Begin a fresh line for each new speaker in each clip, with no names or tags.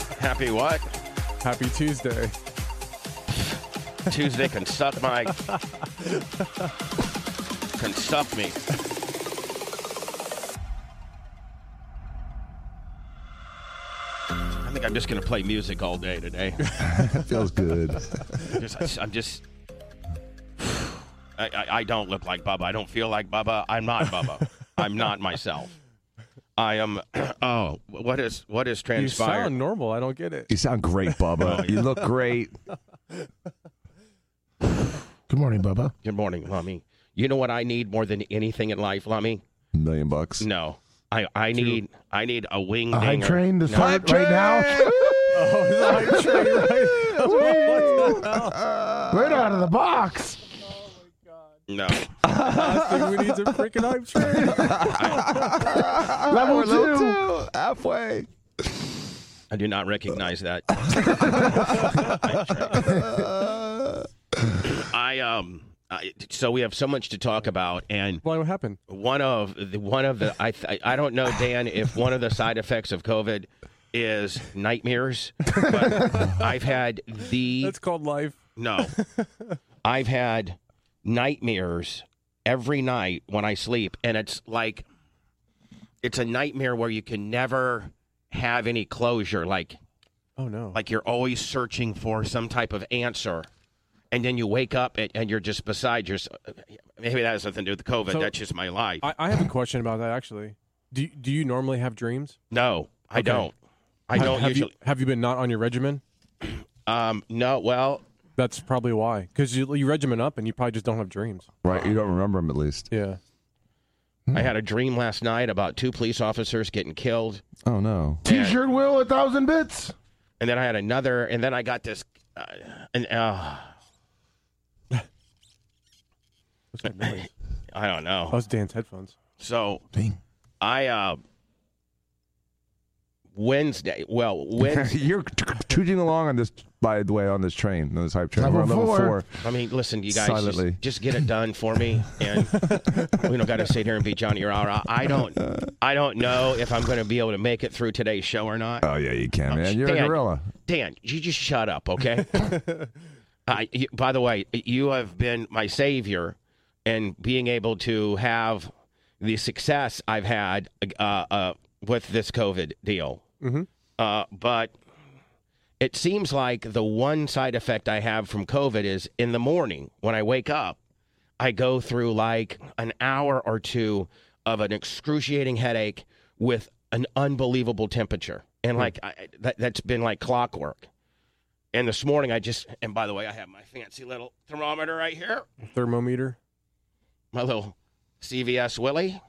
Happy what?
Happy Tuesday.
Tuesday can suck my. can suck me. I think I'm just going to play music all day today.
Feels good.
Just- I'm just. I, I, I don't look like Bubba. I don't feel like Bubba. I'm not Bubba. I'm not myself. I am. Oh, what is what is
You
transpired?
sound normal. I don't get it.
You sound great, Bubba. You look great.
Good morning, Bubba.
Good morning, Lummy. You know what I need more than anything in life, Lummy?
Million bucks.
No. I, I need I need a wing
A hype
dinger.
train to start right now.
Oh, is that hype train, right? What the hell?
Right out of the box.
No.
I think we need some freaking hype train.
Level
We're level
two.
two, halfway.
I do not recognize that. I um I, so we have so much to talk about and
Why? What happened?
one of the one of the I th- I don't know Dan if one of the side effects of COVID is nightmares. But I've had the
That's called life.
No. I've had nightmares every night when I sleep, and it's like it's a nightmare where you can never have any closure. Like
Oh no.
like you're always searching for some type of answer. And then you wake up and, and you're just beside yourself. Maybe that has nothing to do with COVID.
So-
That's just my life.
I, I have a question about that actually. Do Do you normally have dreams?
no, I
Okay.
don't. I
Have-
don't
have
usually.
You, have you been not on your regimen?
Um, no, well,
That's probably why. Because you, you regimen up and you probably just don't have dreams.
Right. You don't remember him at least.
Yeah. Hmm?
I had a dream last night about two police officers getting killed.
Oh no.
T-shirt will a thousand bits.
and then I had another, and then I got this, uh, and uh,
What's that noise?
I don't
Oh,
know.
it's Dan's headphones.
So
Ding.
I uh, Wednesday. Well, Wednesday.
You're t- tooting along on this. By the way, on this train, on this hype train.
Level
We're on level
four.
four.
I mean, listen, you guys,
Silently.
just, just get it done for me, and we don't got to sit here and be Johnny Rara. I don't, I don't know if I'm going to be able to make it through today's show or not.
Oh yeah, you can, man. You're
Dan.
a gorilla.
Dan, you just shut up, okay? I, you- by the way, you have been my savior in being able to have the success I've had uh, uh, with this COVID deal.
Mm-hmm.
Mhm.
Uh, but it seems like the one side effect I have from COVID is in the morning when I wake up, I go through like an hour or two of an excruciating headache with an unbelievable temperature.
Hmm.
And like I, I- that, that's been like clockwork. And this morning I just, and by the way, I have my fancy little thermometer right here,
Thermometer.
my little CVS Willie.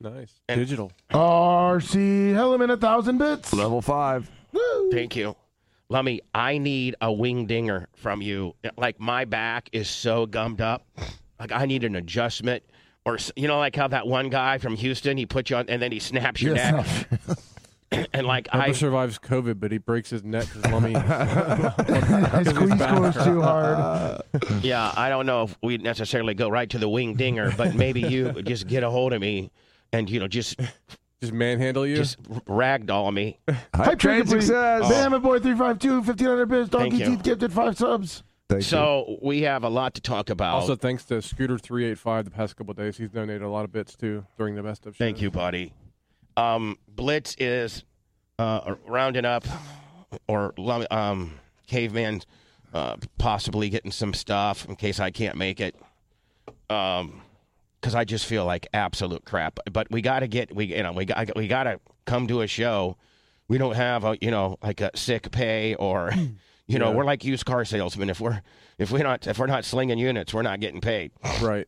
Nice.
And-
Digital.
RC Hellman a thousand bits.
Level five.
Woo.
Thank you. Lummy, I need a wing dinger from you. Like my back is so gummed up. Like I need an adjustment. Or s- you know, like how that one guy from Houston, he put you on, and then he snaps your
Yes,
neck, and like
Never
I,
survives COVID, but he breaks his neck because Lummy.
I squeeze scores too hard.
yeah, I don't know if we necessarily go right to the wing dinger, but maybe you would just get a hold of me, and you know, just
just manhandle you.
just ragdoll me.
Hype train
complete.
success.
Bam boy 352, 1500 bits.
Thank
Donkey
you.
teeth gifted five subs.
Thank you.
So Oh, we have a lot to talk about.
Also, thanks to Scooter three eight five the past couple days, he's donated a lot of bits too during the best of.
Thank
shows.
you, buddy. Um, Blitz is uh, or rounding up or lum- um, caveman uh, possibly getting some stuff in case I can't make it. Um, because I just feel like absolute crap. But we got to get we you know we got we got to come to a show. We don't have a you know like a sick pay or you know we're like used car salesmen. If we're if we're not if we're not slinging units, we're not getting paid.
Right.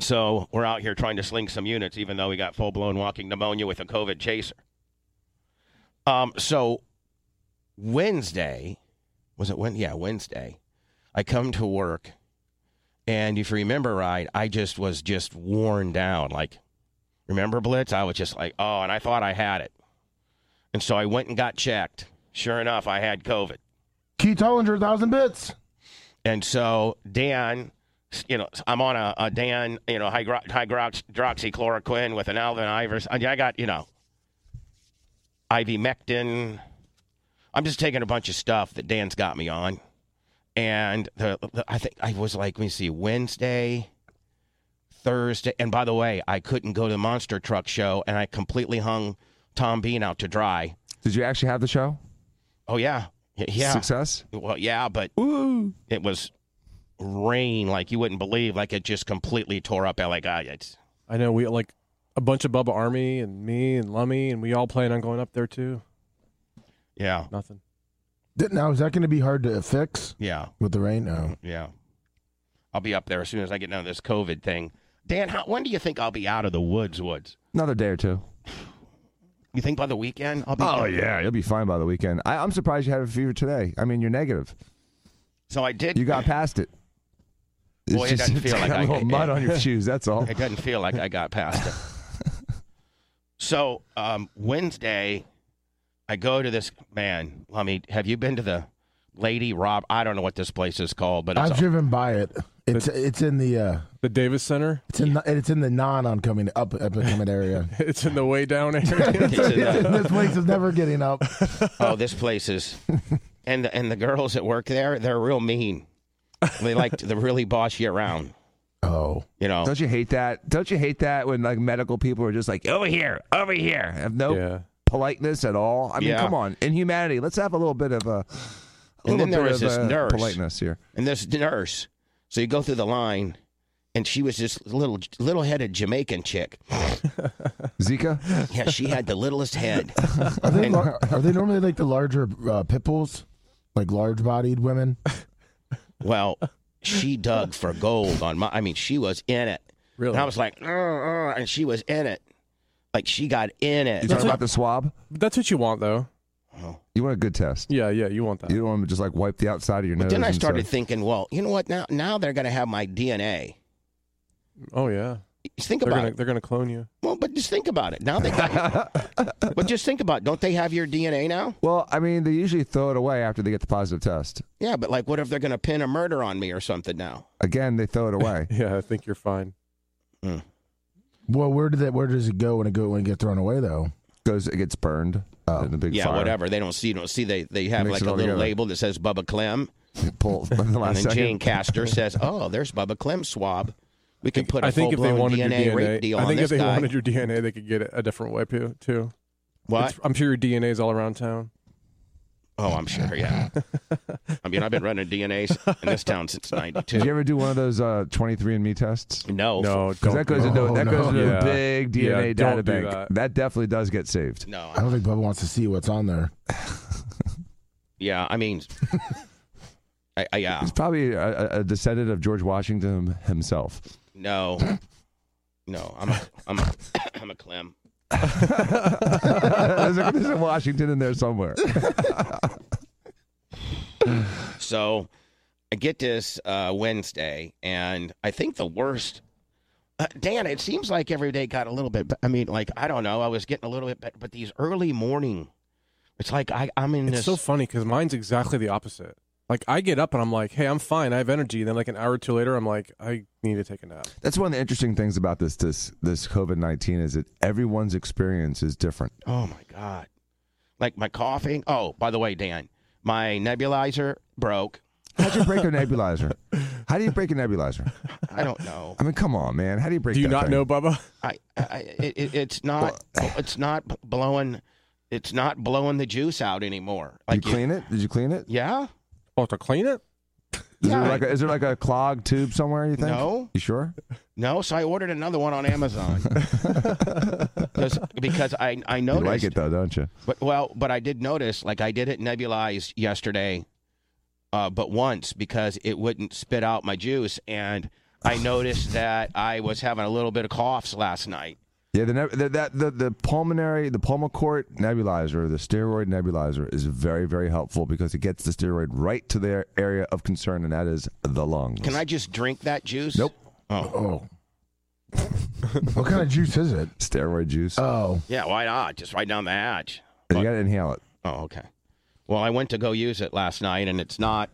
So we're out here trying to sling some units, even though we got full blown walking pneumonia with a COVID chaser. Um, so Wednesday, was it when? Yeah, Wednesday. I come to work, and if you remember right, I just was just worn down. Like, remember Blitz? I was just like, oh, and I thought I had it, and so I went and got checked. Sure enough, I had COVID.
Keith Hollinger, thousand bits.
And so Dan, you know, I'm on a, a Dan, you know, hydro- hydrox- hydroxychloroquine with an Alvin Ivers. I I got, you know, ivermectin. I'm just taking a bunch of stuff that Dan's got me on. And the, the I think I was like, let me see, Wednesday, Thursday. And by the way, I couldn't go to the monster truck show and I completely hung Tom Bean out to dry.
Did you actually have the show?
Oh, yeah. Y- Yeah.
Success?
Well, yeah, but it was rain like you wouldn't believe. Like it just completely tore up LA. God, It's
I know we like a bunch of Bubba Army and me and Lummy and we all plan on going up there too.
yeah,
Nothing.
Did- Now, is that going to be hard to fix
yeah,
with the rain? No.
yeah. I'll be up there as soon as I get out of this COVID thing. Dan, how, when do you think I'll be out of the woods? Woods?
Another day or two.
You think by the weekend? I'll be
Oh yeah, you'll be fine by the weekend. I, I'm surprised you had a fever today. I mean, you're negative.
So I did.
You got past it. It's
Boy, it doesn't
it's
feel like
got
I-
a little mud on your shoes. That's all.
It doesn't feel like I got past it. so um, Wednesday, I go to this man. I mean, have you been to the Lady Rob? I don't know what this place is called, but it's
I've
a-
driven by it. It's it's in the uh,
The Davis Center.
it's in the, it's in the non oncoming up up and coming area.
It's in the way down area.
it's in a-
this place is never getting up.
oh, this place is, and the, and the girls that work there, they're real mean. They like to, they really boss you around.
Oh,
You know,
Don't you hate that? Don't you hate that when like medical people are just like over here, over here, have no
yeah.
politeness at all? I mean,
Yeah.
come on, in humanity, let's have a little bit of a, a
And
little
then there
bit
was
of
this
uh,
nurse.
politeness here.
and this nurse. So you go through the line, and she was this little little headed Jamaican chick.
Zika,
Yeah, she had the littlest head.
are they
And-
lar- are they normally like the larger uh, pit bulls, like large bodied women?
Well, she dug for gold on my. I mean, she was in it.
Really?
And I was like, "Uh, uh," and she was in it. Like she got in
you
it.
talking about the swab?
That's what you want though.
You want a good test.
Yeah, yeah, you want that.
You don't want to just like wipe the outside of your
But
nose.
then I
and stuff.
started thinking, well, you know what? Now now they're gonna have my DNA.
Oh yeah.
Think
They're
about
gonna
it.
they're gonna clone you.
Well, but just think about it. Now they got. but just think about it. Don't they have your DNA now?
Well, I mean, they usually throw it away after they get the positive test.
Yeah, but like, what if they're going to pin a murder on me or something now?
Again, they throw it away.
Yeah, I think you're fine.
Hmm.
Well, where did that? Where does it go when it go when it get thrown away though?
Goes, it gets burned in the big
Yeah,
fire.
whatever. They don't see. You don't see. They they have
Mix
like
it
a
all
little
together.
label that says Bubba Clem,
Pull in the
and
last
then Jane
second.
Castor says, "Oh, there's Bubba Clem swab. We can put a
I think if they
full-blown
wanted
DNA,
your
rape
DNA,
deal
I
on
think if
this
they
guy."
wanted your DNA, they could get it a different way too. too.
what?
It's- I'm sure your DNA's all around town.
Oh, I'm sure. Yeah. I mean, I've been running DNAs in this town since
Did you
'92.
ever do one of those uh, 23andMe tests?
No,
No,
Because
don't.
that goes
do
into
Oh,
that goes
no.
into
Yeah.
a big DNA
Yeah,
data
don't do
bank.
that.
definitely does get saved.
no.
I don't think Bubba wants to see what's on there.
Yeah, I mean, I, I, yeah,
It's probably a, a- a descendant of George Washington himself.
no, no. I'm a, I'm a, I'm a Clem.
there's, a, there's a Washington in there somewhere.
So I get this uh, Wednesday, and I think the worst. Uh, Dan, it seems like every day got a little bit. I mean, like I don't know. I was getting a little bit, better, but these early morning, it's like I, I'm in
It's
this.
so funny because mine's exactly the opposite. Like I get up and I'm like, hey, I'm fine. I have energy. Then like an hour or two later, I'm like, I need to take a nap.
That's one of the interesting things about this this this COVID nineteen is that everyone's experience is different.
oh my god! Like my coughing. Oh, by the way, Dan, my nebulizer broke.
How'd you break a nebulizer? How do you break a nebulizer?
I don't know.
I mean, come on, man. How do you break?
Do you
that
not
thing?
know, Bubba?
I, I it, it, it's not it's not b- blowing It's not blowing the juice out anymore.
you
Like you-
clean it? Did you clean it?
yeah,
Oh, to clean it?
Is
Yeah.
there like a, is there like a clogged tube somewhere? You think?
no,
You sure?
no. So I ordered another one on Amazon 'Cause- because I I
You
noticed.
like it though, don't you?
But well, but I did notice, like I did it nebulized yesterday, uh, but once because it wouldn't spit out my juice, and I noticed that I was having a little bit of coughs last night.
Yeah, the, neb- the that the, the pulmonary the pulmicort nebulizer, the steroid nebulizer, is very very helpful because it gets the steroid right to their area of concern, and that is the lungs.
Can I just drink that juice?
Nope.
Oh,
Oh. what kind of juice is it?
steroid juice?
Oh.
yeah. Why not? Just right down the hatch.
you got to inhale it.
Oh, okay. Well, I went to go use it last night, and it's not,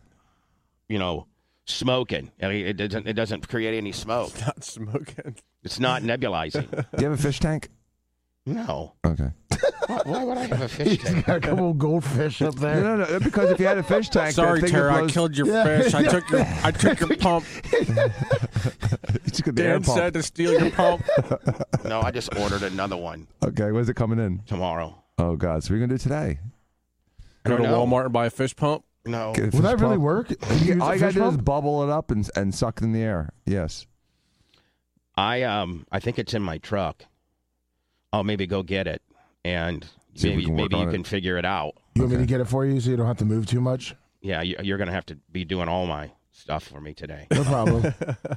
you know, smoking. I mean, it doesn't. It doesn't create any smoke.
Not smoking.
It's not nebulizing.
Do you have a fish tank?
No.
Okay.
Why, why would I have a fish
He's
tank?
got a couple goldfish up
No,
there.
no, no. Because if you had a fish tank,
Sorry,
that thing
Tara,
Would
I
blow,
killed your
Yeah.
fish. I took your I took your pump.
It's gonna be air
Dan
pump.
said to steal your pump.
No, I just ordered another one
Okay, when's it coming in?
tomorrow.
Oh God, so we're gonna do it today.
Go to
I know.
Walmart and buy a fish pump.
No.
Get a
Will
fish
that really
pump.
work?
Yeah,
Use
all
a
you gotta
fish
do is
pump?
bubble it up and and suck it in the air. Yes.
I um I think it's in my truck. I'll maybe go get it and
See if we
maybe
can work
maybe you
on it.
can figure it out.
You want me to get it for you so you don't have to move too much?
Yeah, you- you're gonna have to be doing all my stuff for me today.
No problem.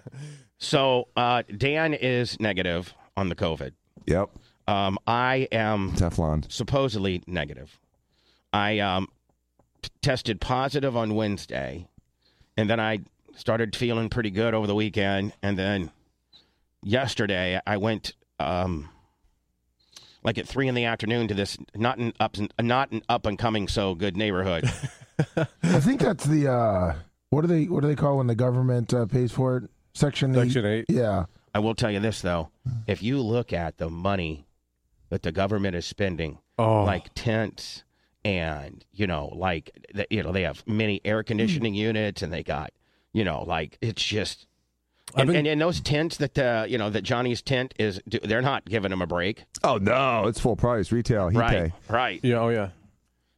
so uh, Dan is negative on the COVID.
Yep.
Um, I am
Teflon.
supposedly negative. I um, t- tested positive on Wednesday, and then I started feeling pretty good over the weekend. And then yesterday, I went um, like at three in the afternoon to this not an up not an up and coming so good neighborhood.
I think that's the uh, what do they what do they call when the government uh, pays for it? Section eight.
Section eight.
Yeah.
I will tell you this though: if you look at the money that the government is spending
Oh,
like tents and you know like th- you know they have many air conditioning units and they got you know like it's just
I've
and,
been-
and, and those tents that uh, you know that Johnny's tent is do- they're not giving him a break
Oh no, it's full price retail. He pay.
right right
yeah, oh yeah.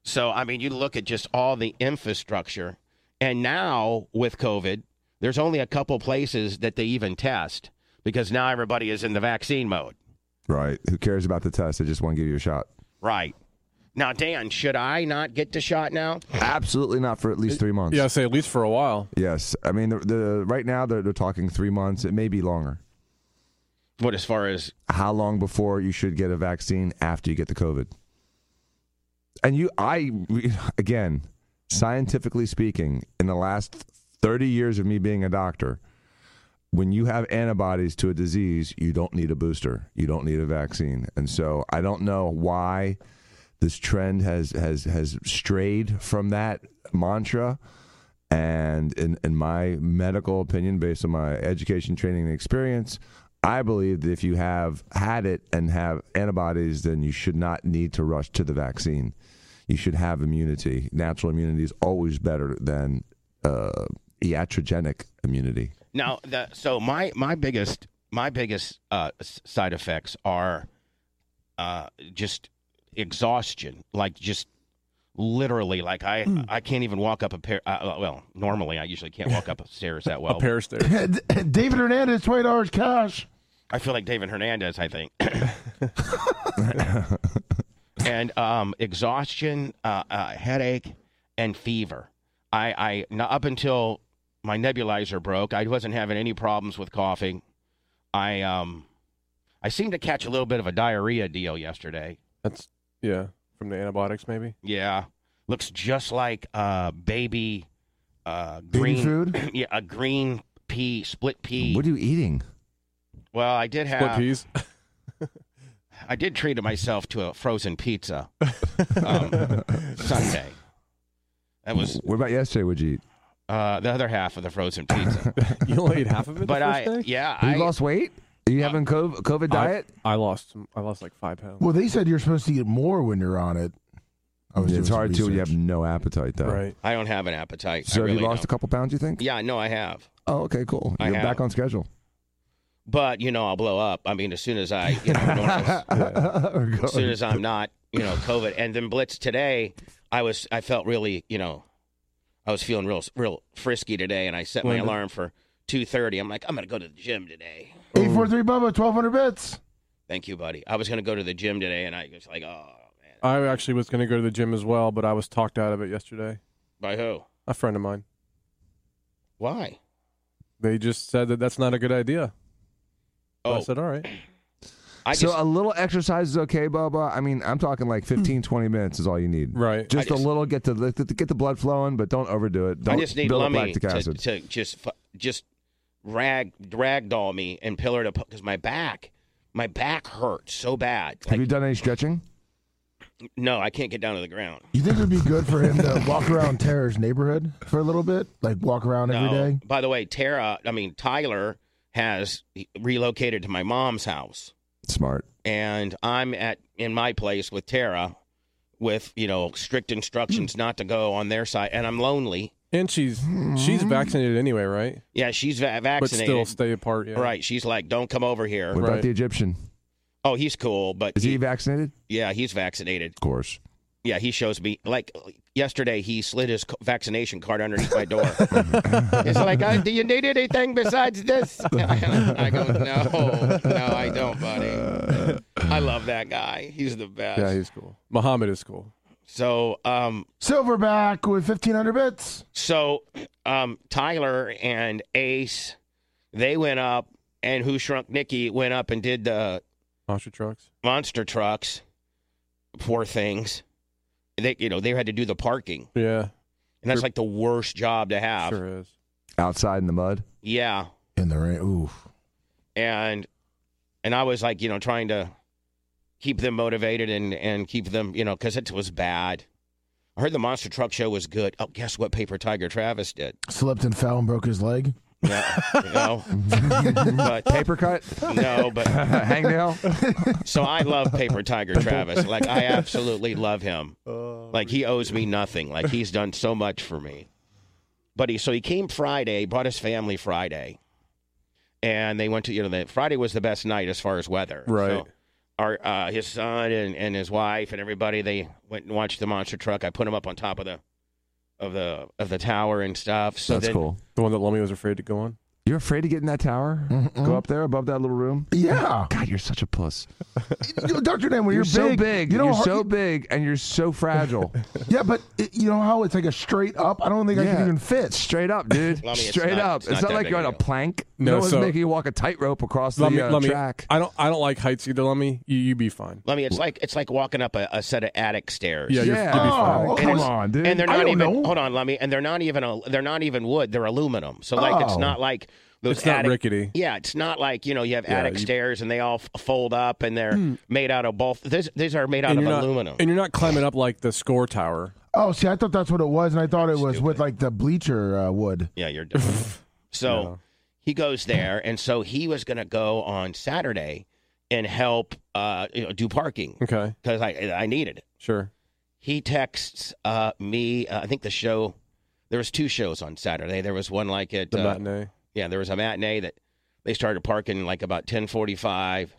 so I mean you look at just all the infrastructure and now with COVID there's only a couple places that they even test because now everybody is in the vaccine mode
Right. Who cares about the test? They just want to give you a shot.
right now Dan should I not get the shot now
Absolutely not for at least three months.
Yeah, I say at least for a while.
Yes. I mean, the, the right now they're, they're talking three months. It may be longer.
what as far as
How long before you should get a vaccine after you get the COVID? And you, I, again, scientifically speaking, in the last 30 years of me being a doctor, when you have antibodies to a disease, you don't need a booster. You don't need a vaccine. And so I don't know why this trend has has has strayed from that mantra. And in, in my medical opinion, based on my education, training, and experience, I believe that if you have had it and have antibodies, then you should not need to rush to the vaccine. You should have immunity. Natural immunity is always better than uh, iatrogenic immunity.
Now, the, so my my biggest my biggest uh, s- side effects are uh, just exhaustion, like just literally, like I
Hmm.
I can't even walk up a pair. Uh, well, normally I usually can't walk up stairs that
A
well.
pair of stairs.
David Hernandez, twenty dollars cash.
I feel like David Hernandez. I think. and um, exhaustion, uh, uh, headache, and fever. I, I now, up until my nebulizer broke, I wasn't having any problems with coughing. I um, I seemed to catch a little bit of a diarrhea deal yesterday.
That's yeah. From the antibiotics maybe.
Yeah, looks just like uh, baby uh,
Baby
green
food.
Yeah, a green pea, split pea.
What are you eating?
well, I did
Split
have.
peas.
I did treat myself to a frozen pizza um, Sunday. That was
What about yesterday? Would you eat?
uh, the other half of the frozen pizza.
You only ate half of it. the
but
first day?
I, yeah,
You
I, Uh,
lost weight? Are you having COVID, COVID diet?
I lost. some- I lost like five pounds.
Well, they said you're supposed to eat more when you're on it. I was doing
it's
some
hard to. when You
research.
have no appetite though.
Right.
I don't have an appetite.
So
I
have
really
you lost a
don't.
couple pounds? You think?
yeah, no, I have.
Oh, okay, cool.
I
You're
have.
back on schedule.
But you know, I'll blow up. I mean, as soon as I, you know, as
We're
soon
going.
as I'm not you know, COVID. And then Blitz today, I was I felt really, you know, I was feeling real real frisky today, and I set my
Wonder-
alarm for two thirty. I'm like, I'm gonna go to the gym today.
Eight four three Bubba, twelve hundred bits.
Thank you, buddy. I was gonna go to the gym today, and I was like, oh man,
I actually was going to go to the gym as well, but I was talked out of it yesterday.
by who?
A friend of mine.
Why?
They just said that that's not a good idea. So I
Oh,
said, all right.
I
so
just
a little exercise is okay, Bubba. I mean, I'm talking like 15, 20 minutes is all you need.
Hmm. Right.
Just,
I just-
a little, get the get the blood flowing, but don't overdo it. Don't
I just need
build up
Lummy
lactic
to,
acid.
to just fu- just rag ragdoll me and pillar to because my back my back hurts so bad.
Have you
Like,
done any stretching?
no, I can't get down to the ground.
You think it'd be good for him to walk around Terror's neighborhood for a little bit, like walk around every
No.
day?
By the way, Tara, I mean Tyler has relocated to my mom's house,
Smart.
and I'm at in my place with Tara, with you know strict
Hmm.
instructions not to go on their side, and I'm lonely.
And she's she's vaccinated anyway, right?
Yeah, she's va-
But
vaccinated.
still stay apart. Yeah.
Right, she's like, "Don't come over here."
What about
Right.
the Egyptian?
Oh, he's cool, but
Is he vaccinated?
yeah, he's vaccinated.
Of course.
Yeah, he shows me like yesterday. He slid his co- vaccination card underneath my door. it's like, uh, do you need anything besides this? I go, no, no, I don't, buddy. I love that guy. He's the best.
Yeah, he's cool. Muhammad is cool.
so, um,
Silverback with fifteen hundred bits.
so, um, Tyler and Ace, they went up, and Who Shrunk Nikki went up and did the
Monster trucks.
monster trucks. Poor things. They, you know, they had to do the parking,
Yeah.
and that's like the worst job to have.
Sure is.
Outside in the mud.
Yeah.
In the rain. Ooh.
and and I was like, you know, trying to keep them motivated and and keep them, you know, because it was bad. I heard the monster truck show was good. Oh, guess what? Paper Tiger Travis did.
Slept and fell and broke his leg.
Yeah, no, but
Paper cut.
no, but
Hangnail.
so I love Paper Tiger Travis. Like I absolutely love him. Like he owes me nothing. Like he's done so much for me. But he so he came Friday, brought his family Friday, and they went to you know the Friday was the best night as far as weather.
Right.
So our uh, his son and, and his wife and everybody they went and watched the monster truck. I put him up on top of the of the of the tower and stuff. So
That's
then,
cool.
The one that Lummy was afraid to go on.
You're afraid to get in that tower? Go up there above that little room?
Yeah,
God, you're such a puss.
You- Dr. Dan, when
You're,
you're,
so big.
you know,
you're so big and you're so fragile.
yeah, but it, you know how it's like a straight up. I don't think I
Yeah.
can even fit.
Straight up, dude.
Lummy, it's
Straight
not-
up.
it's
It's not,
not that
like
big
you're
a
on a
deal.
plank.
No,
No, one's
so-
making you walk a tightrope across the
Lummy,
uh,
Lummy,
track.
I don't I don't like heights either, Lummy. You you be fine.
Let me. It's like it's like walking up a, a set of attic stairs.
Yeah, you're,
Yeah.
you'll be
Oh,
fine.
okay.
Come on, dude.
and they're
I
not
don't
even
know.
hold on let me and they're not even a, they're not even wood they're aluminum so like it's
Oh.
not like those
It's not
attic-
rickety.
yeah it's not like you know you have attic
you-
stairs and they all f- fold up and they're made out of both these, these are made out
And
of
you're, not,
aluminum
and you're not climbing up like the score tower.
Oh, see, I thought that's what it was, and I thought it was with like the bleacher uh, wood.
yeah you're different so he goes there and so he was going to go on saturday and help uh you know do parking
Okay.
because i i needed it
Sure.
he texts uh me uh, i think the show there was two shows on saturday there was one like at
The
uh,
matinee.
Yeah, there was a matinee that they started parking like about ten forty five,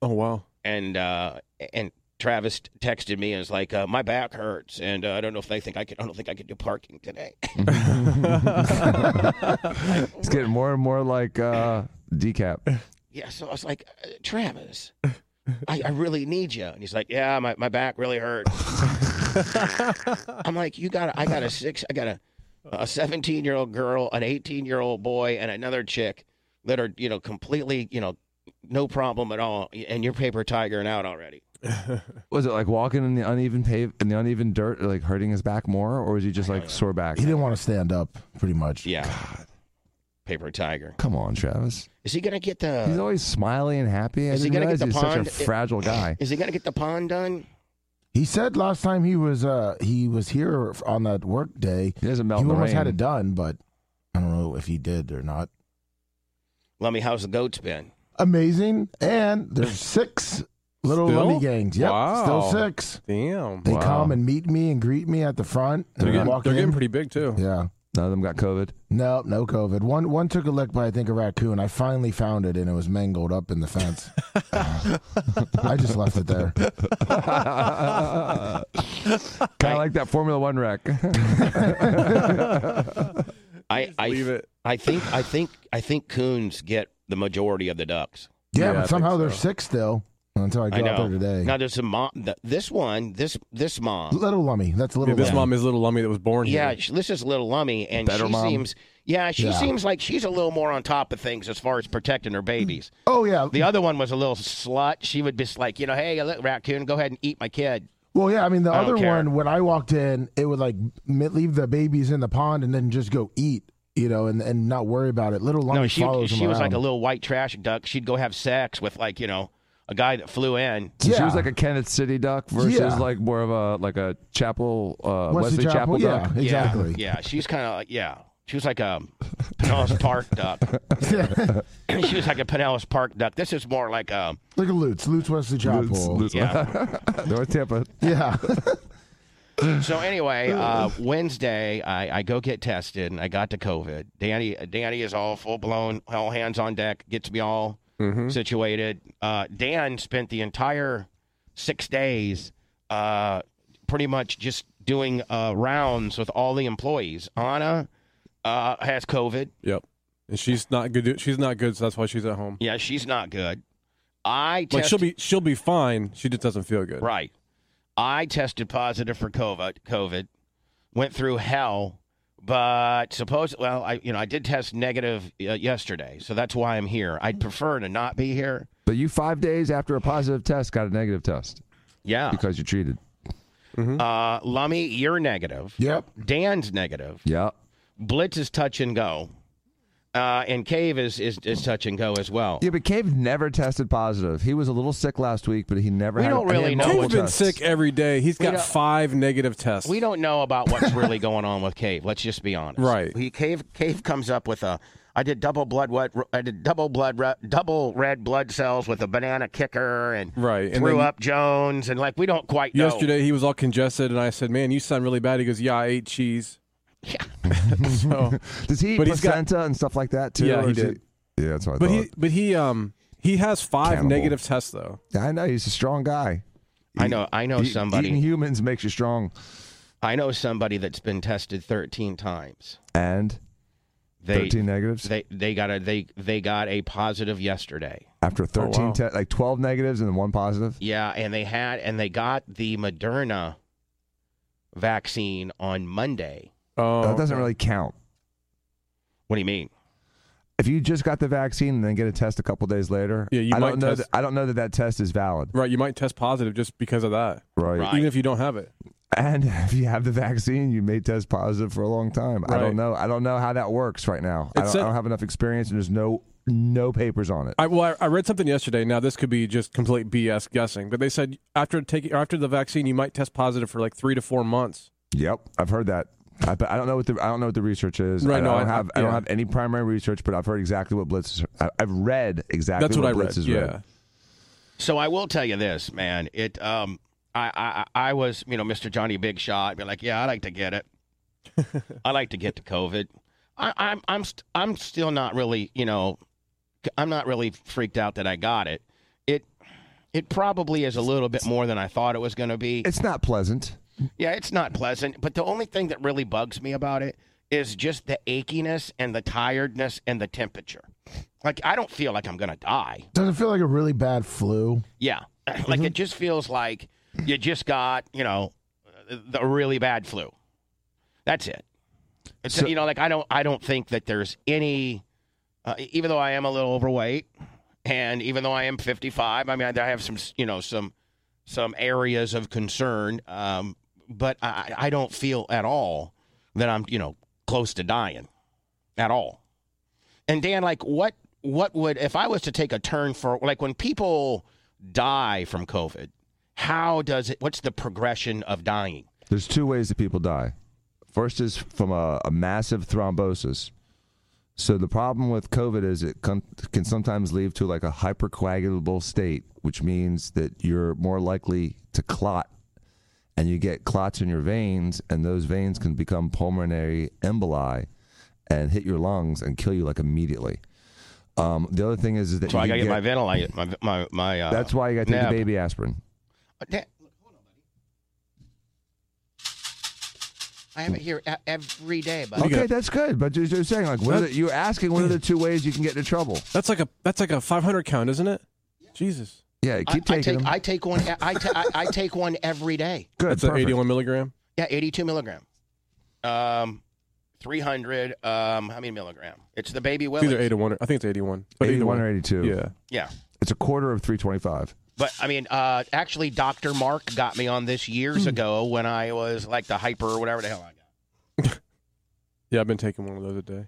Oh wow.
and uh, and Travis texted me and was like, uh, "My back hurts, and uh, I don't know if they think I could. I don't think I could do parking today."
It's getting more and more like uh, decap.
yeah, so I was like, uh, "Travis, I, I really need you," and he's like, "Yeah, my, my back really hurts." I'm like, "You got? I got a six. I got a a 17 year old girl, an 18 year old boy, and another chick that are you know completely you know." No problem at all, and you're paper tigering out already.
Was it like walking in the uneven pave in the uneven dirt, like hurting his back more, or was he just like sore back?
He didn't want to stand up, pretty much.
Yeah. Paper tiger.
Come on, Travis.
Is he gonna get the?
He's always smiley and happy. I
Is he
didn't
gonna
realize
get the
he's such
pond? eh,
a fragile guy.
Is he gonna get the pond done?
He said last time he was uh he was here on that work day.
He doesn't
he
melt in the
almost
rain.
had it done, but I don't know if he did or not.
Let me. How's the goats been?
Amazing, and there's six little
Still?
lummy gangs. Yep,
Wow.
still six.
Damn.
They
Wow.
come and meet me and greet me at the front.
They're
and
getting,
walk
they're getting
in.
pretty big too.
Yeah,
None of them got COVID.
No, no COVID. One one took a lick by I think a raccoon. I finally found it and it was mangled up in the fence. Uh, I just left it there.
Kind of like that Formula One wreck.
I I,
Leave it.
I think I think I think coons get the majority of the ducks.
Yeah,
Yeah, I
but
think
somehow they're
so.
sick still until I
I
go out there
know.
today.
Now there's a mom. th this one, this this mom.
little Lummy. That's little
Yeah, this
Lummy.
mom is little Lummy that was born
Yeah,
here.
sh this is little Lummy, and
Better
she
mom.
seems. Yeah, she
Yeah.
seems like she's a little more on top of things as far as protecting her babies.
Oh yeah.
The other one was a little slut. She would just like, you know, hey, little raccoon, go ahead and eat my kid.
Well, yeah. I mean, the
I don't
other
care.
one when I walked in, it would like m- leave the babies in the pond and then just go eat, you know, and, and not worry about it. Little Lummy
no, she
follows them
she was
around.
like a little white trash duck. She'd go have sex with like you know a guy that flew in.
So She
Yeah.
was like a Kenneth City duck versus
Yeah.
like more of a like a Chapel uh,
Wesley
Wesley Chapel,
Chapel, yeah.
duck.
Exactly.
Yeah, yeah. she's kind of like yeah. She was like a Pinellas Park duck. she was like a Pinellas Park duck. This is more like um, a
Look at Lutz. Lutz Wesley Chapel.
Lutz- Lutz-
yeah.
North Tampa.
Yeah.
so anyway, uh, Wednesday I, I go get tested and I got to COVID. Danny Danny is all full blown, all hands on deck, gets me all
Mm-hmm.
situated. Uh, Dan spent the entire six days uh, pretty much just doing uh, rounds with all the employees. Anna uh, has COVID.
Yep. And she's not good. She's not good, so that's why she's at home.
Yeah, she's not good. I
Like
test-
she'll be she'll be fine. She just doesn't feel good.
right. I tested positive for COVID. COVID went through hell, but suppose well, I you know I did test negative uh, yesterday, so that's why I'm here. I'd prefer to not be here.
But you five days after a positive test got a negative test
Yeah,
because you treated.
Mm-hmm.
uh, Lummy, you're negative.
yep.
Dan's negative.
Yeah.
Blitz is touch and go, uh, and Cave is, is is touch and go as well.
Yeah, but Cave never tested positive. He was a little sick last week, but he never.
We
had
don't
he had
really know
multiple
Cave's been
tests.
sick every day. He's got five negative tests.
We don't know about what's really going on with Cave. Let's just be honest.
Right.
He Cave Cave comes up with a I did double blood what I did double blood re- double red blood cells with a banana kicker and
Right, and
threw
then-
up Jones and like we don't quite know.
Yesterday he was all congested, and I said, "Man, you sound really bad." He goes, "Yeah, I ate cheese." Yeah. so,
Does he eat
But he's got-
placenta and stuff like that too?
Yeah,
or
he
is
did.
yeah, that's what I
but
thought.
he but he um he has five
Cannibal.
negative tests though.
I know he's a strong guy.
I know I know
Eat-
somebody
Eating humans makes you strong.
I know somebody that's been tested 13 times.
And
They
thirteen negatives
they they got a they they got a positive yesterday.
after thirteen,
Oh, wow.
te- like twelve negatives and then one positive.
Yeah, and they had and they got the Moderna vaccine on Monday.
Oh,
that doesn't really count.
What do you mean?
If you just got the vaccine and then get a test a couple days later,
Yeah, you
I
might
don't know.
test-
That, I don't know that that test is valid,
right. You might test positive just because of that,
right?
Right.
even if you don't have it.
And if you have the vaccine, you may test positive for a long time. I
Right.
don't know. I don't know how that works right now.
It
I don't,
said-
I don't have enough experience, and there's no no papers on it.
I well, I, I read something yesterday. Now this could be just complete BS guessing, but they said after taking after the vaccine, you might test positive for like three to four months.
Yep, I've heard that. I, but I don't know what the I don't know what the research is.
Right,
I,
no,
I don't
I-
have I, don't
yeah.
have any primary research, but I've heard exactly what Blitz. Is, I, I've read exactly.
That's what, I read.
Blitz Is
yeah,
So I will tell you this, man. It um I I I was, you know, Mr. Johnny Big Shot, be like, yeah, I like to get it. I like to get to COVID. I, I'm I'm st- I'm still not really, you know, c- I'm not really freaked out that I got it. It it probably is a little bit more than I thought it was going to be.
It's not pleasant.
Yeah, it's not pleasant, but the only thing that really bugs me about it is just the achiness and the tiredness and the temperature. Like I don't feel like I'm going to die.
Does it feel like a really bad flu?
Yeah. like it just feels like you just got, you know, the really bad flu. That's it. It's,
So-
you know, like I don't I don't think that there's any uh, even though I am a little overweight and even though I am 55, I mean I have some, you know, some some areas of concern um but I I don't feel at all that I'm, you know, close to dying at all. And Dan, like what what would if I was to take a turn for like when people die from COVID, how does it what's the progression of dying?
There's two ways that people die. First is from a, a massive thrombosis. So the problem with COVID is it con- can sometimes lead to like a hypercoagulable state, which means that you're more likely to clot and you get clots in your veins, and those veins can become pulmonary emboli and hit your lungs and kill you like immediately. Um, the other thing is, is that
So I
you
gotta
get-
get my ventilator. My my my. Uh,
that's why you got to take
nap.
the baby aspirin.
Uh, Dan- look, hold on, buddy. I have it here e- every day, buddy.
Okay, that's good. But just, just saying, like, what are the, you're asking one of the two ways you can get into trouble.
That's like a that's like a 500 count, isn't it? Jesus,
Yeah,
I,
keep
I
taking
take
them.
I take one. e, I, ta- I, I take one every day.
good,
that's an
perfect.
81 milligram.
Yeah, eighty-two milligram. Um, three hundred. Um, how many milligram? It's the baby
It's either
Willie.
81 or I think it's 81. But either
81
one.
or 82.
Yeah.
Yeah,
It's a quarter of 325.
but I mean, uh, actually, Doctor Mark got me on this years ago when I was like the hyper or whatever the hell I got.
Yeah, I've been taking one of those a day.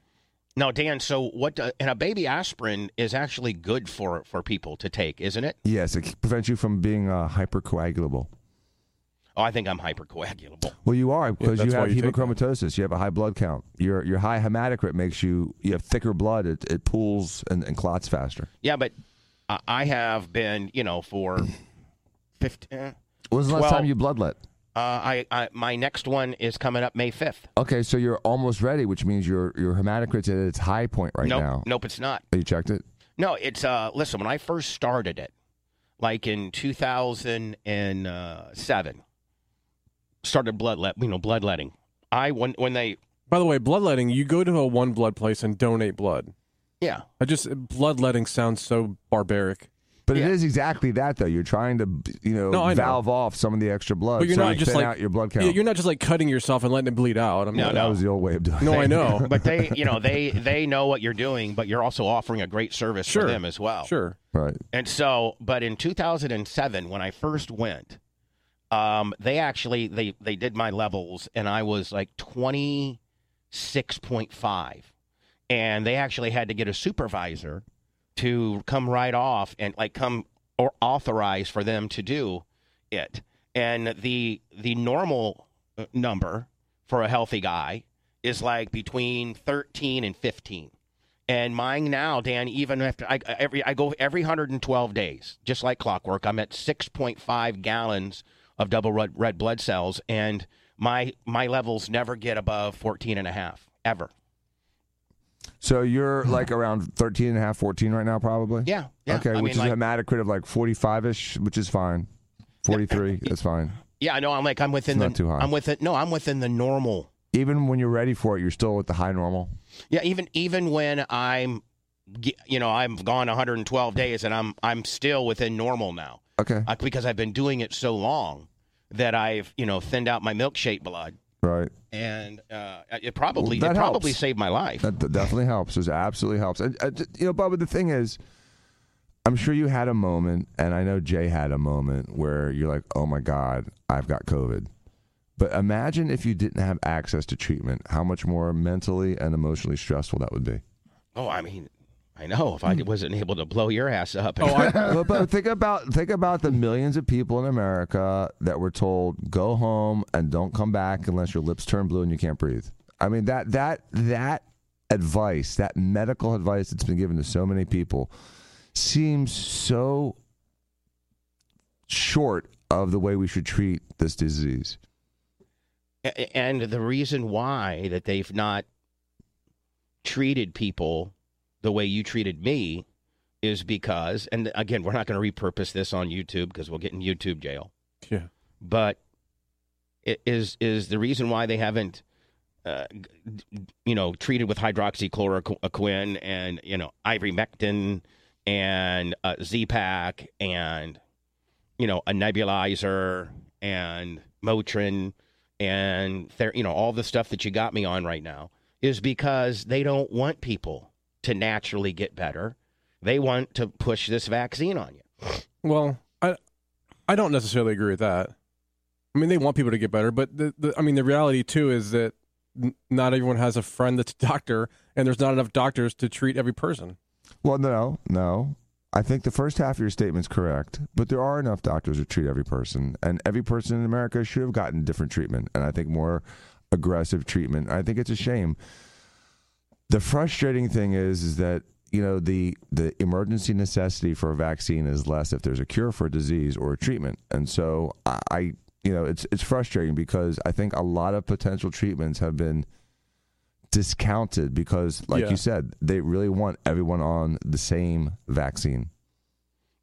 No, Dan. So what? do- and a baby aspirin is actually good for for people to take, isn't it?
Yes, it prevents you from being uh, hypercoagulable.
Oh, I think I'm hypercoagulable.
Well, you are because
that's
you
why
have
you take that.
hemochromatosis. You have a high blood count. Your your high hematocrit makes you you have thicker blood. It, it pools and, and clots faster.
Yeah, but I I have been, you know, for fifteen. Uh,
When was the last
Well-
time you bloodlet?
uh, I, I my next one is coming up May fifth.
Okay, so you're almost ready, which means your your hematocrit's at its high point right
nope,
now.
nope, it's not.
You checked it.
No, it's uh. Listen, when I first started it, like in two thousand and seven, started bloodlet, you know, bloodletting. I when when they
By the way, bloodletting, you go to a one blood place and donate blood.
yeah
I just bloodletting sounds so barbaric.
But
Yeah.
it is exactly that though. You're trying to you know,
No, I know.
valve off some of the extra blood.
But you're
so
not
you
just
thin
like
out your blood
Yeah,
count.
you're not just like cutting yourself and letting it bleed out. I'm
No,
like,
that was the old way of doing
no,
it.
I know.
but they you know they they know what you're doing but you're also offering a great service
Sure.
for them as well
Sure.
Right.
and so but in 2007 when i first went um they actually they they did my levels and i was like 26.5 and they actually had to get a supervisor to come right off and like come or authorize for them to do it and the the normal uh, number for a healthy guy is like between 13 and 15 and mine now dan even after i every i go every 112 days just like clockwork i'm at 6.5 gallons of double red, red blood cells and my my levels never get above 14 and a half ever
So you're like around 13 and a half, 14 right now, probably?
yeah, yeah.
Okay,
I
which
mean,
is
like-
a hematocrit of like 45 ish, which is fine. 43, that's fine.
yeah i know i'm like i'm within
It's
the
not too high.
i'm within no i'm within the normal
Even when you're ready for it, you're still at the high normal.
Yeah, even even when I'm, ge- you know, I'm gone 112 days, and I'm I'm still within normal now
Okay.
I, because I've been doing it so long that I've you know thinned out my milkshake blood,
Right.
and uh, it probably
Well,
it
that
probably
helps.
saved my life.
That, that definitely helps. It absolutely helps. And, uh, you know, Bubba, the thing is, I'm sure you had a moment, and I know Jay had a moment where you're like, oh my God, I've got COVID. But imagine if you didn't have access to treatment, how much more mentally and emotionally stressful that would be.
oh, I mean, I know if I
Hmm.
wasn't able to blow your ass up.
Oh, but, but think about think about the millions of people in America that were told go home and don't come back unless your lips turn blue and you can't breathe. I mean that that that advice, that medical advice that's been given to so many people seems so short of the way we should treat this disease.
A- and the reason why that they've not treated people the way you treated me is because and again we're not going to repurpose this on youtube because we'll get in youtube jail
Yeah.
but it is is the reason why they haven't uh, g- d- you know treated with hydroxychloroquine and you know ivermectin and uh, z-pack and you know a nebulizer and motrin and ther- you know all the stuff that you got me on right now is because they don't want people to naturally get better they want to push this vaccine on you
Well, I I don't necessarily agree with that. I mean, they want people to get better, but the, the I mean, the reality too is that n- not everyone has a friend that's a doctor, and there's not enough doctors to treat every person.
Well, no, no. I think the first half of your statement's correct, but there are enough doctors who treat every person, and every person in America should have gotten different treatment, and I think more aggressive treatment. I think it's a shame. The frustrating thing is, is that you know the the emergency necessity for a vaccine is less if there's a cure for a disease or a treatment, and so I, I you know, it's it's frustrating because I think a lot of potential treatments have been discounted because, like
Yeah.
you said, they really want everyone on the same vaccine.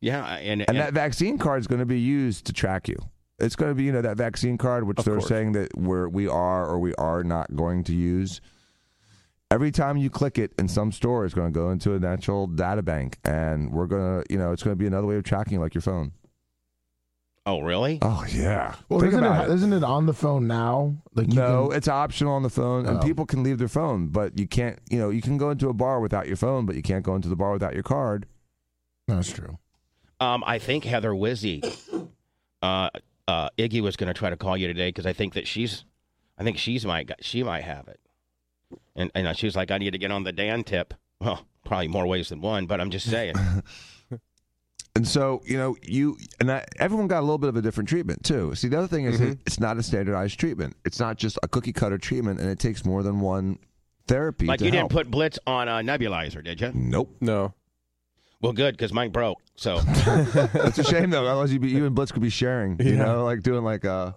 Yeah, and,
And
and-
that vaccine card is going to be used to track you. It's going to be, you know, that vaccine card, which
Of
they're
course.
saying that we're, we are or we are not going to use. Every time you click it in some store, it's going to go into a natural data bank. And we're going to, you know, it's going to be another way of tracking like your phone.
oh really?
Oh, yeah.
Well,
Think
isn't
about
it, isn't it on the phone now? Like you
no,
can-
it's optional on the phone, and
Oh.
people can leave their phone, but you can't. You know, you can go into a bar without your phone, but you can't go into the bar without your card.
that's true.
Um, I think Heather Wizzy, uh, uh, Iggy was going to try to call you today because I think that she's, I think she's might got- she might have it, and and she was like, I need to get on the Dan tip. Well, probably more ways than one, but I'm just saying.
And so, you know, you and I, everyone got a little bit of a different treatment too. See, the other thing
Mm-hmm.
is, it- it's not a standardized treatment. It's not just a cookie cutter treatment, and it takes more than one therapy.
like
to
you
help.
didn't put Blitz on a nebulizer, did you?
Nope,
No.
Well, good because mine broke. So
that's a shame though. Otherwise, you'd be, you and Blitz could be sharing. You
Yeah.
know, like doing like uh,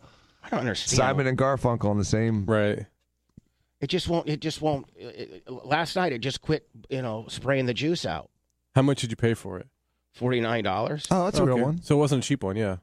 I don't understand.
Simon and Garfunkel on the same.
Right.
it just won't. It just won't. It, it- last night, it just quit. You know, spraying the juice out.
How much did you pay for it?
Forty nine dollars.
Oh, that's a
Okay.
real one.
So it wasn't a cheap one, yeah.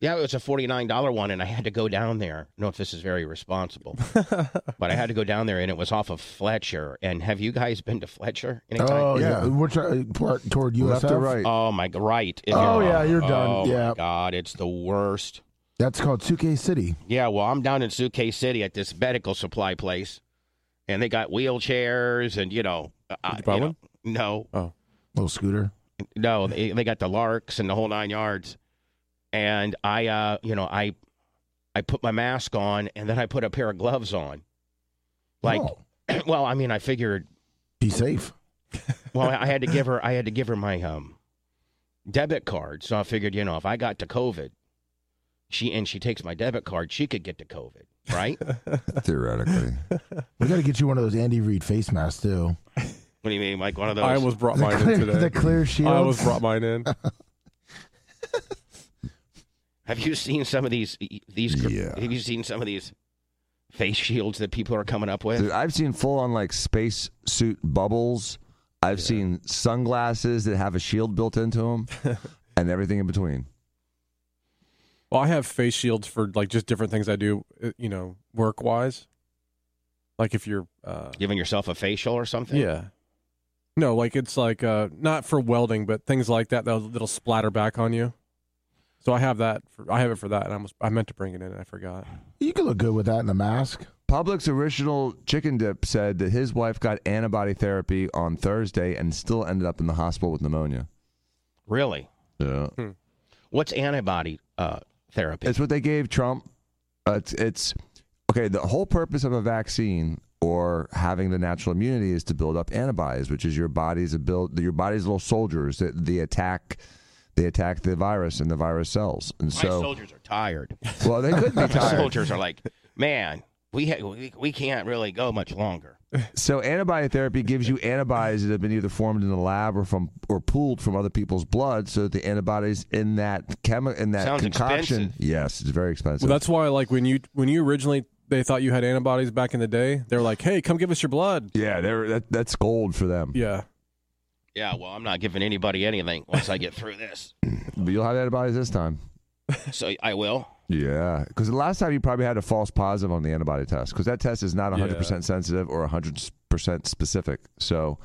Yeah, it was a forty-nine dollar one, and I had to go down there. I don't know if this is very responsible, but I had to go down there, and it was off of Fletcher. And have you guys been to Fletcher? Anytime?
Oh yeah,
Yeah.
which uh, part toward USF?
Left to right.
Oh my g- right. If
Oh,
you're-
yeah, you're done.
Oh, my
Yeah.
God, it's the worst.
That's called Suke City.
Yeah, well, I'm down in Suitcase City at this medical supply place, and they got wheelchairs, and you know, I,
you buy
you know-
one?
no,
Oh. Little scooter.
no, they, they got the larks and the whole nine yards. And I, uh, you know, I, I put my mask on, and then I put a pair of gloves on. Like,
Oh,
well, I mean, I figured.
be safe.
Well, I had to give her. I had to give her my um, debit card. So I figured, you know, if I got to COVID, she and she takes my debit card, she could get to COVID, right? what
Theoretically,
We got to get you one of those Andy Reid face masks too.
do you mean, like one of those?
I almost brought
The
mine in
clear,
today.
the clear
I
shield.
almost brought mine in.
Have you seen some of these? e, These?
Yeah.
Have you seen some of these face shields that people are coming up with?
Dude, I've seen full on like space suit bubbles. I've seen sunglasses that have a shield built into them, and everything in between.
Well, I have face shields for like just different things I do, uh, you know, work wise. Like if you're, uh,
Giving yourself a facial or something?
yeah, no, like it's like uh, not for welding, but things like that that'll, that'll splatter back on you. So I have that. For, I have it for that, and I almost I meant to bring it in, and I forgot.
You could look good with that in a mask.
Publix original chicken dip said that his wife got antibody therapy on Thursday and still ended up in the hospital with pneumonia.
Really?
Yeah.
Hmm.
What's antibody uh, therapy?
It's what they gave Trump. Uh, it's, it's okay. The whole purpose of a vaccine or having the natural immunity is to build up antibodies, which is your body's build your body's little soldiers that the attack. They attack the virus and the virus cells, and
my
so
soldiers are tired.
well they could be
My
tired.
soldiers are like, man, we, ha- we we can't really go much longer.
So antibody therapy gives you antibodies that have been either formed in the lab or from or pooled from other people's blood, so that the antibodies in that chemi- in that
Sounds
concoction.
expensive.
Yes, it's very expensive.
Well, that's why like when you when you originally they thought you had antibodies back in the day, they're like, hey, come give us your blood.
yeah, they're, that, that's gold for them.
Yeah,
Yeah, well, I'm not giving anybody anything once I get through this.
But you'll have antibodies this time.
So I will.
Yeah, because the last time you probably had a false positive on the antibody test, because that test is not 100% sensitive or 100% specific. So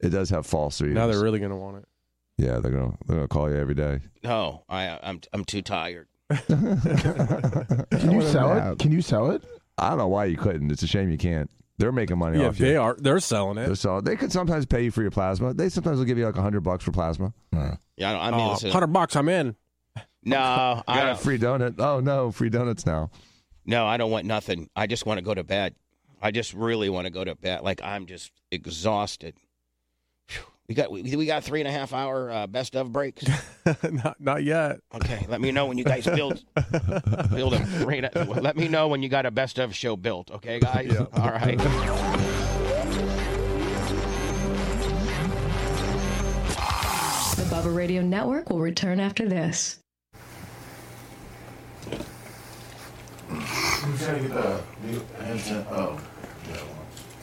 it does have false readings.
now they're really gonna want it.
yeah, they're gonna they're gonna call you every day.
No, I I'm I'm too tired.
Can you sell it? Can you sell it?
I don't know why you couldn't. It's a shame you can't. They're making money
Yeah,
off
they
you.
are. They're selling it.
They're So they could sometimes pay you for your plasma. They sometimes will give you like hundred bucks for plasma.
Yeah, I don't, I mean,
Oh,
listen,
hundred bucks, I'm in.
no, I
Got a
don't,
free donut. Oh no, free donuts now.
no, I don't want nothing. I just want to go to bed. I just really want to go to bed. Like I'm just exhausted. Phew. We got we, we got three and a half hour uh, best of breaks.
not not yet.
Okay, let me know when you guys build build a three. and a- Let me know when you got a best of show built. Okay, guys. All right.
The Bubba Radio Network will return after this.
trying to get the hand sanitizer. Oh.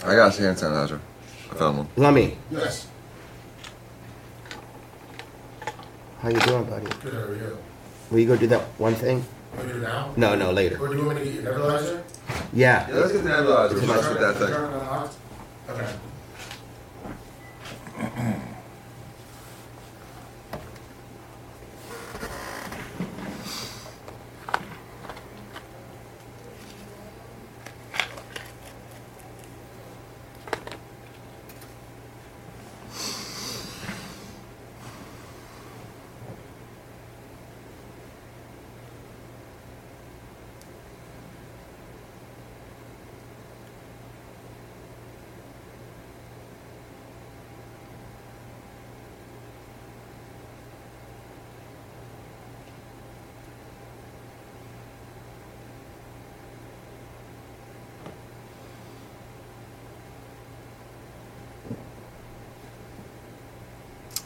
I got hand sanitizer. I found one.
Lummy,
Yes.
how you doing, buddy?
Good, how are you?
Will you go do that one thing?
Want to do it now?
No, no, later.
Or do you want me to get your nebulizer?
Yeah.
Yeah, let's get the nebulizer. Let's mess with that thing. Okay.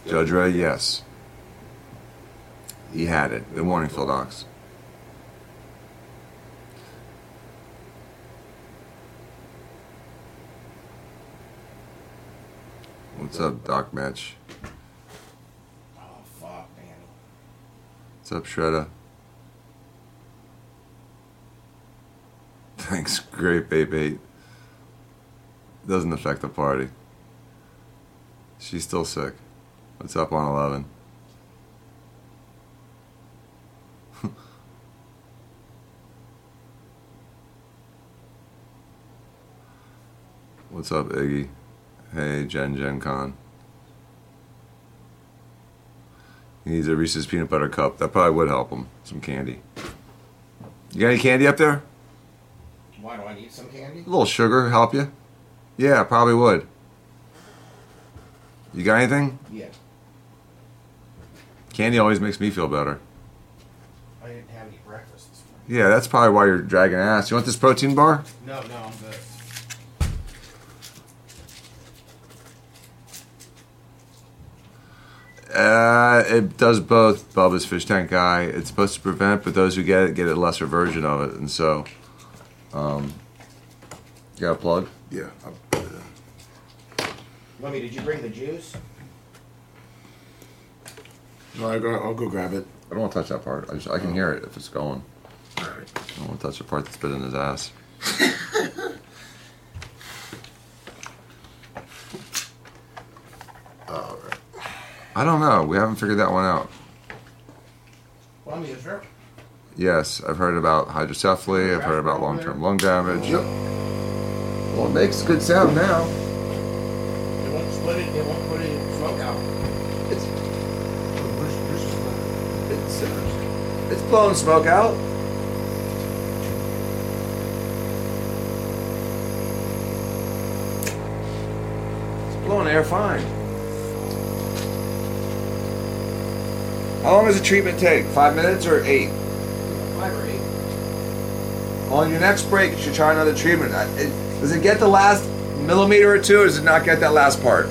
Judge Ray, yes. He had it. The warning filled ox. What's up, Doc Match?
Oh, fuck, man.
What's up, Shredda? Thanks, great babe eight. Doesn't affect the party. She's still sick. What's up on eleven? What's up, Iggy? Hey, Jen Jen Con. He needs a Reese's peanut butter cup. That probably would help him. Some candy. You got any candy up there?
Why do I need some candy?
A little sugar help you? Yeah, probably would. You got anything?
Yeah.
Candy always makes me feel better.
I didn't have any breakfast this morning.
Yeah, that's probably why you're dragging ass. You want this protein bar?
No, no, I'm good.
Uh, it does both, Bubba's Fish Tank Guy. It's supposed to prevent, but those who get it get a lesser version of it. And so, um, you got a plug? Yeah.
Lummy, did you bring the juice?
No, I go, I'll go grab it. I don't want to touch that part. I, just, I can hear it if it's going. Oh. I don't want to touch the part that's been in his ass. I don't know. We haven't figured that one out.
Lummy, is there?
Yes, I've heard about hydrocephaly. I've heard about long-term lung damage. Yep. Well, it makes good sound now.
It won't split it, it won't put it in smoke out.
It's it's uh, it's blowing smoke out. It's blowing air fine. How long does the treatment take? Five minutes or eight?
Five or eight.
On your next break, you should try another treatment. I- It, does it get the last millimeter or two, or does it not get that last part?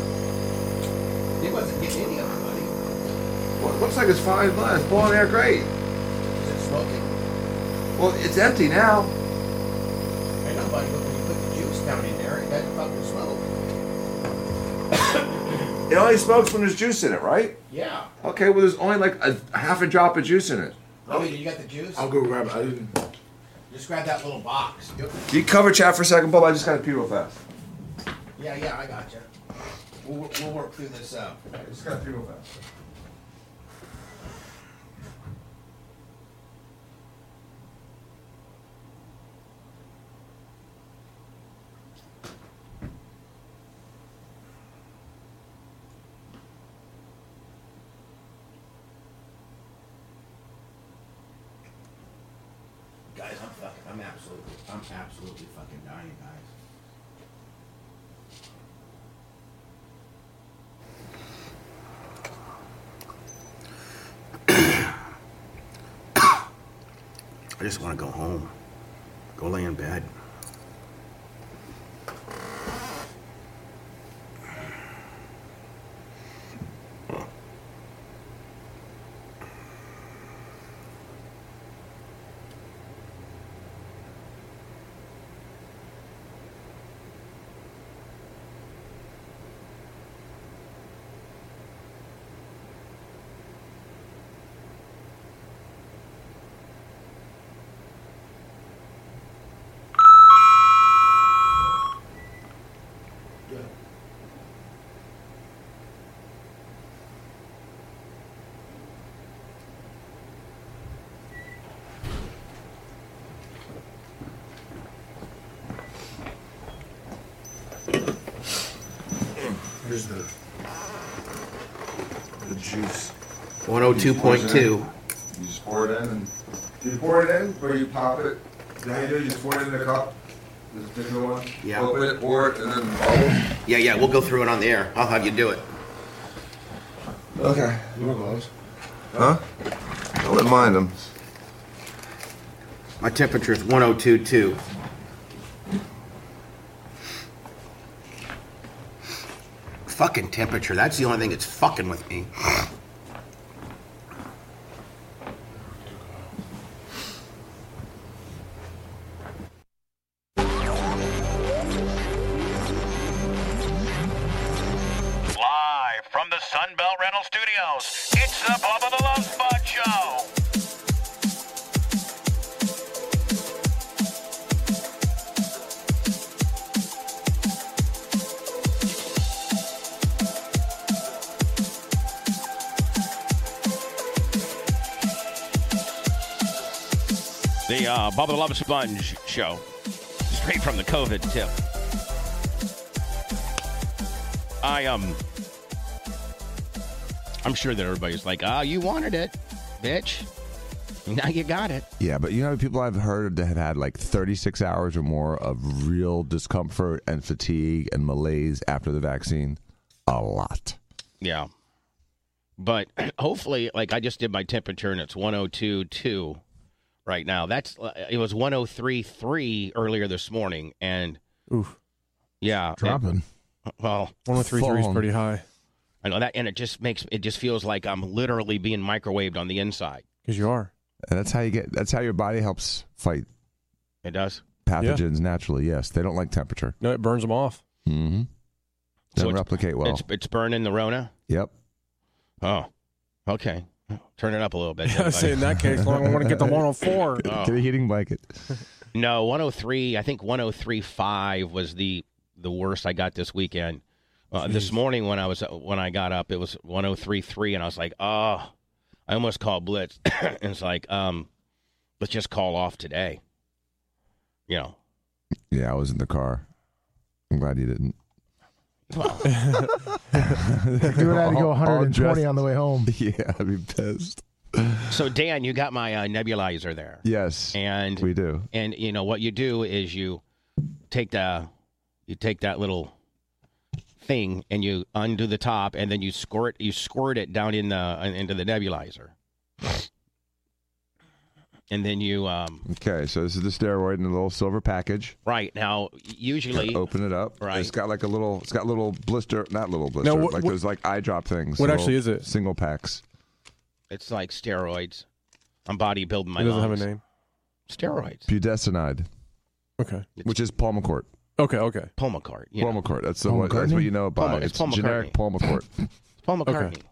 It wasn't getting any of it, buddy.
Well, it looks like it's five left. It's blowing air great.
Is it smoking?
Well, it's empty now.
I know, buddy, but when you put the juice down in there, it doesn't fucking smoke.
It only smokes when there's juice in it, right?
Yeah.
Okay, well, there's only like a a half a drop of juice in it.
Lummy, did you get the juice?
I'll go grab it. I didn't.
Just grab that little box. Yep.
Do you cover chat for a second, Bob? I just gotta pee real fast.
Yeah, yeah, I got you. We'll, we'll work through this out.
I just gotta pee real fast.
Guys, I'm fucking, I'm absolutely, I'm absolutely fucking dying, guys. I just want to go home. Go lay in bed.
Here's the the juice.
102.2.
You just pour it in. And do you pour it in or you pop it? Is that how you do? it? You just pour it in a cup. This particular one.
Yeah.
Open it, pour it, and then bubble.
Yeah, yeah, we'll go through it on the air. I'll have you do it.
Okay. You want gloves? Huh? I wouldn't mind them.
My oh temperature is 102.2. Fucking temperature. That's the only thing that's fucking with me.
Live from the Sunbelt Rental Studios, it's the Bubba the Love Spot Show. The uh, Bubba the Love Sponge Show, straight from the COVID tip. I um, I'm sure that everybody's like, "Ah, you wanted it, bitch. Now you got it."
Yeah, but you know how many people I've heard that have had like 36 hours or more of real discomfort and fatigue and malaise after the vaccine? A lot.
Yeah. But hopefully, like I just did my temperature and it's 102.2 right now. That's uh, it was 103.3 earlier this morning. And
Oof.
yeah. it-
Dropping.
well,
1033 is
Full.
pretty high
I know that. And it just makes it just feels like I'm literally being microwaved on the inside.
because you are.
And that's how you get that's how your body helps fight
It does.
pathogens naturally. Yes, they don't like temperature.
No, it burns them off.
Mm-hmm. Doesn't
it's-
replicate well.
It's, it's burning the Rona.
Yep.
Oh, okay. Turn it up a little bit.
I say in that case, long I want to get the 104.
Oh.
Get a heating blanket.
No, 103. I think 103.5 was the the worst I got this weekend. Uh, this morning when I was when I got up, it was 103.3, and I was like, oh, I almost called blitz. and it's like, um, let's just call off today. You know,
Yeah, I was in the car. I'm glad you didn't.
You would have to go
All- all
120
dressed-
on the way home.
Yeah, I'd be pissed.
so Dan, you got my uh, nebulizer there,
Yes,
and
we do.
and you know what you do is you take the you take that little thing and you undo the top and then you squirt you squirt it down in the into the nebulizer and then you um
Okay, so this is the steroid in a little silver package.
right
Oh,
now usually
Open it up.
Right.
It's got like a little. It's got little blister, not little blister.
what-
like
what-
those like eye drop things.
what
little
actually is it?
Single packs.
it's like steroids i'm bodybuilding my
it doesn't
lungs.
have a name.
steroids
Budesonide,
Okay.
which is Palmacort.
Okay. Okay.
Pulmicort you know,
Palmacort. That's the
Paul
one. That's what
McCartney?
you know about.
Paul Mc-
it's
it's Paul
generic Palmacort.
Paul McCartney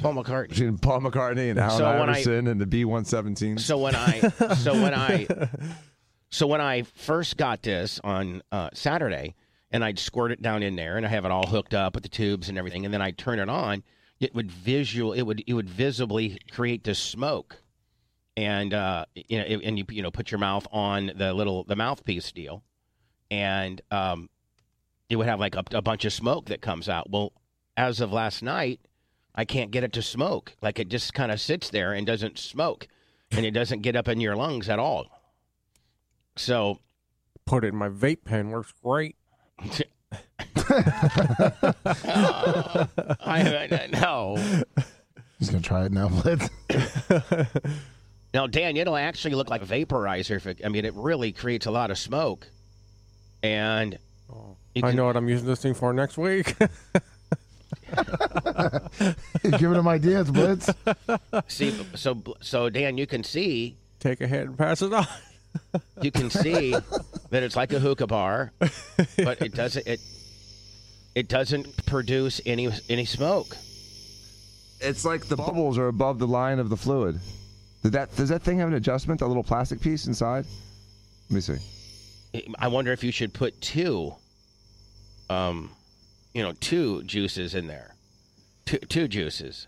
Paul McCartney
Between Paul McCartney and Alan
So when I-
Iverson and the B117.
So when I so when I so when I first got this on uh, Saturday, and I'd squirt it down in there, and I have it all hooked up with the tubes and everything, and then I would turn it on, it would visual it would it would visibly create this smoke, and uh, you know, and you you know put your mouth on the little the mouthpiece deal, and um, it would have like a, a bunch of smoke that comes out. Well, as of last night, I can't get it to smoke. Like it just kind of sits there and doesn't smoke, and it doesn't get up in your lungs at all. So
Put it in my vape pen. Works great.
I, I no.
He's gonna try it now, Blitz.
Now, Dan, it'll actually look like a vaporizer. If it, I mean, it really creates a lot of smoke, and you
Oh, I
can-
know what I'm using this thing for next week.
He's giving him ideas, Blitz.
see. So, so Dan, you can see,
Take a hit and pass it on.
you can see that it's like a hookah bar, but it doesn't. It it doesn't produce any any smoke.
It's like the bubbles are above the line of the fluid. Did that does that thing have an adjustment? That little plastic piece inside? Let me see.
I wonder if you should put two, um, you know, two juices in there, two two juices.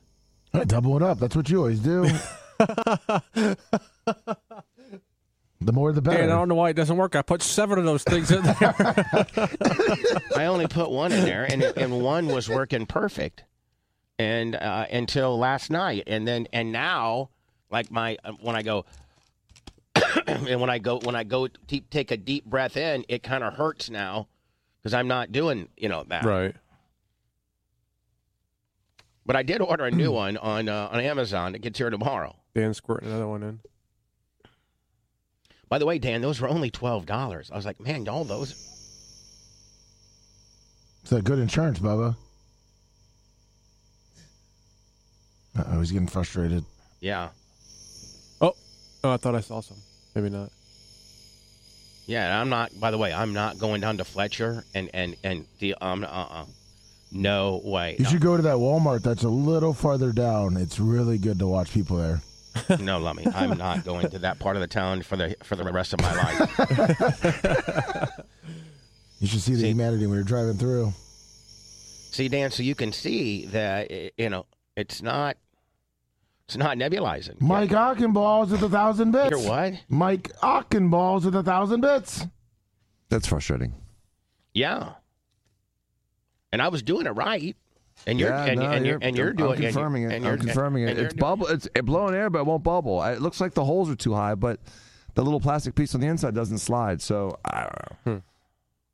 Double it up. That's what you always do. The more the better.
Dan, I don't know why it doesn't work. I put seven of those things in there.
I only put one in there, and and one was working perfect, and uh, until last night, and then and now, like my uh, when I go, and when I go when I go t- take a deep breath in, it kind of hurts now because I'm not doing you know that.
right.
But I did order a new one on uh, on Amazon. It gets here tomorrow.
Dan squirting another one in.
By the way, Dan, those were only twelve dollars. I was like, man, all those.
It's a good insurance, Bubba. Uh-oh, he's getting frustrated.
Yeah,
Oh, oh, I thought I saw some. Maybe not.
yeah. and I'm not. By the way, I'm not going down to Fletcher and and and the um uh uh. No way.
You should go to that Walmart that's a little farther down. It's really good to watch people there.
No, Lummy, I'm not going to that part of the town for the for the rest of my life.
You should see the
See-
humanity when you're driving through.
see, Dan, so you can see that eh, you know it's not it's not nebulizing.
Mike Ockenballs with a thousand bits.
You're what?
Mike Ockenballs with a thousand bits.
That's frustrating.
Yeah. And I was doing it right, and you're
yeah,
and,
no,
and you're, and you're
I'm
doing and
confirming
you're-
it.
and you're-
I'm confirming
and
it.
you're
It's
doing-
bubble. It's it blowing air, but it won't bubble. I- It looks like the holes are too high, but the little plastic piece on the inside doesn't slide. So I don't know.
Hmm.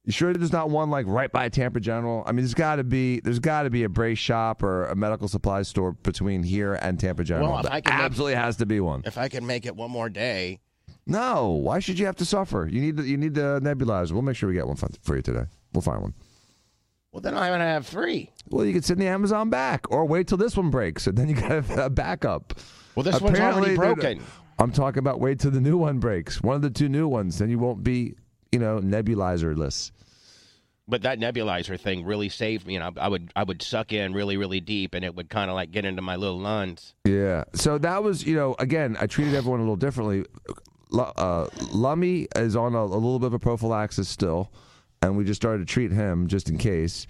You sure there's not one like right by Tampa General? I mean, there's got to be there's got to be a brace shop or a medical supply store between here and Tampa General.
if
There
I can make-
absolutely has to be one.
If I can make it one more day,
No, why should you have to suffer? You need the, you need the nebulizer. We'll make sure we get one fi- for you today. We'll find one.
well, then I'm gonna have three.
Well, you can send the Amazon back, or wait till this one breaks, and then you got a backup.
Well, this
Apparently,
one's
they're-
already broken.
I'm talking about wait till the new one breaks. One of the two new ones, then you won't be, you know, nebulizerless.
But that nebulizer thing really saved me, and I, I would I would suck in really really deep, and it would kind of like get into my little lungs.
Yeah. So that was, you know, again, I treated everyone a little differently. Lu- Uh, Lummy is on a, a little bit of a prophylaxis still, and we just started to treat him just in case.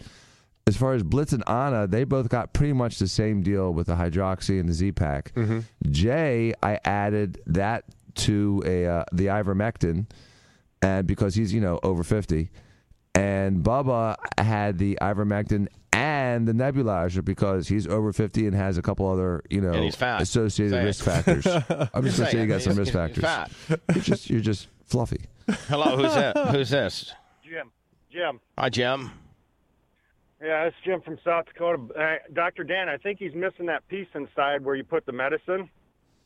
As far as Blitz and Anna, they both got pretty much the same deal with the hydroxy and the Z Pack. Jay, I added that to a uh, the ivermectin, and because he's you know over fifty, and Bubba had the ivermectin and the nebulizer because he's over fifty and has a couple other you know
And he's fat.
Oh, associated
Say it.
risk factors. I'm just gonna say you got some risk
He's- he's
factors.
fat.
You're just you're just fluffy.
Hello, who's that? Who's this?
Jim. Jim.
Hi, Jim.
Yeah, it's Jim from South Dakota. Uh, Dr. Dan, I think he's missing that piece inside where you put the medicine.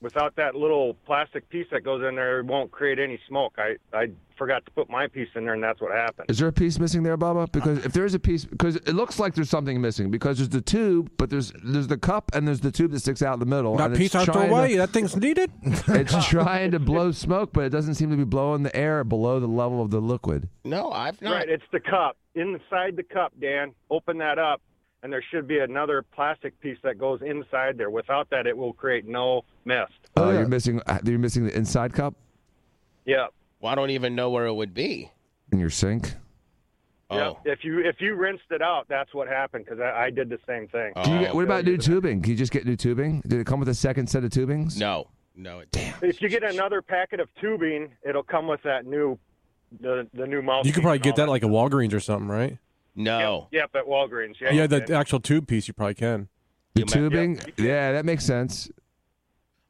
Without that little plastic piece that goes in there, it won't create any smoke. I, I forgot to put my piece in there, and that's what happened.
Is there a piece missing there, Bubba? Because if there is a piece, because it looks like there's something missing. Because there's the tube, but there's there's the cup and there's the tube that sticks out in the middle.
That
and
piece out
it's
the
trying
way.
To,
That thing's needed.
it's trying to blow smoke, but it doesn't seem to be blowing the air below the level of the liquid.
No, I've not.
Right, it's the cup. Inside the cup, Dan. Open that up, and there should be another plastic piece that goes inside there. Without that, it will create no mist.
Oh, you're missing uh, you're missing the inside cup
Yeah.
Well, I don't even know where it would be.
in your sink.
Oh,
yeah. If you if you rinsed it out, that's what happened because I, I did the same thing.
Do you
Oh.
get, what about new tubing? Can you just get new tubing? Did it come with a second set of tubings?
no, no, it damn.
If you get another packet of tubing, it'll come with that new, the the new mouthpiece.
You could probably
and
get
all
that at, like a Walgreens or something, right?
No,
Yep, at Walgreens. Yeah,
Yeah,
you
the
can.
actual tube piece you probably can.
The
You ma-
tubing? Yeah, that makes sense.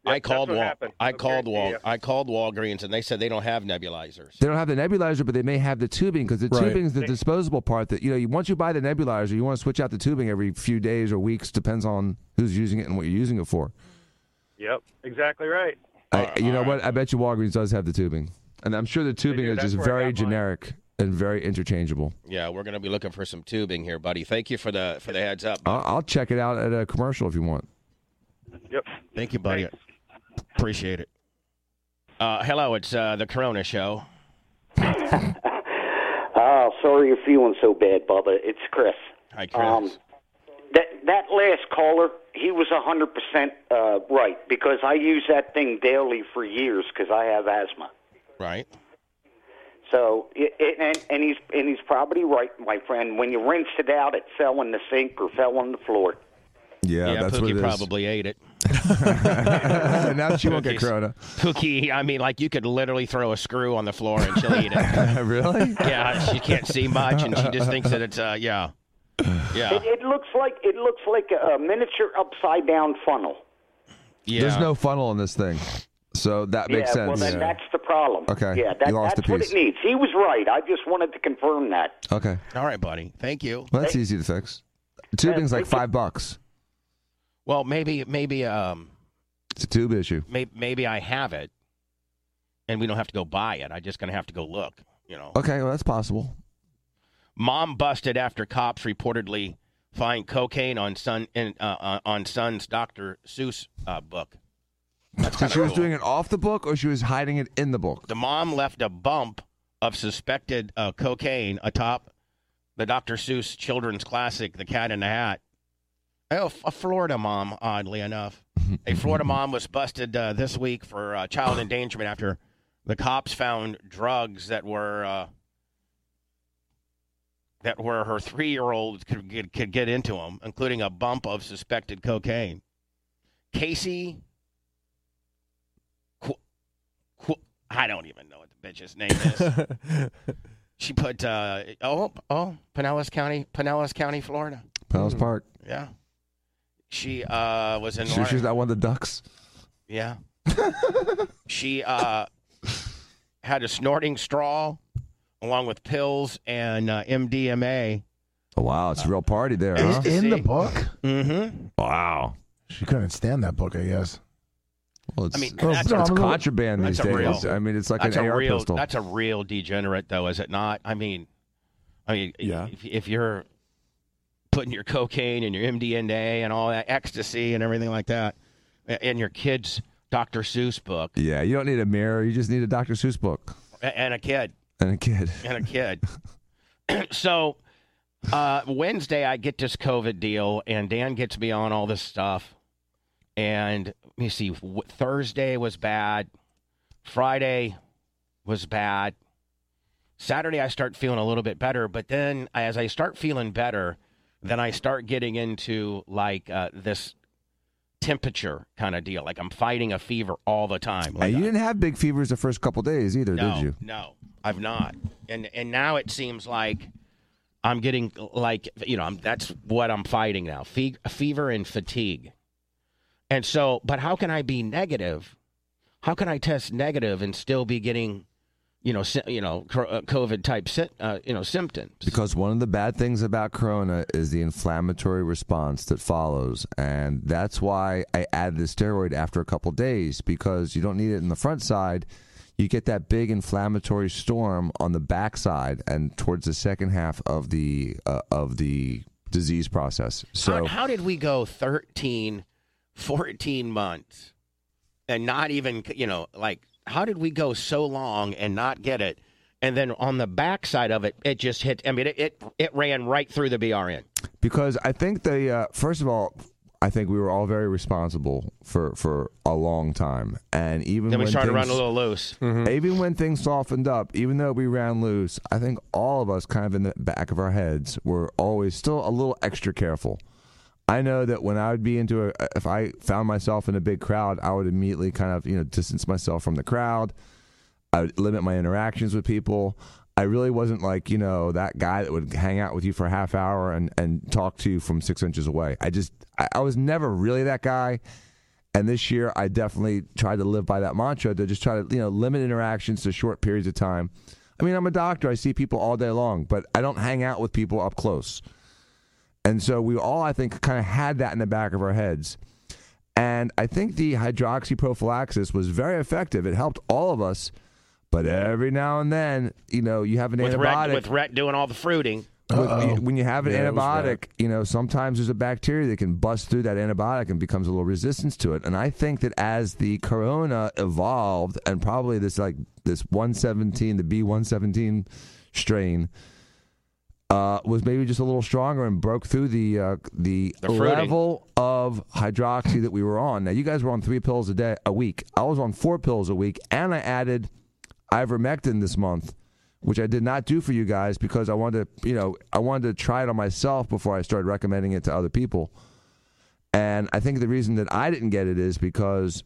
I called
what
Wal.
happened.
I
Okay,
called Wal.
yeah.
I called Walgreens, and they said they don't have nebulizers.
They don't have the nebulizer, but they may have the tubing because the
Right.
tubing is the disposable part that you know. You, once you buy the nebulizer, you want to switch out the tubing every few days or weeks, depends on who's using it and what you're using it for.
Yep, exactly right.
I, you know what? I bet you Walgreens does have the tubing, and I'm sure the tubing
do.
is
That's
just
where I got
very
mine.
generic and very interchangeable.
Yeah, we're gonna be looking for some tubing here, buddy. Thank you for the for the heads up.
I'll, I'll check it out at a commercial if you want.
Yep.
Thank you, buddy.
Thanks.
Appreciate it. Uh, hello, it's uh, the Corona Show.
Oh, sorry you're feeling so bad, Bubba. It's Chris. Um,
Hi, Chris.
that that last caller, he was a hundred percent uh right because I use that thing daily for years because I have asthma.
right.
So it, it, and, and he's and he's probably right, my friend. When you rinsed it out, it fell in the sink or fell on the floor.
Yeah,
yeah,
that's
Pookie
what it is.
probably ate it.
now that you won't get
Pookie's-
corona.
Pookie, I mean, like you could literally throw a screw on the floor and she'll eat it.
really?
yeah, she can't see much, and she just thinks that it's uh, yeah, yeah,
It, it looks like it looks like a miniature upside down funnel.
yeah.
There's no funnel in this thing, so that makes
yeah,
sense.
well then that's the problem.
Okay,
Yeah, that,
you lost
that's
the
what
piece.
it needs. He was right. I just wanted to confirm that.
okay,
All right, buddy. Thank you.
well that's easy to fix. Tubing's like five bucks.
Well, maybe, maybe, um,
It's a tube issue.
maybe, maybe I have it, and we don't have to go buy it. I'm just gonna have to go look. You know,
Okay, well that's possible.
mom busted after cops reportedly find cocaine on son in, uh, uh, on son's Dr. Seuss uh, book.
So she was doing it off the book, or she was hiding it in the book.
The mom left a bump of suspected uh, cocaine atop the Dr. Seuss children's classic, The Cat in the Hat. Oh, f- a Florida mom, oddly enough. A Florida mom was busted uh, this week for uh, child endangerment after the cops found drugs that were uh, that were her three year old could get, could get into them, including a bump of suspected cocaine. Casey Qu- I don't even know what the bitch's name is. she put uh, oh oh Pinellas County, Pinellas County, Florida.
Palace Park.
Yeah, she uh, was in.
She, she's
Lawrence-
that one of the ducks.
yeah. she uh, had a snorting straw along with pills and uh, MDMA.
Oh, wow, it's a real party there, huh?
It's in the book.
Mm-hmm.
Uh-huh. Wow.
She couldn't stand that book, I guess.
Well, it's,
I mean,
it's-
that's,
it's, contraband these
that's a
days.
real-
I mean, it's like
that's
an
a
AR
real,
pistol.
That's a real degenerate, though, is it not? I mean, I mean,
Yeah.
if, if you're putting your cocaine and your MDMA and all that ecstasy and everything like that i- in your kid's Dr. Seuss book
Yeah, you don't need a mirror. You just need a Dr. Seuss book
a- and a kid
and a kid.
and a kid. so uh, Wednesday, I get this COVID deal, and Dan gets me on all this stuff. And let me see, w- Thursday was bad. Friday was bad. Saturday, I start feeling a little bit better. But then, as I start feeling better, then I start getting into like uh, this temperature kind of deal. Like I'm fighting a fever all the time. Like
and you
I-
didn't have big fevers the first couple days either,
no,
did you?
No, I've not. And and now it seems like I'm getting like you know I'm, that's what I'm fighting now: Fe- fever and fatigue. And so, but how can I be negative? How can I test negative and still be getting, you know, sy- you know, cr- uh, COVID type, sy- uh, you know, symptoms?
Because one of the bad things about corona is the inflammatory response that follows. And that's why I add the steroid after a couple days because you don't need it in the front side. You get that big inflammatory storm on the backside and towards the second half of the uh, of the disease process.
how,
So
how did we go 13 14 months and not even you know like how did we go so long and not get it and then on the backside of it it just hit i mean it it, it ran right through the brn
because I think the uh, first of all, I think we were all very responsible for for a long time, and even
then we
when
started
things,
running a little loose
Even when things softened up, even though we ran loose, I think all of us kind of in the back of our heads were always still a little extra careful. I know that when I would be into a, if I found myself in a big crowd, I would immediately kind of, you know, distance myself from the crowd. I would limit my interactions with people. I really wasn't like, you know, that guy that would hang out with you for a half hour and, and talk to you from six inches away. I just, I, I was never really that guy. And this year, I definitely tried to live by that mantra to just try to you know limit interactions to short periods of time. I mean, I'm a doctor; I see people all day long, but I don't hang out with people up close. And so we all, I think, kind of had that in the back of our heads. And I think the hydroxyprophylaxis was very effective. It helped all of us. But every now and then, you know, you have an
with
antibiotic
Rhett, with Rhett doing all the fruiting
with, when you have an
Yeah, it was
antibiotic, you know, sometimes there's a bacteria that can bust through that antibiotic and becomes a little resistance to it. And I think that as the corona evolved and probably this like this 117, the B117 strain uh, was maybe just a little stronger and broke through the uh, the,
The fruiting.
level of hydroxy that we were on. Now you guys were on three pills a day a week. I was on four pills a week, and I added ivermectin this month, which I did not do for you guys because I wanted to, you know, I wanted to try it on myself before I started recommending it to other people. And I think the reason that I didn't get it is because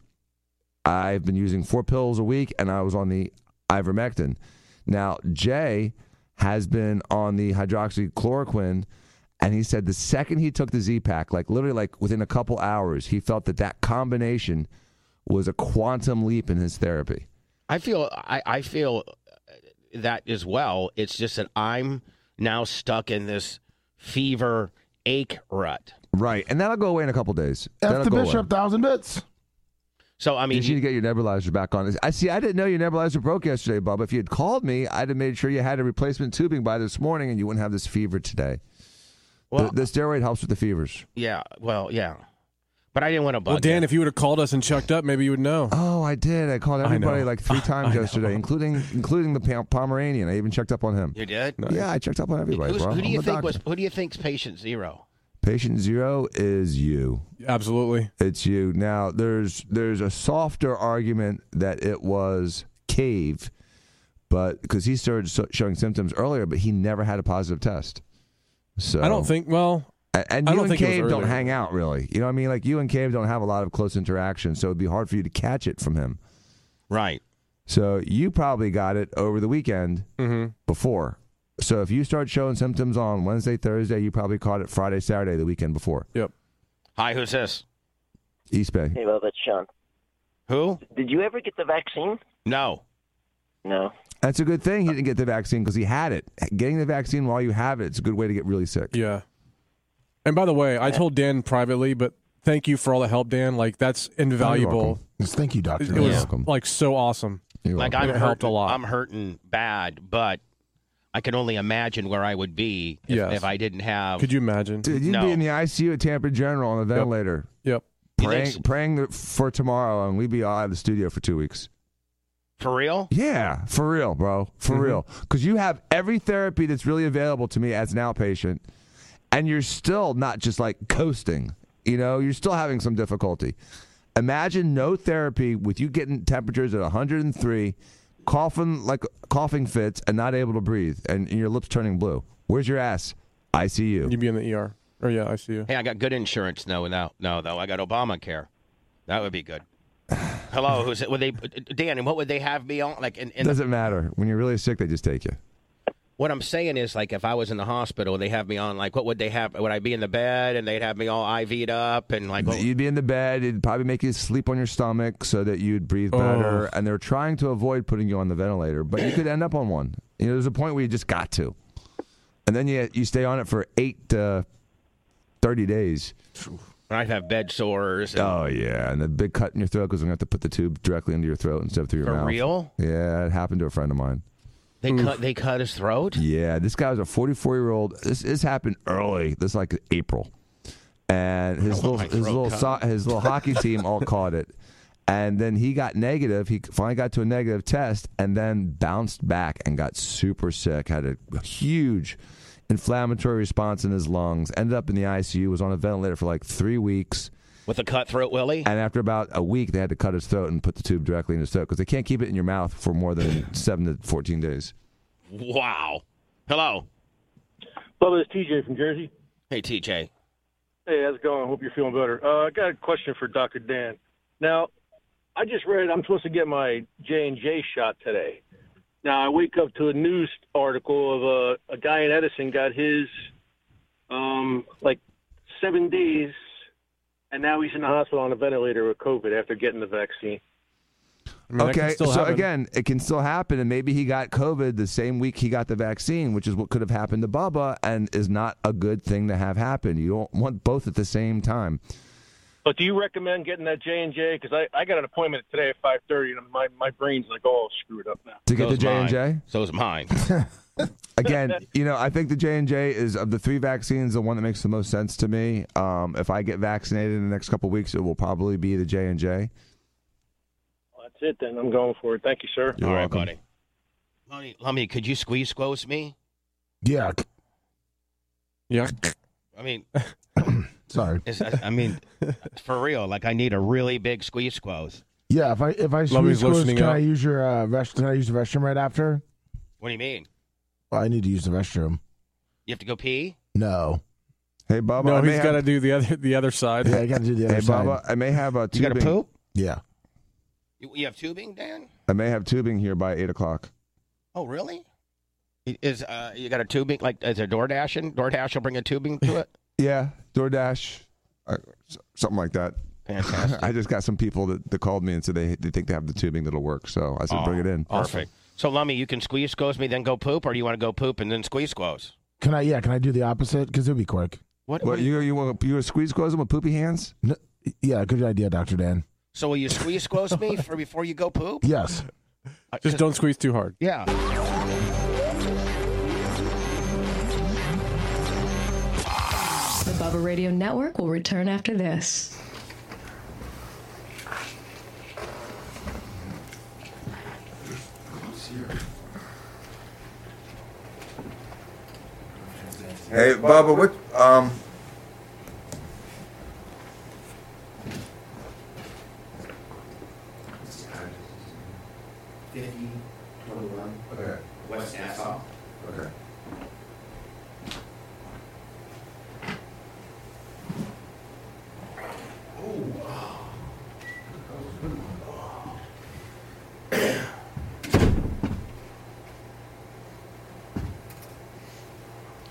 I've been using four pills a week and I was on the ivermectin. Now, Jay has been on the hydroxychloroquine and he said the second he took the Z Pack, like literally like within a couple hours, he felt that that combination was a quantum leap in his therapy.
I feel I, I feel that as well. It's just that I'm now stuck in this fever ache rut.
Right. And that'll go away in a couple days.
F
That'll
the
go away.
bishop, thousand bits.
So I mean,
you need to get your nebulizer back on. I see. I didn't know your nebulizer broke yesterday, Bob. If you had called me, I'd have made sure you had a replacement tubing by this morning, and you wouldn't have this fever today.
Well-
the, the steroid helps with the fevers.
Yeah. Well, yeah. But I didn't want to bug.
Well, Dan, if you would have called us and checked up, maybe you would know.
Oh, I did. I called Everybody like three times yesterday, including including the Pom- Pomeranian. I even checked up on him.
You did? Nice.
Yeah, I checked up on everybody.
Who's-
bro.
who do
I'm
you
a
think
doctor.
was? Who do you think's patient zero?
Patient zero is you.
Absolutely.
It's you. Now there's there's a softer argument that it was Cave, but because he started so, showing symptoms earlier, but he never had a positive test. So
I don't think. Well,
And, and
I
you
don't
and
think it was
Cave don't
earlier.
hang out really. You know what I mean? Like you and Cave don't have a lot of close interaction, so it'd be hard for you to catch it from him.
Right.
So you probably got it over the weekend
Mm-hmm.
before. So if you start showing symptoms on Wednesday, Thursday, you probably caught it Friday, Saturday, the weekend before.
Yep.
Hi, who's this?
East Bay.
Hey, Bob, it's Sean.
Who?
Did you ever get the vaccine?
No.
No.
That's a good thing he didn't get the vaccine because he had it. Getting the vaccine while you have it, it's a good way to get really sick.
Yeah. And by the way, I told Dan privately, but thank you for all the help, Dan. Like that's invaluable.
Thank you, doctor.
It
Dan.
was like so awesome.
Like I'm
it
hurting,
helped a lot.
I'm hurting bad, but I can only imagine where I would be if,
Yes.
if I didn't have.
Could
you imagine?
Dude, you'd
No.
be in the ICU at Tampa General on a ventilator.
Yep.
You think
Praying, praying th- for tomorrow, and we'd be out of the studio for two weeks.
For real?
Yeah, for real, bro. For
Mm-hmm.
real. Because you have every therapy that's really available to me as an outpatient, and you're still not just like coasting. You know, you're still having some difficulty. Imagine no therapy with you getting temperatures at 103, coughing like coughing fits, and not able to breathe, and your lips turning blue. Where's your ass? ICU.
You'd be in the ER. Or yeah, I see you.
Hey, I got good insurance. No, no, no, though. I got Obamacare. That would be good. Hello, who's it? Would they, Dan? And what would they have me on? Like, in, in the-
Doesn't matter. When you're really sick, they just take you.
what I'm saying is, like, if I was in the hospital, they have me on. Like, what would they have? Would I be in the bed and they'd have me all IV'd up and like? what-
You'd be in the bed. It'd probably make you sleep on your stomach so that you'd breathe better. And they're trying to avoid putting you on the ventilator, but you could end up on one. You know, there's a point where you just got to, and then you you stay on it for eight to thirty days.
And I'd have bed sores. And,
Oh yeah, and the big cut in your throat because I'm gonna have to put the tube directly into your throat instead of through your
For
mouth.
real?
Yeah, it happened to a friend of mine.
they cut. They cut his throat.
Yeah, this guy was a 44 year old. This this happened early. This like April, and his
don't
little
want my
his
throat
little so-
cut.
his little hockey team all caught it, and then he got negative. He finally got to a negative test, and then bounced back and got super sick. Had a huge inflammatory response in his lungs. Ended up in the ICU. Was on a ventilator for like three weeks.
With a cut throat, Willie.
And after about a week, they had to cut his throat and put the tube directly in his throat because they can't keep it in your mouth for more than seven to 14 days.
Wow. Hello.
Bubba, it's TJ from Jersey.
Hey, TJ.
Hey, how's it going? Hope you're feeling better. Uh, I got a question for Dr. Dan. Now, I just read I'm supposed to get my J&J shot today. Now, I wake up to a news article of a, a guy in Edison got his, um, like, seven days, and now he's in the hospital on a ventilator with COVID after getting the vaccine.
okay, so again, it can still happen, and maybe he got COVID the same week he got the vaccine, which is what could have happened to Bubba, and is not a good thing to have happen. You don't want both at the same time.
But do you recommend getting that J and J? Because I, I got an appointment today at five thirty, and my, my brain's like all screwed up now.
To get the J and J.
So's mine.
Again, you know, I think the J and J is of the three vaccines the one that makes the most sense to me. Um, if I get vaccinated in the next couple weeks, it will probably be the J and J.
That's it. Then I'm going for it. Thank you, sir.
You're
All right,
welcome.
buddy. Lummy, Lummy, could you squeeze close me?
Yeah.
Yeah.
I mean,
Sorry.
is, I, I mean, for real. Like, I need a really big squeeze squoze.
Yeah. If I if I
Lovey's
squeeze close,
loosening
can
up.
I use your uh, rest? Can I use the restroom right after? Oh,
What do you mean?
Well, I need to use the restroom.
You have to go pee?
No.
Hey, Bubba.
no,
I may
he's
have-
got to do the other the other side.
Yeah, I got to do the
Hey, Bubba, I may have a
You
tubing.
gotta poop?
Yeah.
You, you have tubing, Dan?
I may have tubing here by eight o'clock.
Oh, really? I- Is uh, you got a tubing like is there DoorDash in? DoorDash will bring a tubing to it.
Yeah, DoorDash, uh, s- something like that.
Fantastic.
I just got some people that, that called me and said they they think they have the tubing that'll work, so I said bring it in.
Perfect. So, Lummy, you can squeeze squoze me, then go poop, or do you want to go poop and then squeeze squoze?
Can I? Yeah. Can I do the opposite? Because it'd be quick.
What?
what you you want you want to squeeze close them with poopy hands?
No, yeah. Good idea, Doctor Dan.
So, will you squeeze squoze me for before you go poop?
Yes.
Uh,
Just don't squeeze too hard.
Yeah.
The Bubba Radio Network will return after this.
Hey, Bubba, what? Um.
Fifty, twenty-one.
Okay.
West Nassau.
Okay.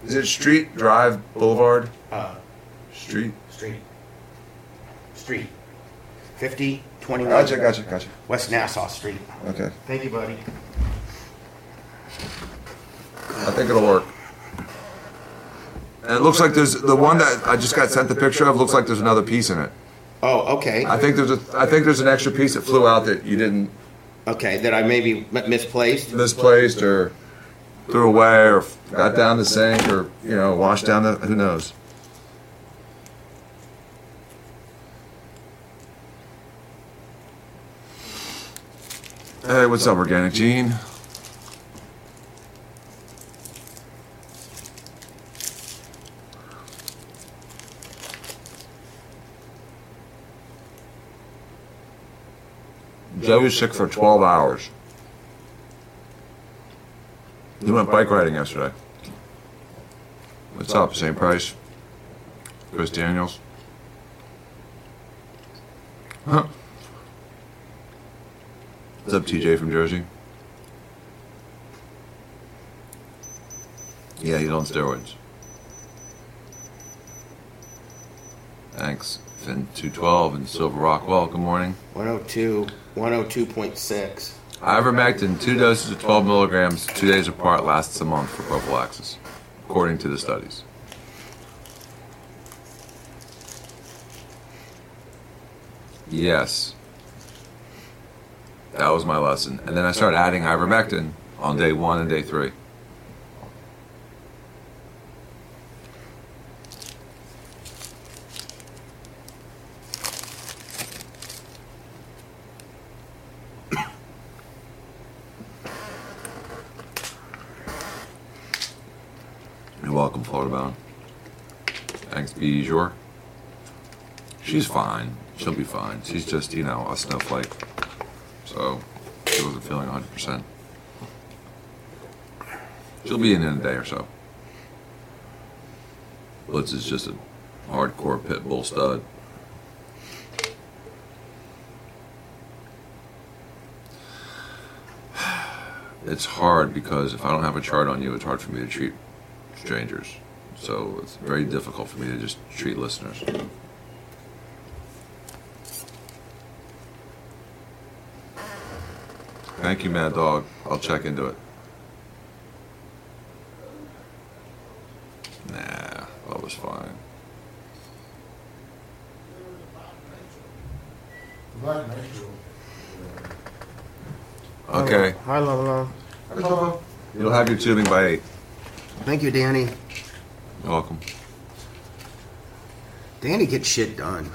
Is it Street Drive Boulevard?
Uh,
Street.
Street. Street. 50, 21.
Gotcha, gotcha, gotcha.
West Nassau Street.
Okay.
Thank you, buddy.
I think it'll work. And it looks like there's the one that I just got sent the picture of. Looks like there's another piece in it.
Oh, okay.
I think there's a. I think there's an extra piece that flew out that you didn't.
Okay, that I maybe m- misplaced.
Misplaced or threw away or got down the sink or you know washed down the. Who knows? Hey, what's up, Organic Gene? Joe was sick for 12 hours. He went bike riding yesterday. What's up, St. Price? Chris Daniels? Huh. What's up, TJ from Jersey? Yeah, he's on steroids. Thanks, Finn212 and Silver Rockwell. Good morning.
102, 102.6.
Ivermectin, two doses of 12 milligrams, two days apart, lasts a month for prophylaxis, according to the studies. Yes. That was my lesson. And then I started adding ivermectin on day one and day three. You're welcome, Florida Bound. Thanks, Be Sure. She's fine. She'll be fine. She's just, you know, a snowflake. So she wasn't feeling 100%. She'll be in in a day or so. Blitz is just a hardcore pit bull stud. It's hard because if I don't have a chart on you, it's hard for me to treat strangers. So it's very difficult for me to just treat listeners. Thank you, Mad Dog. I'll check into it. Nah, that was fine. Okay.
Hi, Lolo.
You'll have your tubing by 8.
Thank you, Danny.
You're welcome.
Danny gets shit done.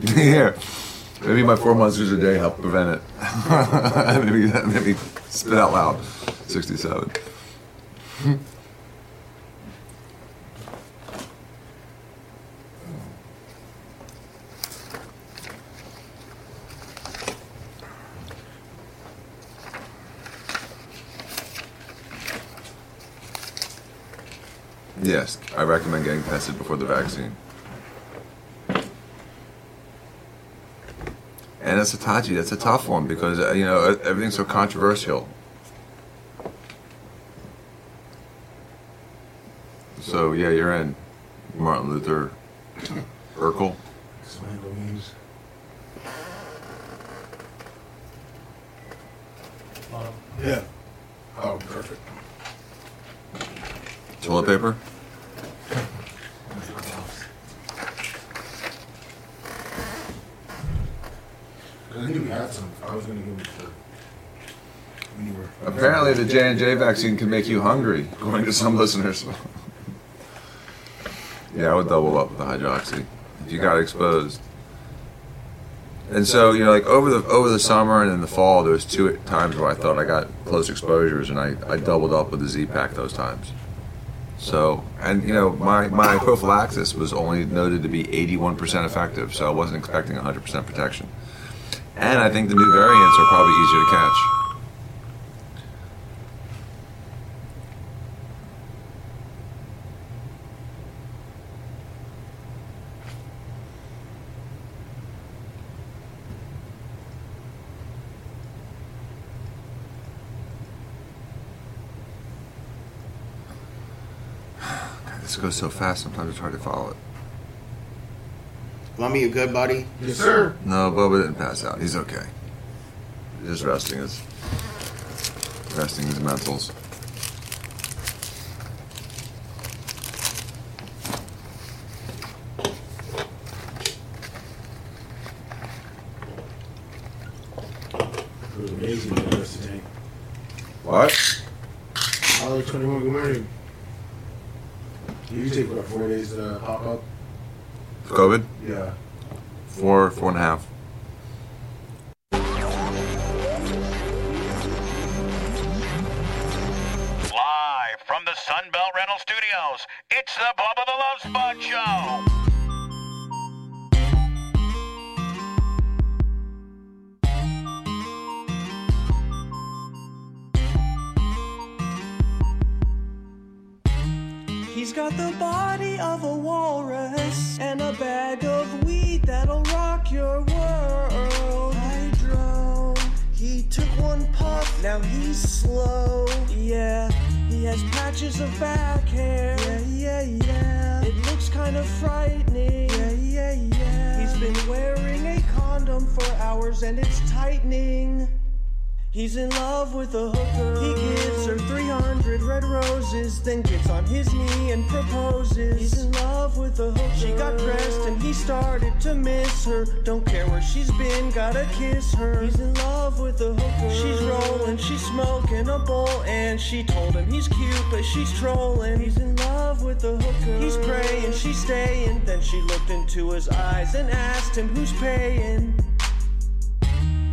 yeah. Maybe my four monsters a day help prevent it. maybe, maybe spit out loud. 67. Yes, I recommend getting tested before the vaccine. And that's a touchy. That's a tough one because uh, you know e- everything's so controversial. So yeah, you're in Martin Luther, Urkel.
Yeah. Um, Oh, perfect.
Toilet paper.
I knew we had some. I was gonna give it to. When you were.
Apparently, the J and J vaccine can make you hungry, according to some listeners. yeah, I would double up with the hydroxy if you got exposed. And so, you know, like over the over the summer and in the fall, there was two times where I thought I got close exposures, and I, I doubled up with the Z Pack those times. So, and you know, my my prophylaxis was only noted to be 81% effective, so I wasn't expecting 100% protection. And I think the new variants are probably easier to catch. God, this goes so fast. Sometimes it's hard to follow it.
Lummy, you good, buddy?
Yes, sir.
No, Boba didn't pass out. He's okay. Just resting his resting his mentals.
It was amazing the rest of the tank.
What?
Holly, 21, good morning. You take about four days to pop up?
COVID?
Yeah.
Four, four and a half.
Live from the Sunbelt Rental Studios, it's the Bubba the Love Sponge Show.
He's got the body of a walrus and a bag of weed that'll rock your world. Hydro. He took one puff, now he's slow. Yeah, he has patches of back hair. Yeah, yeah, yeah. It looks kind of frightening. Yeah, yeah, yeah. He's been wearing a condom for hours and it's tightening. He's in love with a hooker. He gives her 300 red roses, then gets on his knee and proposes. He's in love with a hooker. She got dressed and he started to miss her. Don't care where she's been, gotta kiss her. He's in love with a hooker. She's rolling, she's smoking a bowl, and she told him he's cute, but she's trolling. He's in love with a hooker. He's praying, she's staying. Then she looked into his eyes and asked him who's paying.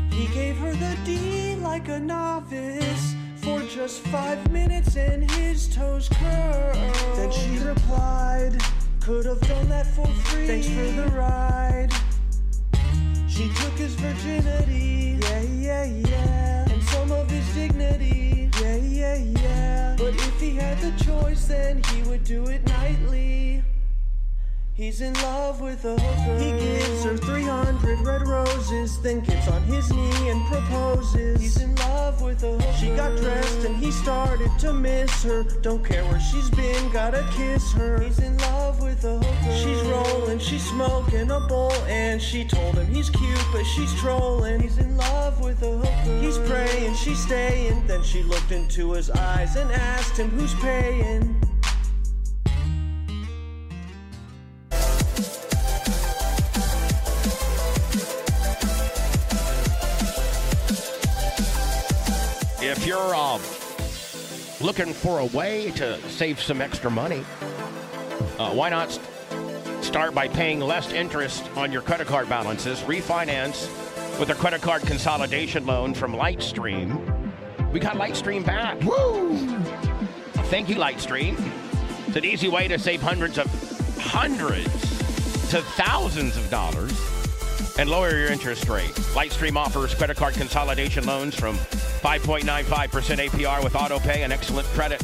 He gave her the D like a novice for just five minutes and his toes curled. Then she replied, Could have done that for free. Thanks for the ride. She took his virginity. Yeah, yeah, yeah. And some of his dignity. Yeah, yeah, yeah. But if he had the choice, then he would do it nightly. He's in love with a hooker. He gives her 300 red roses, then gets on his knee and proposes. He's in love with a hooker. She got dressed and he started to miss her. Don't care where she's been, gotta kiss her. He's in love with a hooker. She's rolling, she's smoking a bowl, and she told him he's cute, but she's trolling. He's in love with a hooker. He's praying, she's staying. Then she looked into his eyes and asked him who's paying.
If you're um, looking for a way to save some extra money, uh, why not st- start by paying less interest on your credit card balances? Refinance with a credit card consolidation loan from Lightstream. We got Lightstream back. Woo! Thank you, Lightstream. It's an easy way to save hundreds of hundreds to thousands of dollars and lower your interest rate. Lightstream offers credit card consolidation loans from 5.95% APR with auto pay and excellent credit.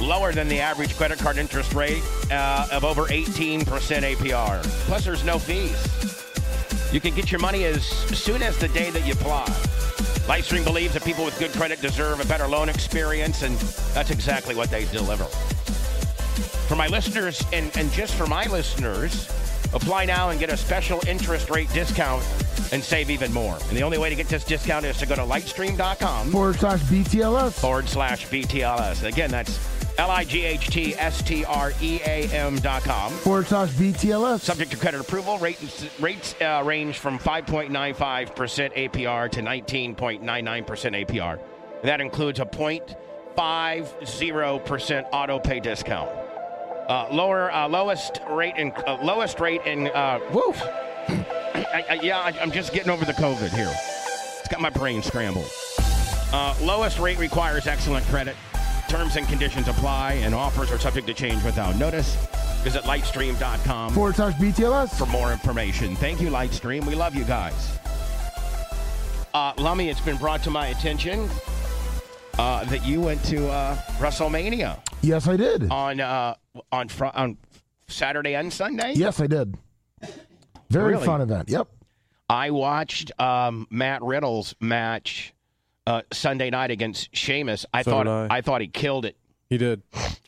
lower than the average credit card interest rate uh, of over 18% APR. Plus, there's no fees. You can get your money as soon as the day that you apply. Lightstream believes that people with good credit deserve a better loan experience, and that's exactly what they deliver. For my listeners, and, and just for my listeners, apply now and get a special interest rate discount and save even more. And the only way to get this discount is to go to lightstream.com
Forward slash BTLS.
forward slash BTLS. Again, that's L I G H T S T R E A M dot com.
Forward slash BTLS.
Subject to credit approval, rates, rates uh, range from 5.95% APR to 19.99% APR. That includes a 0.50% auto pay discount. Uh, lower, uh, lowest rate in, uh, lowest rate in, uh, woof. I, I, yeah, I, I'm just getting over the COVID here. It's got my brain scrambled. Uh, lowest rate requires excellent credit. Terms and conditions apply, and offers are subject to change without notice. Visit lightstream.com
Forward slash BTLS.
for more information. Thank you, Lightstream. We love you guys. Uh, Lummy, it's been brought to my attention uh, that you went to uh, WrestleMania
Yes, I did.
on uh, on fr- on Saturday and Sunday.
Yes, I did. Very
Really?
fun event. Yep.
I watched um, Matt Riddle's match uh, Sunday night against Sheamus. I
So
thought
did I.
thought he killed it.
He did.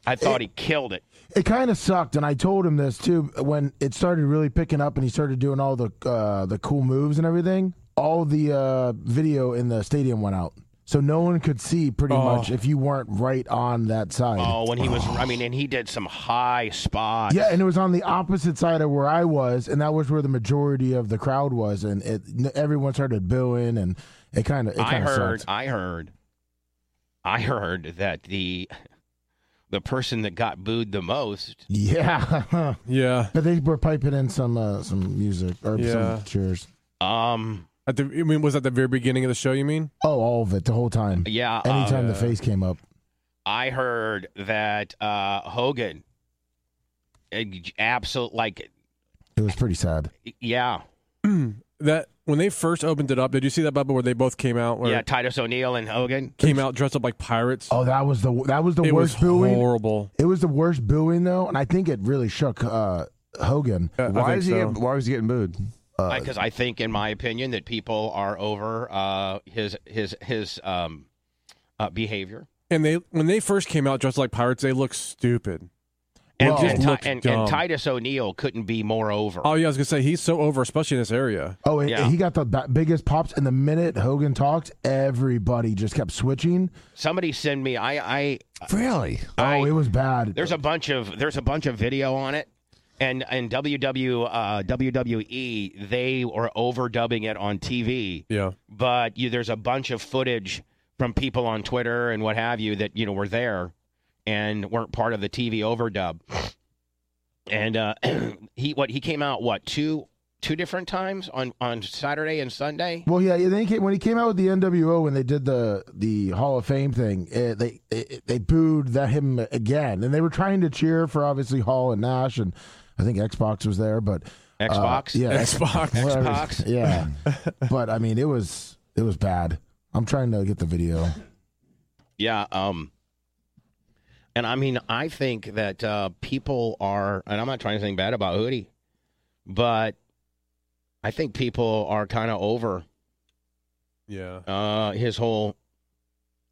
I thought he killed it.
It kind of sucked, and I told him this too when it started really picking up, and he started doing all the uh, the cool moves and everything. All the uh, video in the stadium went out, so no one could see pretty
Oh.
much if you weren't right on that side.
Oh, when he was, I mean, and he did some high spots.
Yeah, and it was on the opposite side of where I was, and that was where the majority of the crowd was, and it n- everyone started booing, and it kind of it
I
kind of
heard,
sucked.
I heard, I heard that the the person that got booed the most
Yeah,
yeah.
But they were piping in some uh, some music or
Yeah.
some cheers.
Um,
at the, I mean, was at the very beginning of the show? You mean?
Oh, all of it the whole time.
Yeah, uh,
Anytime the
Yeah.
face came up.
I heard that uh, Hogan, eh, absolute like,
It was pretty sad.
yeah,
that when they first opened it up, did you see that bubble where they both came out? Where
yeah, Titus O'Neil and Hogan.
came out dressed up like pirates.
Oh, that was the that was the
It was
worst booing.
horrible.
It was the worst booing though, and I think it really shook uh, Hogan.
why is he? get- Why was he getting booed?
Uh,
Because I think, in my opinion, that people are over uh, his his his um, uh, behavior.
And they when they first came out dressed like pirates, they looked stupid.
And,
They just
and, Ti-
looked
and,
dumb.
and Titus O'Neil couldn't be more over.
um, Oh yeah, I was gonna say he's so over, especially in this area.
Oh, and,
Yeah.
and he got the ba- biggest pops, and the minute Hogan talked, everybody just kept switching.
Somebody send me. I I
Really? Oh, it was bad.
there's a bunch of there's a bunch of video on it, and and WW uh, WWE they were overdubbing it on TV.
Yeah.
But you, there's a bunch of footage from people on Twitter and what have you that you know were there and weren't part of the TV overdub. And uh, he what he came out what two two different times on on Saturday and Sunday.
Well, yeah, then he came, when he came out with the NWO when they did the the Hall of Fame thing, eh, they eh, they booed that him again, and they were trying to cheer for obviously Hall and Nash, and I think Xbox was there, but uh,
Xbox?
yeah, X-
Xbox.
whatever.
Xbox.
yeah. but I mean, it was it was bad. I'm trying to get the video.
Yeah. Um, and I mean, I think that uh, people are, and I'm not trying to think bad about Hootie, but I think people are kind of over
Yeah.
uh, his whole,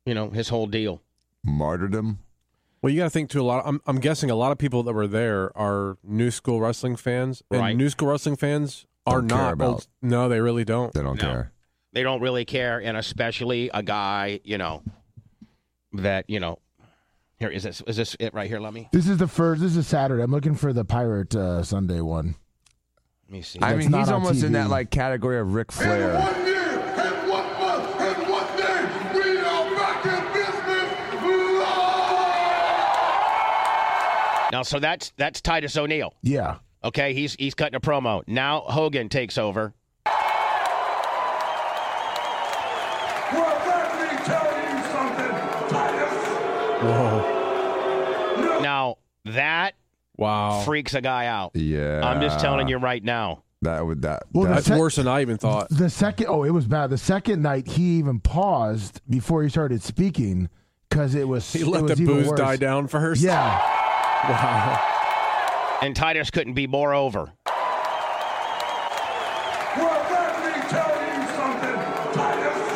you know, his whole deal.
Martyrdom.
Well, you got to think too. A lot. I'm, I'm guessing a lot of people that were there are new school wrestling fans, and
Right.
new school wrestling fans are
Don't care
not.
about-
Old, no, they really don't. They
don't care.
They don't really care, and especially a guy, you know, that you know. Here is this is this it right here? Let me
This is the first. This is Saturday. I'm looking for the Pirate uh, Sunday one.
let me see.
I
That's
mean,
not
he's
on
almost in
TV.
that like category of Ric Flair.
Now, so that's that's Titus O'Neil.
Yeah.
Okay, he's he's cutting a promo. Now Hogan takes over.
Well, let me tell you something, Titus.
Whoa.
Now that
Wow.
freaks a guy out.
Yeah.
I'm just telling you right now.
That would that.
Well, the
that's
sec-
Worse than I even thought.
The second, oh, it was bad. The second night, he even paused before he started speaking because it was
He
it
let
was
the
even
booze
worse.
die down first.
Yeah.
Wow.
And Titus couldn't be more over.
Well, let me tell you something, Titus.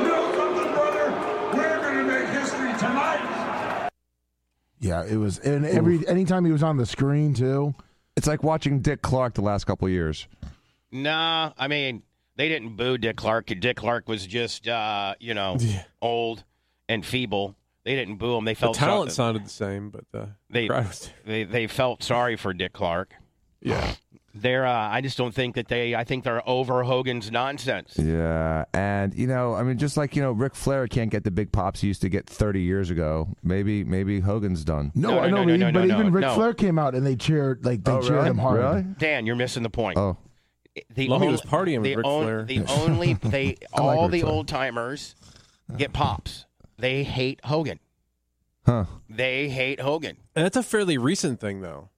You know something, brother? We're going to make history tonight.
Yeah, it was, and every anytime he was on the screen too.
It's like watching Dick Clark the last couple of years.
Nah, I mean they didn't boo Dick Clark. Dick Clark was just uh, you know old and feeble. They didn't boo him. They
The
felt
talent
so-
sounded the same, but the
they,
crowd was
they they felt sorry for Dick Clark.
Yeah,
they're. Uh, I just don't think that they. I think they're over Hogan's nonsense.
Yeah, and you know, I mean, just like you know, Ric Flair can't get the big pops he used to get 30 years ago. Maybe, maybe Hogan's done.
No, I
no,
know, but
no,
even-
no,
but
no,
even Ric
no.
Flair came out and they cheered, like they cheered him hard.
Dan, you're missing the point.
Oh,
the
Lummy
only,
was partying with
the
Ric
on-
Flair.
The only they
I like
all
Ric
the
Flair.
old timers get pops. They hate Hogan.
Huh.
They hate Hogan.
And that's a fairly recent thing, though.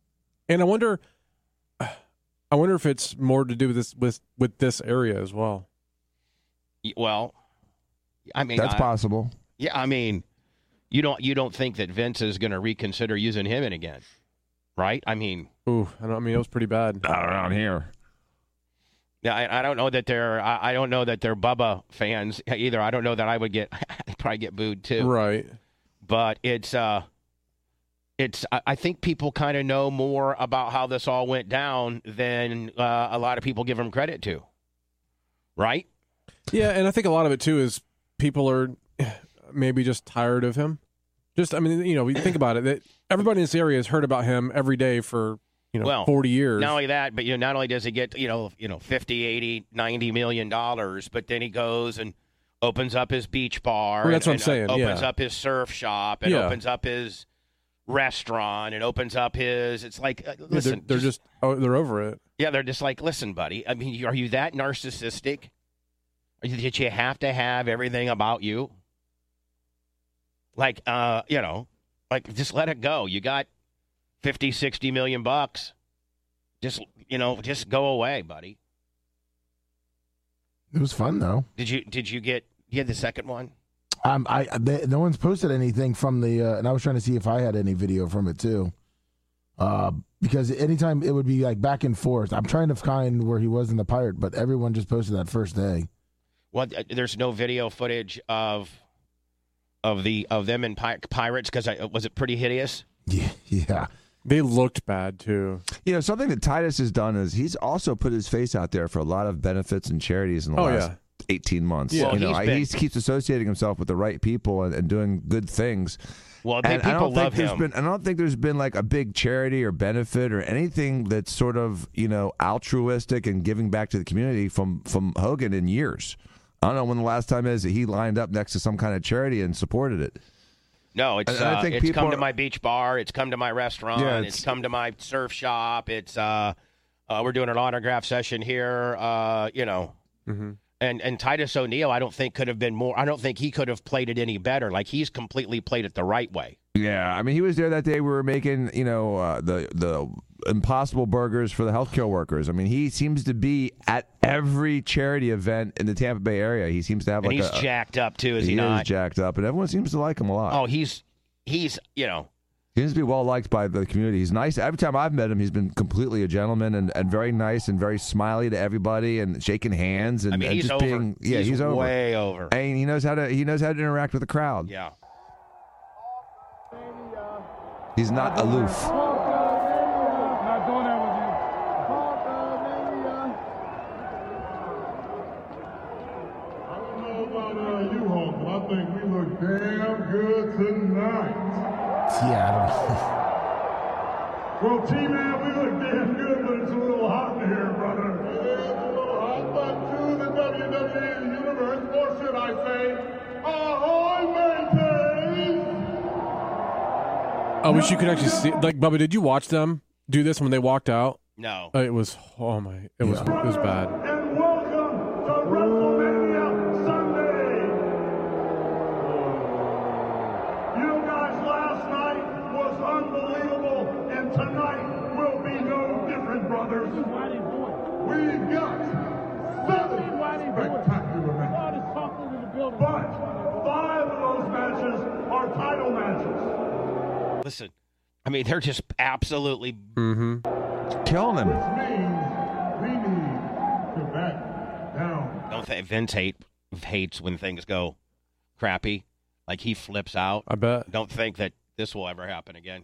And I wonder, I wonder if it's more to do with this with with this area as well.
Y- Well, I mean
That's
I-
possible.
Yeah, I mean, you don't you don't think that Vince is going to reconsider using him in again, right? I mean,
Ooh, I, don't, I mean, it was pretty bad.
Not around here.
yeah, I, I don't know that they're I, I don't know that they're Bubba fans either. I don't know that I would get I'd probably get booed too,
Right.
But it's uh, it's I, I think people kind of know more about how this all went down than uh, a lot of people give them credit to, right?
Yeah, and I think a lot of it too is people are maybe just tired of him. Just, I mean, you know, we think about it. That everybody in this area has heard about him every day for you know
well,
forty years.
Not only that, but you know, not only does he get, you know, you know, 50, 80, 90 million dollars, but then he goes and opens up his beach bar.
Well, that's
and-
what I'm
and uh,
saying,
Opens
yeah.
up his surf shop and
Yeah.
opens up his restaurant and opens up his it's like uh,
They're-
listen
they're, just oh, they're over it.
yeah they're just like listen buddy i mean are you that narcissistic Are you- did you have to have everything about you like uh you know like just let it go you got 50 60 million bucks just you know just go away buddy
It was fun though.
did you did you get you had the second one
Um, I they, no one's posted anything from the, uh, and I was trying to see if I had any video from it too, uh, because anytime it would be like back and forth. I'm trying to find where he was in the pirate, but everyone just posted that first day.
well th- uh, there's no video footage of of the of them in pi- pirates because i was it pretty hideous
Yeah.
They looked bad too.
You know, something that Titus has done is he's also put his face out there for a lot of benefits and charities in the
Oh,
last
yeah.
18 months.
Yeah. Well,
you know,
he's
I-
been-
he keeps associating himself with the right people and, and doing good things.
Well, they-
And I
people
don't think
love
there's
him.
Been, I don't think there's been like a big charity or benefit or anything that's sort of, you know, altruistic and giving back to the community from, from Hogan in years. I don't know when the last time is that he lined up next to some kind of charity and supported it.
No, it's
And I
uh,
think
it's
people
come to
are-
my beach bar. It's come to my restaurant.
Yeah,
it's,
it's-
come to my surf shop. It's uh, uh, we're doing an autograph session here. Uh, you know,
Mm-hmm.
and and Titus O'Neill, I don't think could have been more. I don't think he could have played it any better. Like he's completely played it the right way.
Yeah, I mean, he was there that day. We were making, you know, uh, the the impossible burgers for the healthcare workers. I mean, he seems to be at every charity event in the Tampa Bay area. He seems to have
and
like
he's
a uh,
jacked up too, is he,
he
not?
is jacked up, and everyone seems to like him a lot.
oh, he's he's you know
He seems to be well liked by the community. He's nice. Every time I've met him, he's been completely a gentleman and, and very nice and very smiley to everybody and shaking hands and,
I mean,
and
he's
uh, just
over.
being yeah,
He's
he's, over.
way over.
And he knows how to he knows how to interact with the crowd.
yeah.
He's not aloof.
Not doing that with you. I don't know about uh, you, Hulk, but I think we look damn good tonight.
Yeah.
Well, T-Man, we look damn good, but it's a little hot in here, brother. It is a little hot, but to the WWE Universe, or should I say, ahoy, mateys!
I wish you could actually see. Like, Bubba, did you watch them do this when they walked out?
No.
Uh, it was oh my, it was it was bad.
And welcome to WrestleMania Sunday. You guys, last night was unbelievable, and tonight will be no different, brothers. We've got seven spectacular matches, but five
Listen, I mean, they're just absolutely
killing him.
Don't think Vince hate, hates when things go crappy? Like he flips out. I
bet.
Don't think that this will ever happen again.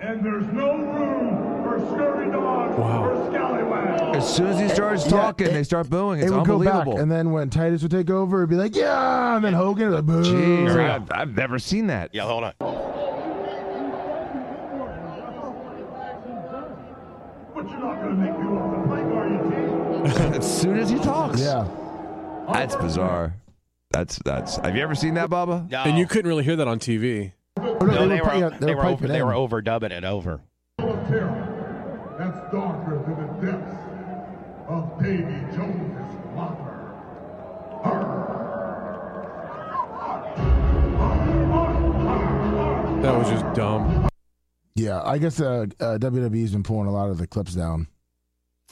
And there's no room for scurvy dogs or scallywags.
As soon as he starts talking, they start booing. It's
it would go back,
unbelievable.
and then when Titus would take over, it'd be like, "Yeah," and then Hogan would be like, "Boo!"
Jeez, I've, I've never seen that.
Yeah, hold on.
But you're not going to make me walk the plank, are you, team?
as soon as he talks. Yeah. That's bizarre. That's that's. Have you ever seen that, Oh, Baba?
And you couldn't really hear that on TV.
No, they, were, they, were over, they were overdubbing it over.
That's darker than the depths of Davy Jones's locker.
That was just dumb.
Yeah, I guess uh, uh, WWE's been pulling a lot of the clips down.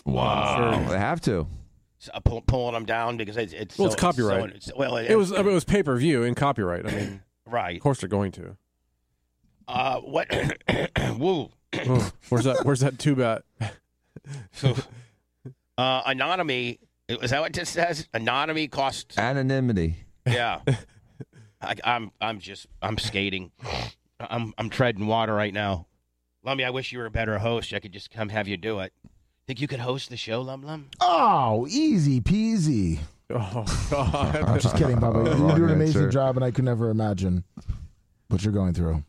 Wow. Oh, They have to.
So, uh, pull, pulling them down because it's it's
Well,
so-
it's copyright.
so- well,
it, was I mean, it was pay per view and copyright. I mean,
right. Of
course they're going to.
Uh, what? Woo.
Oh, where's that? Where's that tube at?
Uh, anonymity. Is that what it says? Anonymity costs.
Anonymity.
Yeah. I, I'm I'm just I'm skating. I'm I'm treading water right now. Lummy, I wish you were a better host. I could just come have you do it. Think you could host the show, Lum Lum?
Oh, easy peasy.
Oh God.
I'm just kidding, Bubba.
Oh,
You do an
wrong
amazing
answer.
job, and I could never imagine what you're going through.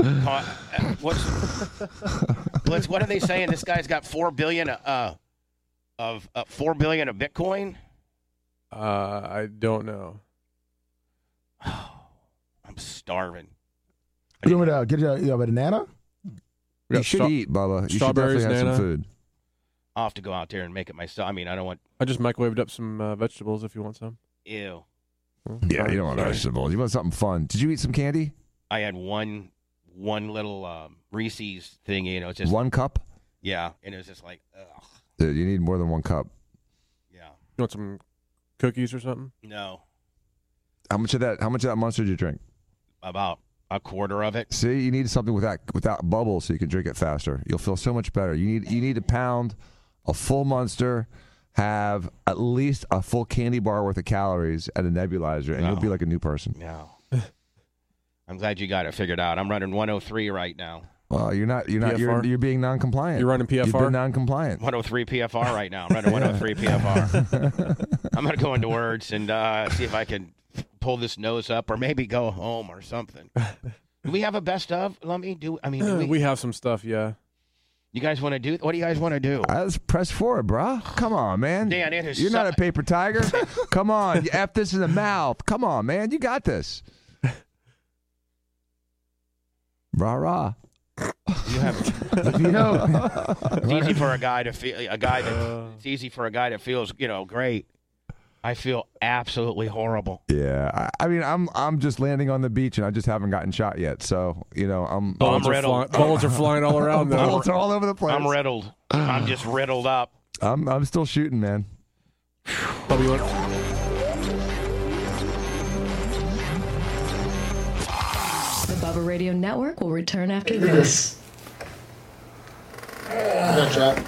Con- uh, what's, Blitz, what are they saying? This guy's got four billion uh, of uh, four billion of Bitcoin.
Uh, I don't know.
I'm starving.
You want me to uh, get you a, you have a banana?
You should eat, Baba. You should
strawberries,
definitely have some
Nana.
food.
I'll have to go out there and make it myself. I mean, I don't want
I just microwaved up some uh, vegetables. If you want some,
ew.
Mm-hmm. Yeah, you don't want
Sorry.
vegetables. You want something fun. Did you eat some candy?
I had one one little um, Reese's thing. You know, it's just
one cup?
yeah, and it was just like ugh,
Dude, you need more than one cup.
yeah,
you want some cookies or something?
no,
How much of that? How much of that monster did you drink?
about a quarter of it.
See, you need something without without bubbles so you can drink it faster. You'll feel so much better. You need you need to pound a full monster, have at least a full candy bar worth of calories and a nebulizer, and you'll be like a new person.
No. I'm glad you got it figured out. I'm running 103 right now.
Well, you're not you're not you're,
PFR?
you're being non-compliant.
You're running
You've
PFR?
been non-compliant.
103 PFR right now. I'm running 103 PFR. I'm gonna go into words and uh, see if I can pull this nose up, or maybe go home or something. Do we have a best of? Let me do. I mean, do we,
we have some stuff. Yeah.
you guys want to do? What do you guys want to do?
I was press forward, bruh. Come on, man.
Dan, it is
You're not
so-
a paper tiger. Come on. You F this in the mouth. Come on, man. You got this. Rah rah.
You have.
you know,
It's easy for a guy to feel a guy that it's easy for a guy that feels you know great. I feel absolutely horrible.
Yeah. I, I mean, I'm I'm just landing on the beach and I just haven't gotten shot yet. So, you know, I'm
Bullets,
I'm
are, fly-
riddled.
bullets are flying all around. though.
Bullets are all over the place.
I'm riddled. I'm just riddled up.
I'm I'm still shooting, man.
Bubba, you want-
The Bubba Radio Network will return after this.
Good shot.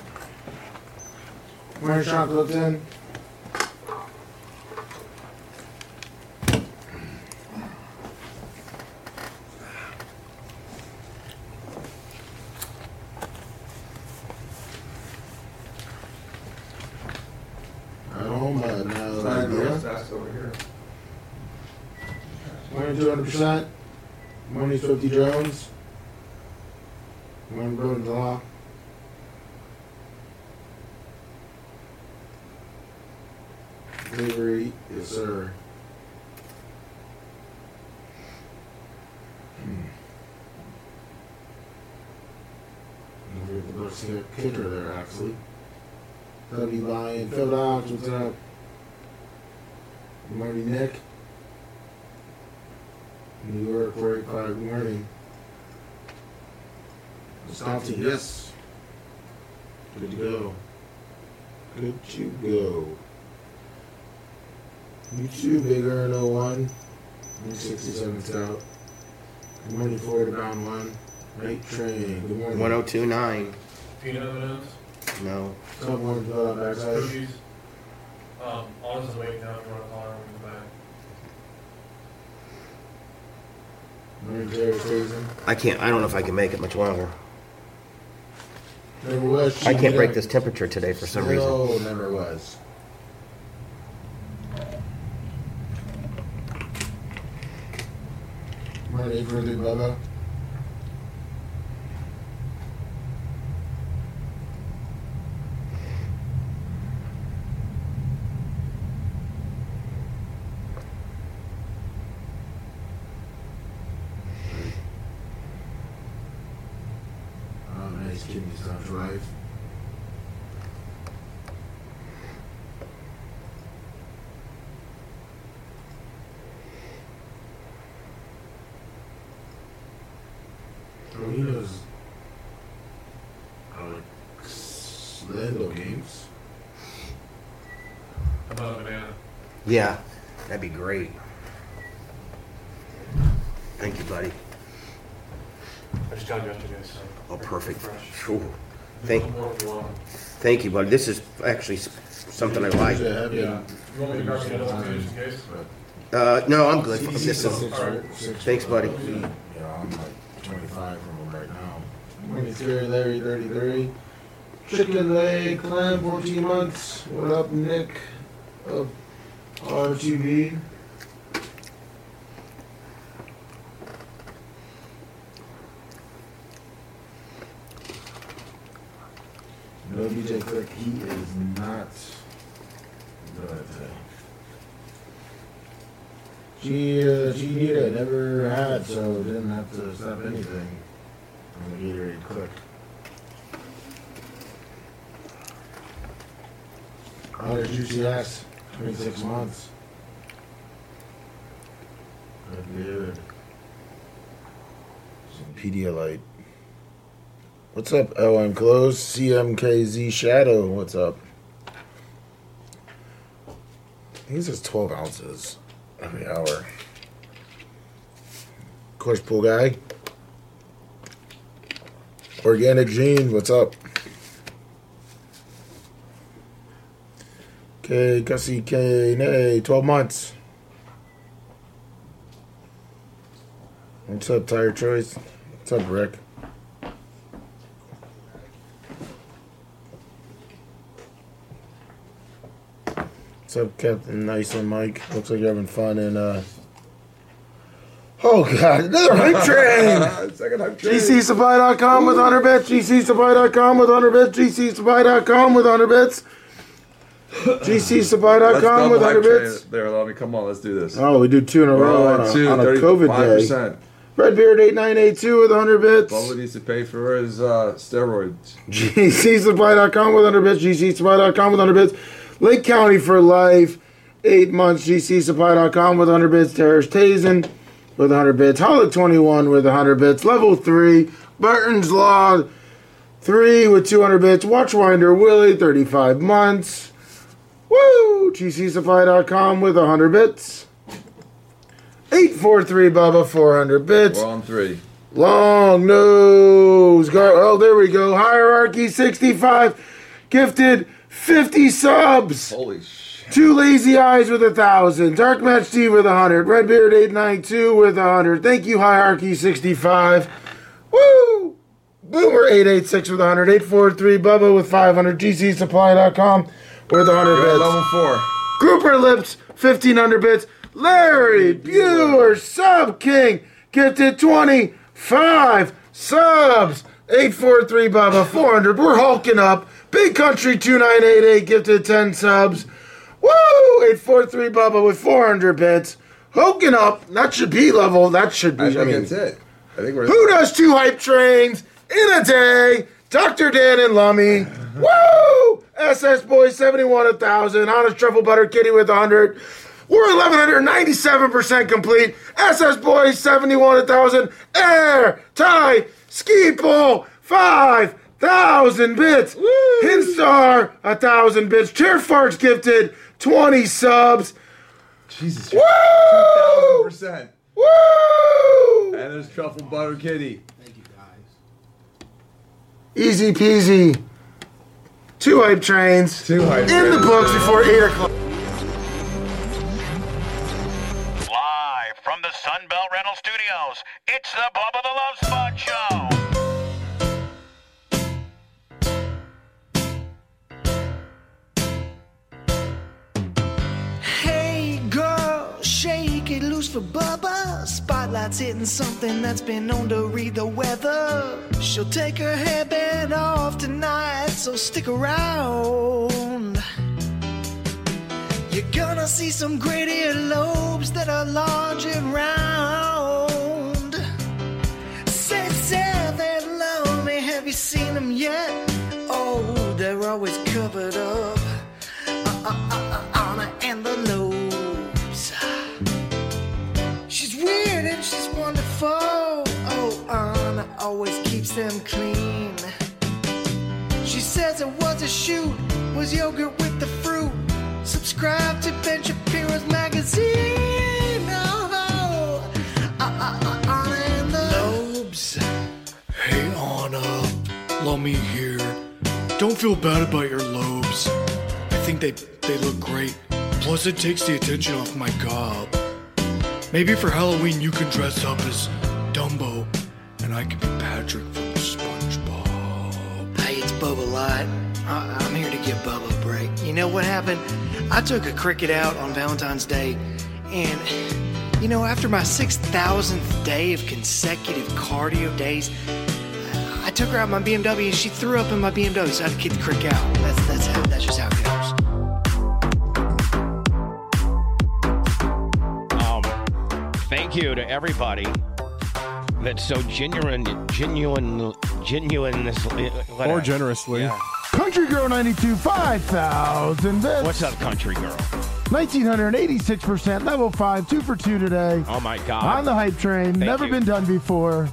Where's Sean clipped in? Oh my, no,
over here.
One two hundred percent. One is fifty Jones. One Broden the law. Delivery, yes sir. Delivery the Garcia kicker there actually. W Lion, Phil Dodge, what's up? Good morning, Nick. New York, Roy Clark, good morning. Stompton, yes. Good to go. Good to go. You too, Big Earn 01. 167th out. Good morning, Florida bound one. Late train. Good morning.
1029.
Peanut M&M's.
No.
Someone
uh,
fell out backside.
Cookies. Um, Anna's is waiting now. If you want to call her when we come back.
Morning, Jared Statham.
I can't. I don't know if I can make it much longer.
Never was.
I can't
she
break
did.
this temperature today for some
No,
reason.
never was. Morning, April Lou Bubba. Oh, nice kidneys don't drive. Torino's are like Lando games.
How about a banana?
Yeah, that'd be great. Thank you, buddy.
I just got it yesterday, so.
Oh, perfect.
Fresh.
Sure. Thank,
There's more if you want.
thank you, buddy. This is actually s- something I like.
Yeah. You want me to grab some other food just in case?
Uh, no, I'm good. This is-
Six- six-
thanks, buddy.
Yeah, I'm like 25 from him right now. Morning, Terry, Larry, 33. Chicken leg, clam, 14 months. What up, Nick of RTV? No DJ Click, he is not good. She, uh, she did it, never had, so didn't have to stop anything. I'm gonna get ready quick. Other juicy ass, 26 months. Good beard. Some Pedialyte. What's up, LM Close? CMKZ Shadow, what's up? He says 12 ounces every hour. Course pool guy. Organic Gene, what's up? Okay, Gussie K. Nay, 12 months. What's up, Tire Choice? What's up, Rick? What's up, Captain Nice and Mike? Looks like you're having fun and uh Oh god, another hype train!
Second hype train.
GCSupply.com with 100 bits, GCSupply.com with 100 bits, GCSupply.com with 100 bits,
Let's double
GCSupply.com with
hype train
100 bits.
it There, let me come on. Let's do this.
Oh, we do two in a
We're
row on a- on a COVID day. Redbeard 8982 with 100 bits.
Bubba needs to pay for his uh, steroids.
GCSupply.com with 100 bits. GCSupply.com with 100 bits. Lake County for life. Eight months. GCSupply.com with 100 bits. Terrace Tazen with 100 bits. Hollow 21 with 100 bits. Level 3. Burton's Law 3 with 200 bits. Watchwinder Willie 35 months. Woo! GCSupply.com with 100 bits. 843 Bubba 400 bits.
We're on three.
Long nose. Gar- oh, there we go. Hierarchy 65. Gifted 50 subs.
Holy shit.
Two lazy eyes with a thousand. Dark Match T with a hundred. Redbeard 892 with a hundred. Thank you, Hierarchy 65. Woo! Boomer 886 with a hundred. 843 Bubba with 500. GCSupply.com with a hundred
You're at
bits.
level four.
Grouper Lips, 1500 bits. Larry Bueller, Sub King, gifted 25 subs. 843 Bubba, 400. We're hulking up. Big Country 2988, gifted 10 subs. Woo! 843 Bubba with 400 bits. Hulking up. That should be level. That should be.
I think
I mean,
that's it. I think we're.
who does two hype trains in a day? Dr. Dan and Lummy. Woo! SS Boy 71 a 1000. Honest Truffle Butter Kitty with 100. We're 1197% complete. SS Boy 71 a 1000. Air Tie Ski Pole 5000 bits. Hinstar 1000 bits. Chair Farts gifted 20 subs. Jesus. Woo!
percent.
Woo!
And there's truffle butter kitty.
Easy peasy. Two hype trains. Two
hype
in the
trains.
books before eight o'clock.
Live from the Sunbelt Rental Studios, it's the Bubba the Love Sponge Show.
Hey girl, shake it loose for Bubba. Spotlight's hitting something that's been known to read the weather. She'll take her headband off tonight, so stick around. You're gonna see some great earlobes that are large and round. Say, say they're lonely. Have you seen them yet? Oh, they're always covered up honor and the lows. She's weird and she's wonderful. Oh, Anna always keeps them clean. She says it was a shoot, was yogurt with the fruit. Subscribe to Ben Shapiro's magazine. Oh, Anna and the lobes.
Hey, Anna, love me here. Don't feel bad about your lobes. I think they they look great. Plus, it takes the attention off my gob. Maybe for Halloween you can dress up as Dumbo, and I can be Patrick from SpongeBob.
Hey, it's Bubba Light. I- I'm here to give Bubba a break. You know what happened? I took a cricket out on Valentine's Day, and you know, after my 6,000th day of consecutive cardio days, I took her out in my BMW and she threw up in my BMW, so I had to kick the cricket out. That's that's how, that's just how it goes.
Um, thank you to everybody that's so genuine, genuine, uh, genuine,
Or generously.
Country Girl 92, 5,000 bits.
What's up, country girl?
1,986%, level 5, 2 for 2 today.
Oh my God!
On the hype train, never
you.
been done before.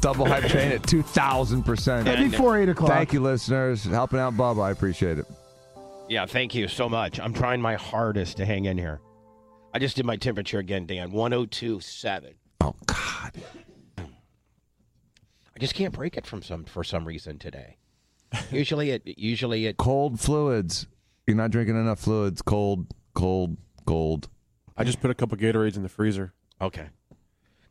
Double hype train at 2,000%.
That'd be before eight o'clock.
Thank you, listeners. Helping out Bubba. I appreciate it.
Yeah, thank you so much. I'm trying my hardest to hang in here. I just did my temperature again, Dan. 102.7.
Oh
God. I just can't break it from some for some reason today. Usually it usually it
Cold fluids. You're not drinking enough fluids. Cold, cold, cold.
I just put a couple Gatorades in the freezer.
Okay.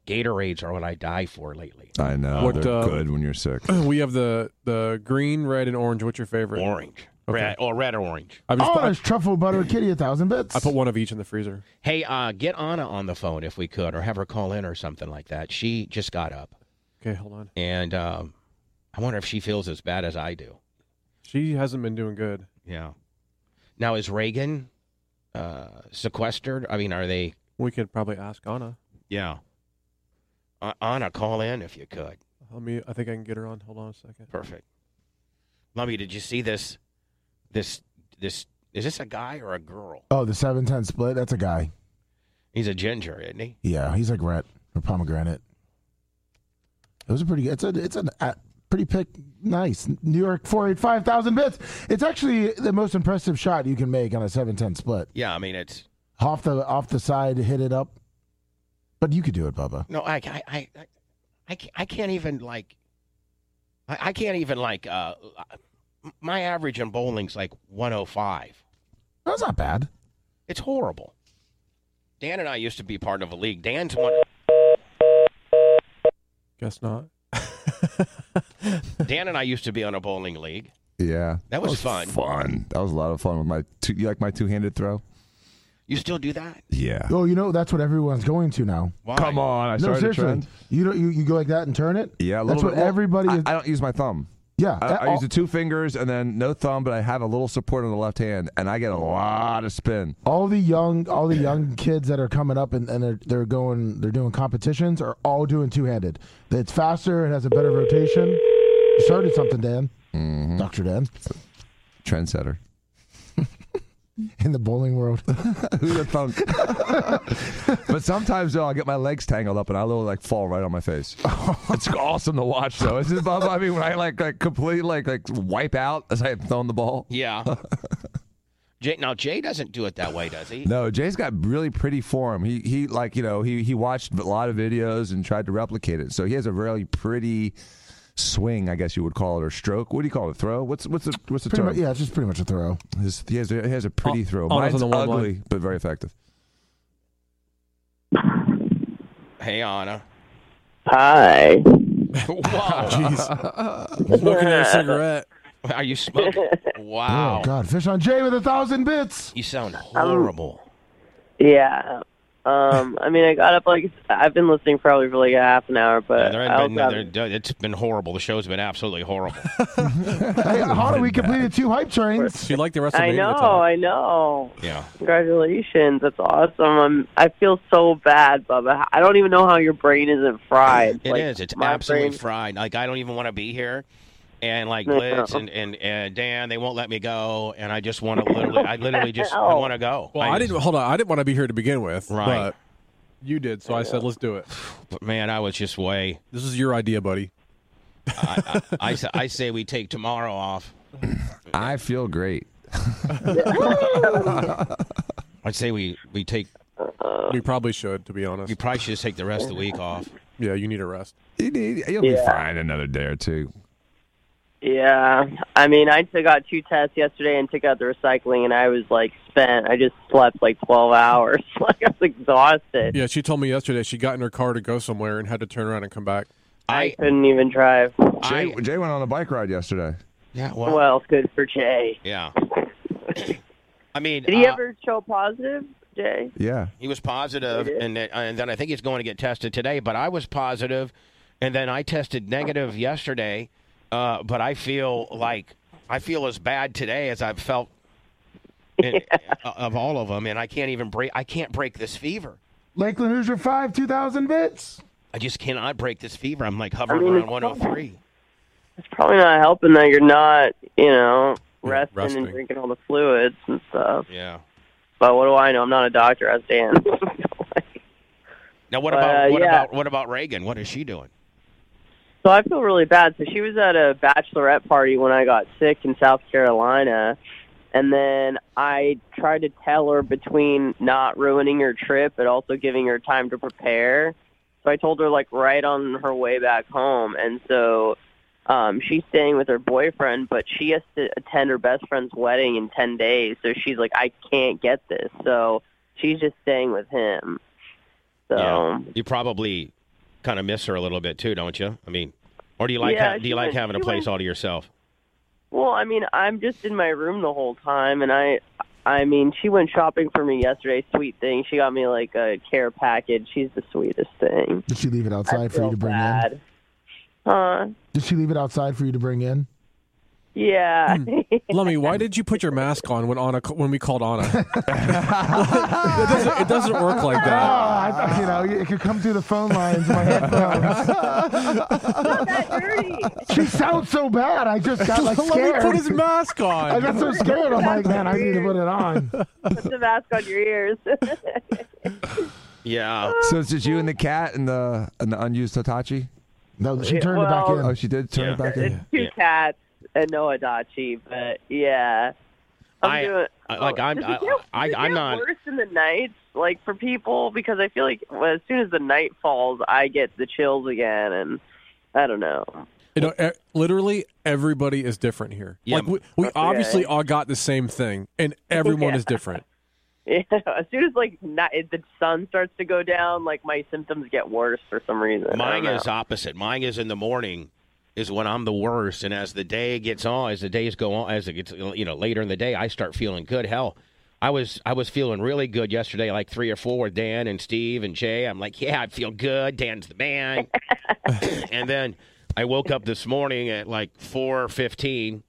Gatorades are what I die for lately.
I know.
What,
they're
uh,
good when you're sick.
we have the the green, red, and orange. What's your favorite?
Orange. Red or red or orange.
I just
oh,
put, I,
there's truffle butter kitty, 1,000 bits.
I put one of each in the freezer.
Hey, uh, get Anna on the phone if we could, or have her call in or something like that. She just got up,
Okay, hold on.
and um, I wonder if she feels as bad as I do.
She hasn't been doing good.
Yeah. Now is Reagan uh, sequestered? I mean, are they?
We could probably ask Anna.
Yeah. Uh, Anna, call in if you could.
Let me. I think I can get her on. Hold on a second.
Perfect. Lummy, did you see this? This this is this a guy or a girl?
Oh, the 710 split, that's a guy.
He's a ginger, isn't he?
Yeah, he's like red or pomegranate. It was a pretty. It's a. It's a, a pretty pick. Nice New York four eight five thousand bits. It's actually the most impressive shot you can make on a seven ten split.
Yeah. I mean, it's
Off the off the side, hit it up. But you could do it, Bubba.
no. I I I I- I can't, I can't even like. I, I can't even like. Uh, my average in bowling's like 105.
That's not bad.
It's horrible. Dan and I used to be part of a league. Dan's one.
Guess not.
Dan and I used to be on a bowling league.
Yeah.
That was fun.
Fun. That was a lot of fun with my two, you like my two-handed throw?
You still do that?
Yeah.
Oh, you know that's what everyone's going to now.
Why?
Come on. I
no,
started a
seriously.
trend.
You don't. You, you go like that and turn it.
Yeah, a
that's
little
what
bit. Well,
everybody.
I,
is,
I don't use my thumb.
Yeah,
I,
that-
I use the two fingers and then no thumb, but I have a little support on the left hand, and I get a lot of spin.
all the young, all the young kids that are coming up and, and they're, they're going, they're doing competitions are all doing two handed. It's faster. It has a better rotation. You started something, Dan. Doctor Dan.
Mm-hmm. Trendsetter.
in the bowling world.
Who'd have thunk? but sometimes though, I'll get my legs tangled up and I'll like fall right on my face. it's awesome to watch though. Is it Bob? I mean, when I like like complete like like wipe out as I'm throwing the ball.
Yeah. Jay, now Jay doesn't do it that way, does he?
No, Jay's got really pretty form. He he like you know he he watched a lot of videos and tried to replicate it. So he has a really pretty swing, I guess you would call it, or stroke. What do you call it? Throw? What's what's the what's the
Pretty
term?
much, yeah, it's just pretty much a throw.
His, he has a, he has a pretty
Al-
throw.
almost
Mine's
on the one
ugly
line.
but very effective.
Hey, Anna.
Hi.
Whoa.
Jeez. Smoking a cigarette.
Are you smoking? Wow.
Oh God, fish on Jay with a thousand bits.
You sound horrible.
Yeah. Um, I mean, I got up like I've been listening probably for like a half an hour, but
There
I
had been,
also
there- there- it's been horrible. The show's been absolutely horrible.
Hey, how do we completed two hype trains?
You like the
I know, I know.
Yeah.
Congratulations, that's awesome. I'm, I feel so bad, Bubba. I don't even know how your brain isn't fried.
It is.
Like,
It's
my
absolutely
brain-
fried. Like I don't even want to be here. And like
No.
Blitz and, and, and Dan, they won't let me go. And I just want to literally, I literally just I want to go.
Well, I, didn't. Hold on, I didn't want to be here to begin with.
Right.
But you did, so I said, let's do it.
But man, I was just way.
This is your idea, buddy.
I, I, I, s- I say we take tomorrow off.
I feel great.
I'd say we we take.
Uh-uh. we probably should, to be honest.
You probably should just take the rest of the week off.
Yeah, you need a rest.
You need, you'll be fine another day or two.
Yeah, I mean, I took out two tests yesterday and took out the recycling, and I was like spent. I just slept like twelve hours. like I was exhausted.
Yeah, she told me yesterday she got in her car to go somewhere and had to turn around and come back.
I
couldn't even drive.
Jay, Jay went on a bike ride yesterday.
Yeah.
Well, well good for Jay.
Yeah. I mean,
Did he
uh,
ever show positive, Jay?
Yeah.
He was positive, and then, and then I think he's going to get tested today. But I was positive, and then I tested negative yesterday. Uh, but I feel like I feel as bad today as I've felt in, of all of them, and I can't even break. I can't break this fever.
Lakeland Hoosier five two thousand bits.
I just cannot break this fever. I'm like hovering
mean,
around 103.
It's probably not helping that you're not, you know, resting,
resting.
and drinking all the fluids and stuff.
Yeah.
But what do I know? I'm not a doctor. I Dan.
Now what
But,
about
uh,
what
yeah.
about what about Reagan? What is she doing?
So I feel really bad. So she was at a bachelorette party when I got sick in South Carolina. And then I tried to tell her between not ruining her trip but also giving her time to prepare. So I told her like right on her way back home. And so um, she's staying with her boyfriend, but she has to attend her best friend's wedding in 10 days. So she's like, I can't get this. So she's just staying with him. So.
Yeah. You probably kind of miss her a little bit too, don't you? I mean, or do you like
Yeah,
ha- do
she
you like
went-
having a
she
place
went-
all to yourself?
Well, I mean, I'm just in my room the whole time, and I, I mean, she went shopping for me yesterday. Sweet thing, she got me like a care package. She's the sweetest thing.
Did she leave it outside for you to bring in?
Huh?
Did she leave it outside for you to bring in?
Yeah.
Lummy, Hmm. why did you put your mask on when Anna when we called Anna? it, doesn't, it doesn't work like that.
Oh, I thought, you know, it could come through the phone lines in my headphones. She sounds so bad. I just got like
Let me
scared.
put his mask on.
I got so scared. I'm like, man, I need to put it on.
Put the mask on your ears.
Yeah.
So it's just you and the cat and the and the unused Hitachi.
No,
she turned it back Well- in.
Oh, she did turn it back
it's
in.
two cats and no Adachi, but yeah. I'm
I-
doing, Oh,
I- like, I'm-
does it
I-
get-
I-
does it
I'm
get
not-
worse in the nights, like for people, because I feel like well, as soon as the night falls, I get the chills again, and I don't know.
You know, e- literally everybody is different here.
Yeah.
Like we, we obviously all got the same thing, and everyone is different.
Yeah, as soon as like night, the sun starts to go down, like my symptoms get worse for some reason. I
Mine
don't
is uh,
know.
opposite. Mine is in the morning is when I'm the worst, and as the day gets on, as the days go on, as it gets you know later in the day, I start feeling good. Hell, I was I was feeling really good yesterday, like three or four with Dan and Steve and Jay. I'm like, yeah, I feel good. Dan's the man. and then I woke up this morning at like four fifteen,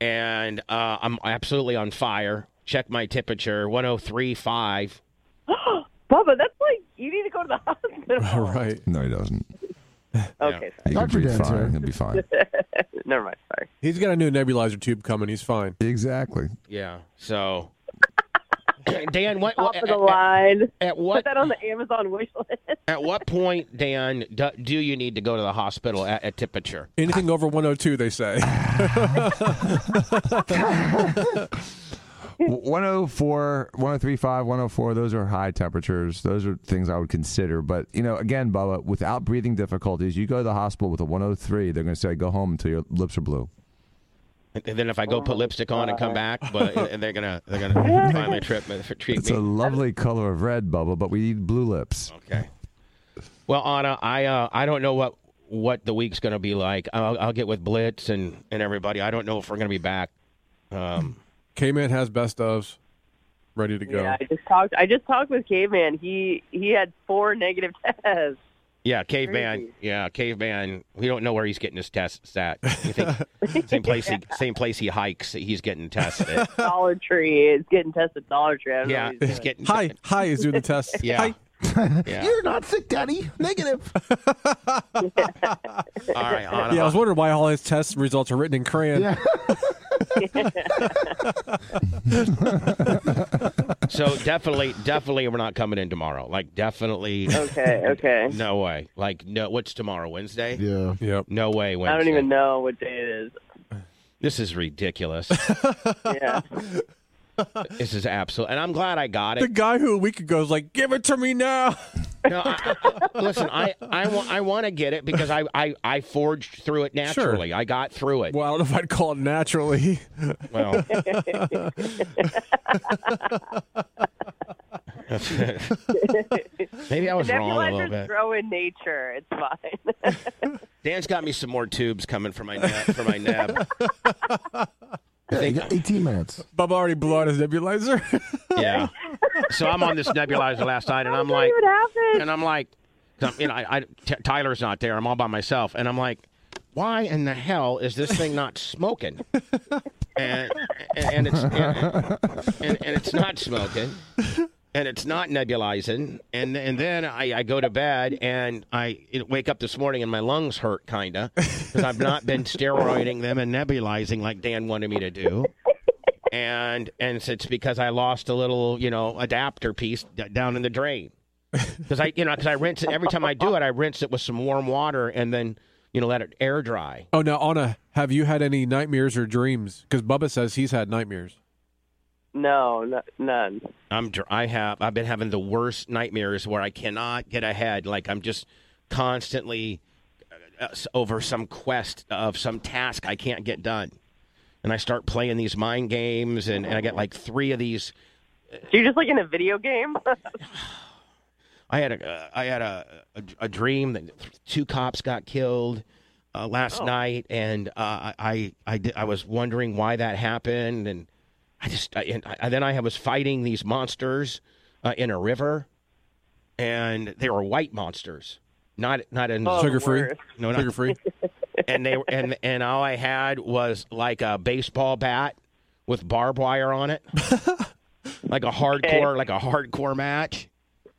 and uh, I'm absolutely on fire. Check my temperature, one hundred three five.
Bubba, that's like you need to go to the hospital.
right.
No, he doesn't.
okay,
He can
Dr.
breathe
Dan's
fine.
right.
He'll be fine.
never mind. Sorry.
He's got a new nebulizer tube coming. He's fine.
Exactly.
Yeah. So, Dan, what?
Top
what-
of the line.
At what?
Put that on the Amazon wish list.
At what point, Dan, do, do you need to go to the hospital at, at temperature?
oh Anything over 102, they say.
oh 104, 1035, 104, those are high temperatures. Those are things I would consider. But, you know, again, Bubba, without breathing difficulties, you go to the hospital with a 103, they're going to say, go home until your lips are blue.
And then if I go put lipstick on and come back, but and they're gonna they're gonna finally trip me treat
It's
me.
a lovely color of red, Bubba, but we need blue lips.
Okay. Well, Anna, I uh, I don't know what what the week's going to be like. I'll, I'll get with Blitz and and everybody. I don't know if we're going to be back. Um,
Caveman has best ofs ready to go.
Yeah, I just talked. I just talked with Caveman. He he had four negative tests.
yeah, caveman. Yeah, caveman. We don't know where he's getting his tests at. You think same place he same place he hikes. He's getting tested.
Dollar Tree is getting tested. at Dollar Tree. I don't know
Yeah,
what he's
he's
doing.
getting
Hi, hi is doing the test.
Yeah. Yeah.
You're not sick, Daddy. Negative.
All right, Anna.
Yeah, I was wondering why all his test results are written in crayon.
So definitely, definitely, we're not coming in tomorrow. Like definitely.
Okay, okay.
No way. Like no. What's tomorrow? Wednesday.
Yeah.
Yep.
No way. Wednesday.
I don't even know what day it is.
This is ridiculous.
Yeah.
this is absolute. And I'm glad I got
The
it.
guy who a week ago was like, "Give it to me now."
No, I, I- listen, I I, wa- I want to get it because I, I I forged through it naturally. I got through it.
Well, I don't know if I'd call it naturally.
Well. Maybe I was wrong a little bit.
grow in nature. It's fine.
Dan's got me some more tubes coming for my nab, for my nab.
Yeah, you got 18 minutes.
Bubba already blew out his nebulizer.
Yeah. So I'm on this nebulizer last night, and I'm like, and I'm like, 'cause I'm- you know, I, I- T- Tyler's not there. I'm all by myself, and I'm like, why in the hell is this thing not smoking? And and it's and, and, and it's not smoking, and it's not nebulizing, and and then I, I go to bed and I wake up this morning and my lungs hurt kinda because I've not been steroiding them and nebulizing like Dan wanted me to do and and it's because I lost a little, you know, adapter piece d- down in the drain. Because I, you know, because I rinse it every time I do it. I rinse it with some warm water and then, you know, let it air dry.
oh, now Anna, have you had any nightmares or dreams? Because Bubba says he's had nightmares.
no, no, none.
I'm, dr- I have, I've been having the worst nightmares where I cannot get ahead. Like I'm just constantly uh, uh, over some quest of some task I can't get done, and I start playing these mind games, and, and I get like three of these.
So you're just like in a video game.
I had a uh, I had a, a a dream that th- two cops got killed uh,
Oh.
last night, and uh, I I I, did, I was wondering why that happened, and I just I, and I, then I was fighting these monsters uh, in a river, and they were white monsters, not not in
Oh, Sugar free? worse.
no
Sugar free?
and they and and all I had was like a baseball bat with barbed wire on it, like a hardcore like a hardcore match.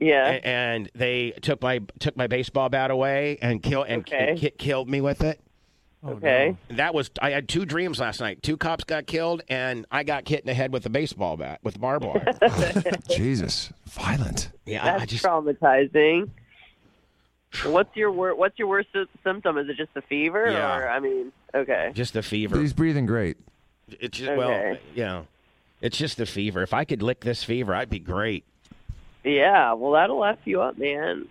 Yeah.
A- And they took my took my baseball bat away and kill and, and
Okay.
ki- killed me with it.
okay.
That was I had two dreams last night. Two cops got killed and I got hit in the head with a baseball bat with barbed wire.
Jesus, violent.
Yeah,
That's traumatizing. What's your wor- What's your worst sy- symptom? Is it just the fever?
Yeah.
Or I mean, okay.
Just the fever.
But he's breathing great.
It's just well,
Okay.
you know, it's just the fever. If I could lick this fever, I'd be great.
Yeah. Well, that'll f you up, man.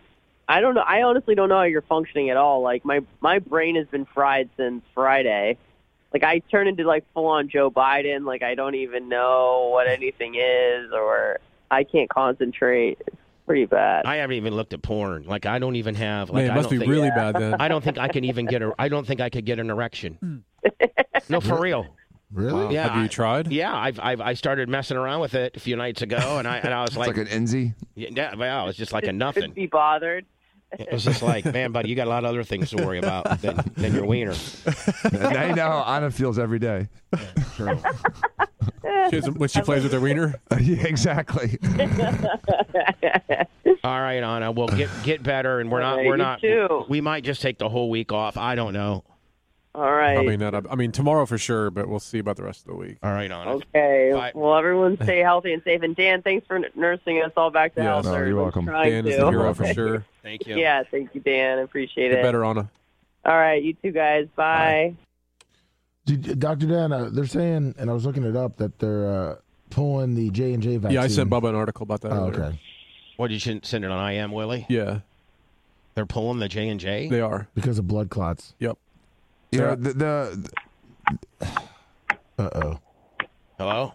I don't know. I honestly don't know how you're functioning at all. Like my my brain has been fried since Friday. Like I turn into like full on Joe Biden. Like I don't even know what anything is, or I can't concentrate. It's pretty bad.
I haven't even looked at porn. Like I don't even have. Like
Man, it
I
must be
don't think,
really bad then.
I don't think I can even get a. I don't think I could get an
Hmm.
erection. no, for real.
Really?
Wow.
Yeah.
Have you tried?
Yeah, I've, I've I started messing around with it a few nights ago, and I and I was
It's like,
like,
an enzy.
yeah, well, it's just like a
Couldn't
nothing.
be bothered.
It was just like, man, buddy, you got a lot of other things to worry about than, than your wiener.
now you know how Anna feels every day.
She has- when she plays with her wiener.
yeah, exactly.
All right, Anna. Well, get get better, and we're not
All right,
we're
you
not.
too.
We might just take the whole week off. I don't know.
All right.
Probably not. I mean, tomorrow for sure, but we'll see about the rest of the week.
All right, Anna.
Okay.
Bye.
Well, everyone stay healthy and safe. And Dan, thanks for n- nursing us all back to
Yes.
health.
No,
or
you're
at least
welcome.
trying
Dan
to.
is the hero for sure.
Thank you.
Yeah, thank you, Dan. I appreciate
Get
it.
better, Anna.
All right, you two guys. Bye.
Did- Dr. Dan, uh, they're saying, and I was looking it up, that they're uh, pulling the J and J vaccine.
Yeah, I sent Bubba an article about that.
Oh,
earlier.
okay.
What you shouldn't send it on I am Willie.
Yeah,
they're pulling the J and J.
They are
because of blood clots.
Yep.
You know, the. the
uh oh.
Hello.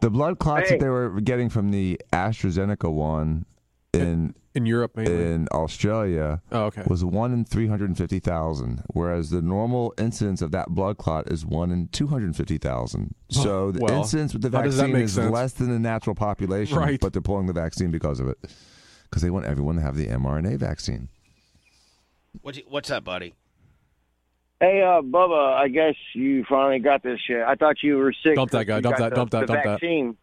The blood clots that they were getting from the AstraZeneca one in
in Europe,
in Australia,
Oh, okay.
was one in three hundred and fifty thousand, whereas the normal incidence of that blood clot is one in two hundred and fifty thousand.
Oh,
So the
well,
incidence with the
how does that
vaccine
make
is
sense?
less than the natural population,
Right.
but they're pulling the vaccine because of it, because they want everyone to have the mRNA vaccine.
What's what's up, buddy?
Hey, uh, Bubba, I guess you finally got this shit. I thought you were sick.
Dump that guy,
You
dump
got
that,
the-
dump that,
the
dump that.
vaccine.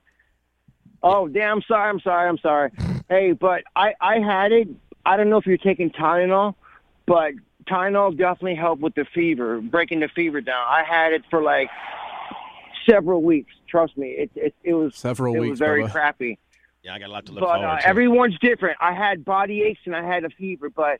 Oh, damn, I'm sorry, I'm sorry, I'm sorry. hey, but I, I had it. I don't know if you're taking Tylenol, but Tylenol definitely helped with the fever, breaking the fever down. I had it for like several weeks. Trust me, it, it, it was
Several
it
weeks,
was very
Bubba.
crappy.
Yeah, I got a lot to look
But
forward
uh,
to.
everyone's different. I had body aches and I had a fever, but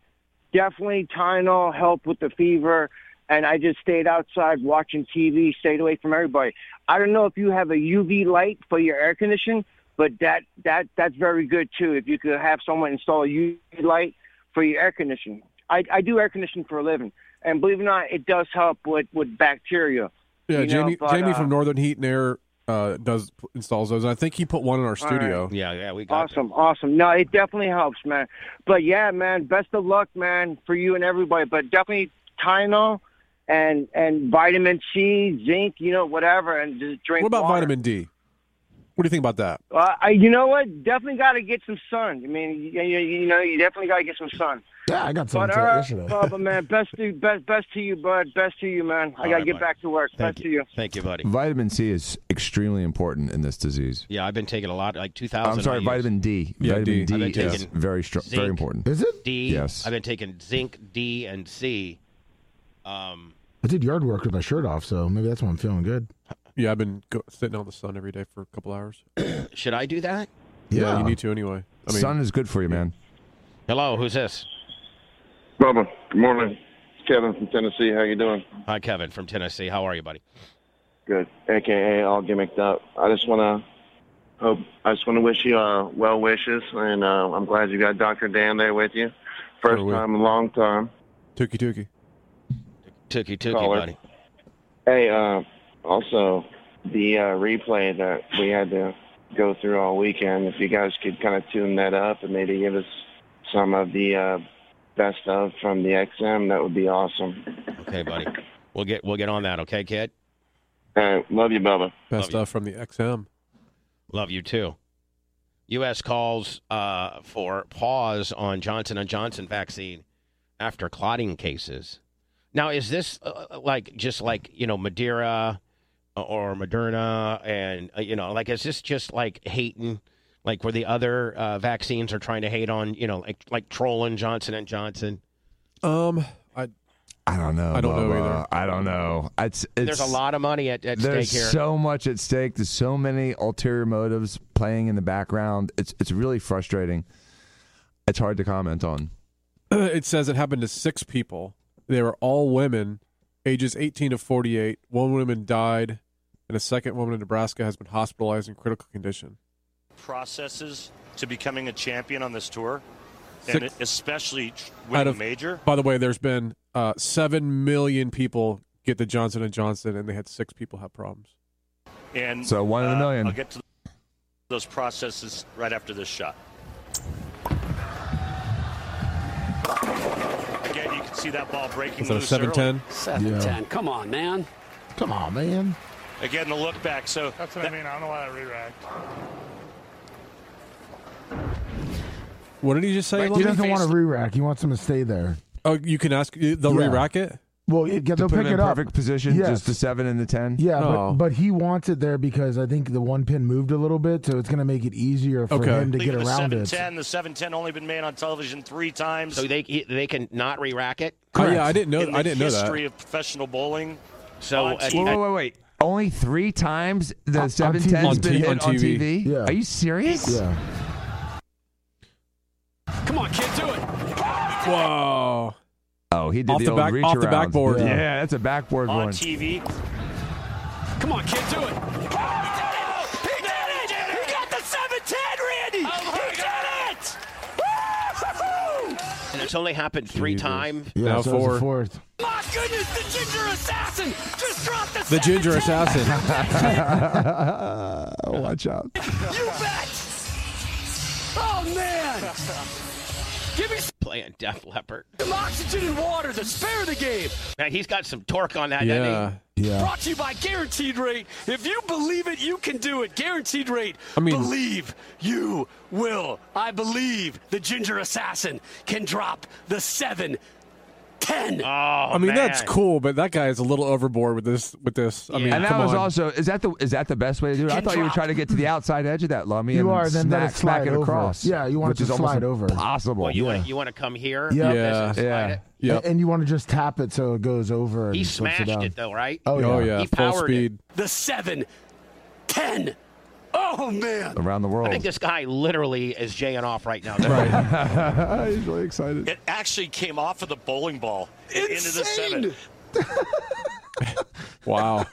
definitely Tylenol helped with the fever. And I just stayed outside watching TV, stayed away from everybody. I don't know if you have a UV light for your air conditioning, but that that that's very good too. If you could have someone install a UV light for your air conditioning, I, I do air conditioning for a living, and believe it or not, it does help with with bacteria.
Yeah,
You know,
Jamie
but,
Jamie
uh,
from Northern Heat and Air uh, does installs those. And I think he put one in our
All right.
studio.
Yeah, yeah, we
awesome, awesome. No, it definitely helps, man. But yeah, man, best of luck, man, for you and everybody. But definitely Tylenol and and vitamin C, zinc, you know, whatever, and just drink.
What about
water.
vitamin D? What do you think about that?
Uh, I, you know what? Definitely got to get some sun. I mean, you, you, you know, you definitely got to get some sun.
Yeah, I got some
But
until
all right,
yesterday.
Bubba, man, best to best best to you, bud. Best to you, man.
All
I got to
right,
get
bud.
back to work. best to you.
Thank you, buddy.
Vitamin C is extremely important in this disease.
Yeah, I've been taking a lot, like two thousand.
I'm sorry, vitamin D. vitamin
I've been
D is
taking
very strong,
zinc,
very important.
D.
Yes.
I've been taking zinc, D, and C. Um,
I did yard work with my shirt off, so maybe that's why I'm feeling good.
Yeah, I've been go- sitting out in the sun every day for a couple hours.
should I do that?
Yeah, you need to anyway. I mean,
Sun is good for you, man.
Hello, who's this?
Bubba, good morning. It's Kevin from Tennessee. How you doing?
Hi, Kevin from Tennessee. How are you, buddy?
Good. AKA all gimmicked up. I just wanna hope. I just wanna wish you uh, well wishes, and uh, I'm glad you got Doctor Dan there with you. First
Oh, we-
time in a long time.
Tookie Tookie.
Tookie Tookie,
Caller.
buddy.
Hey, uh, also the uh, replay that we had to go through all weekend. If you guys could kind of tune that up and maybe give us some of the uh, best of from the XM, that would be awesome.
Okay, buddy. We'll get we'll get on that. Okay, kid.
All right, love you, Bubba.
Best stuff from the XM.
Love you too. U.S. calls uh, for pause on Johnson and Johnson vaccine after clotting cases. Now, is this uh, like just like you know Madeira or Moderna, and uh, you know, like is this just like hating, like where the other uh, vaccines are trying to hate on, you know, like like trolling Johnson and Johnson?
Um, I
I don't know.
I don't know
Bubba.
either.
I don't know. It's, it's,
There's a lot of money at, at stake
There's
here.
so much at stake. There's so many ulterior motives playing in the background. It's it's really frustrating. It's hard to comment on.
it says it happened to six people. They were all women, ages 18 to 48. One woman died, and a second woman in Nebraska has been hospitalized in critical condition.
processes to becoming a champion on this tour,
Six-
and especially
Out
winning
of-
a major.
By the way, there's been uh, seven million people get the Johnson and Johnson, and they had six people have problems.
And
So one in a
uh,
million.
I'll get to those processes right after this shot. Again, you can see that ball breaking
Was that a
loose
seven
early.
ten?
Yeah.
Come on, man.
Come on, man.
Again, the look back. So that's what I mean. I don't know why I re-racked.
What did he just say?
he doesn't want to re-rack. He wants him to stay there.
Oh, you can ask. They'll
Yeah.
re-rack it.
Well, yeah,
to
they'll
put
pick
him
it
in
up.
perfect position,
Yes.
just the seven and the ten.
Yeah, but, but he wants it there because I think the one pin moved a little bit, so it's going to make it easier for him to
League
get
of the
around it.
710, the 710 only been made on television three times.
So they they can not re-rack it.
Oh, yeah, I didn't know.
in the
I didn't know
history
that.
of professional bowling.
So uh,
on
wait,
TV.
wait, wait, wait. Only three times
On-
the
on
seven
TV.
ten
On
has been
T-
hit
on
on
TV.
TV.
Yeah.
Are you serious?
Yeah.
Come on, kid, do it.
Whoa.
Oh, he did
Off
the,
the
old
back-
reach
off the
around.
backboard.
Yeah.
Yeah.
that's a backboard
on
one.
TV. Come on, kid, do it.
And it's only happened three times.
Yeah, so it's the fourth.
My goodness, the ginger assassin just dropped the.
The ginger assassin.
Watch out.
You bet. Oh man. Give me s-
Playing Def Leppard.
some oxygen and water to spare the game.
Man, he's got some torque on that,
Yeah.
doesn't he?
Brought to you by Guaranteed Rate. If you believe it, you can do it. Guaranteed Rate.
I mean-
believe you will. I believe the ginger assassin can drop the seven, ten. Oh,
I mean, that's cool, but that guy is a little overboard with this. With this, I mean,
and that
come
was
on.
also is that the is that the best way to do it? I
Can
thought you were
drop.
trying to get to the outside edge of that lummy.
You
and
are, then let
smack,
it slide
smack it
over.
across.
Yeah, you want
which
it to
is almost
slide over.
Impossible.
Well, you want you want to come here?
Yeah.
This and slide it?
A- And, you want to just tap it so it goes over. And
He
flips
smashed
down.
it though, right?
Oh, yeah. Oh, yeah,
He
full
powered
speed.
it.
The seven, ten. Oh man.
around the
I
world.
think this guy literally is jaying off right now.
He's really excited.
It actually came off of the bowling ball and into the seven.
Wow.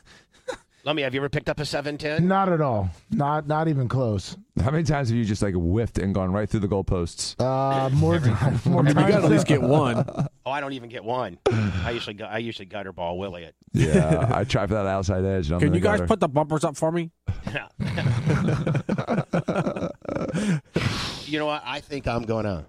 Lummy, have you ever picked up a seven ten?
Not at all. Not not even close.
How many times have you just like whiffed and gone right through the goalposts?
Uh, more time. More
mean, you
times
gotta at
than-
least get one.
Oh, I don't even get one. I usually gu- I usually gutter ball Willie it.
Yeah, I try for that outside edge. And I'm
Can
the
you guys
gutter.
put the bumpers up for me?
You know what? I think I'm gonna.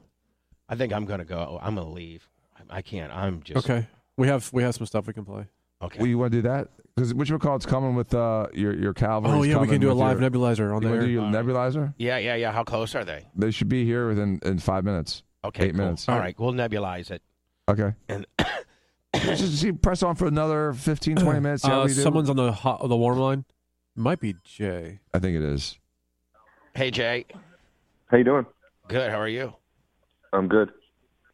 I think I'm gonna go. I'm gonna leave. I, I can't. I'm just
Okay, we have we have some stuff we can play. Uh,
Okay.
Well, you want to do that? Because which one called? It's coming with uh, your your Calvary.
Oh, yeah, we can do a live nebulizer on
you
the
wanna
air.
Do your nebulizer?
Yeah, yeah, yeah. How close are they?
They should be here within in five minutes.
Okay,
eight
cool.
minutes.
All right, we'll nebulize it.
Okay.
And
just see, press on for another 15, 20 minutes. see how
Uh,
we do.
someone's on the hot, the warm line. Might be Jay.
I think it is.
Hey, Jay.
How you doing?
Good. How are you?
I'm good.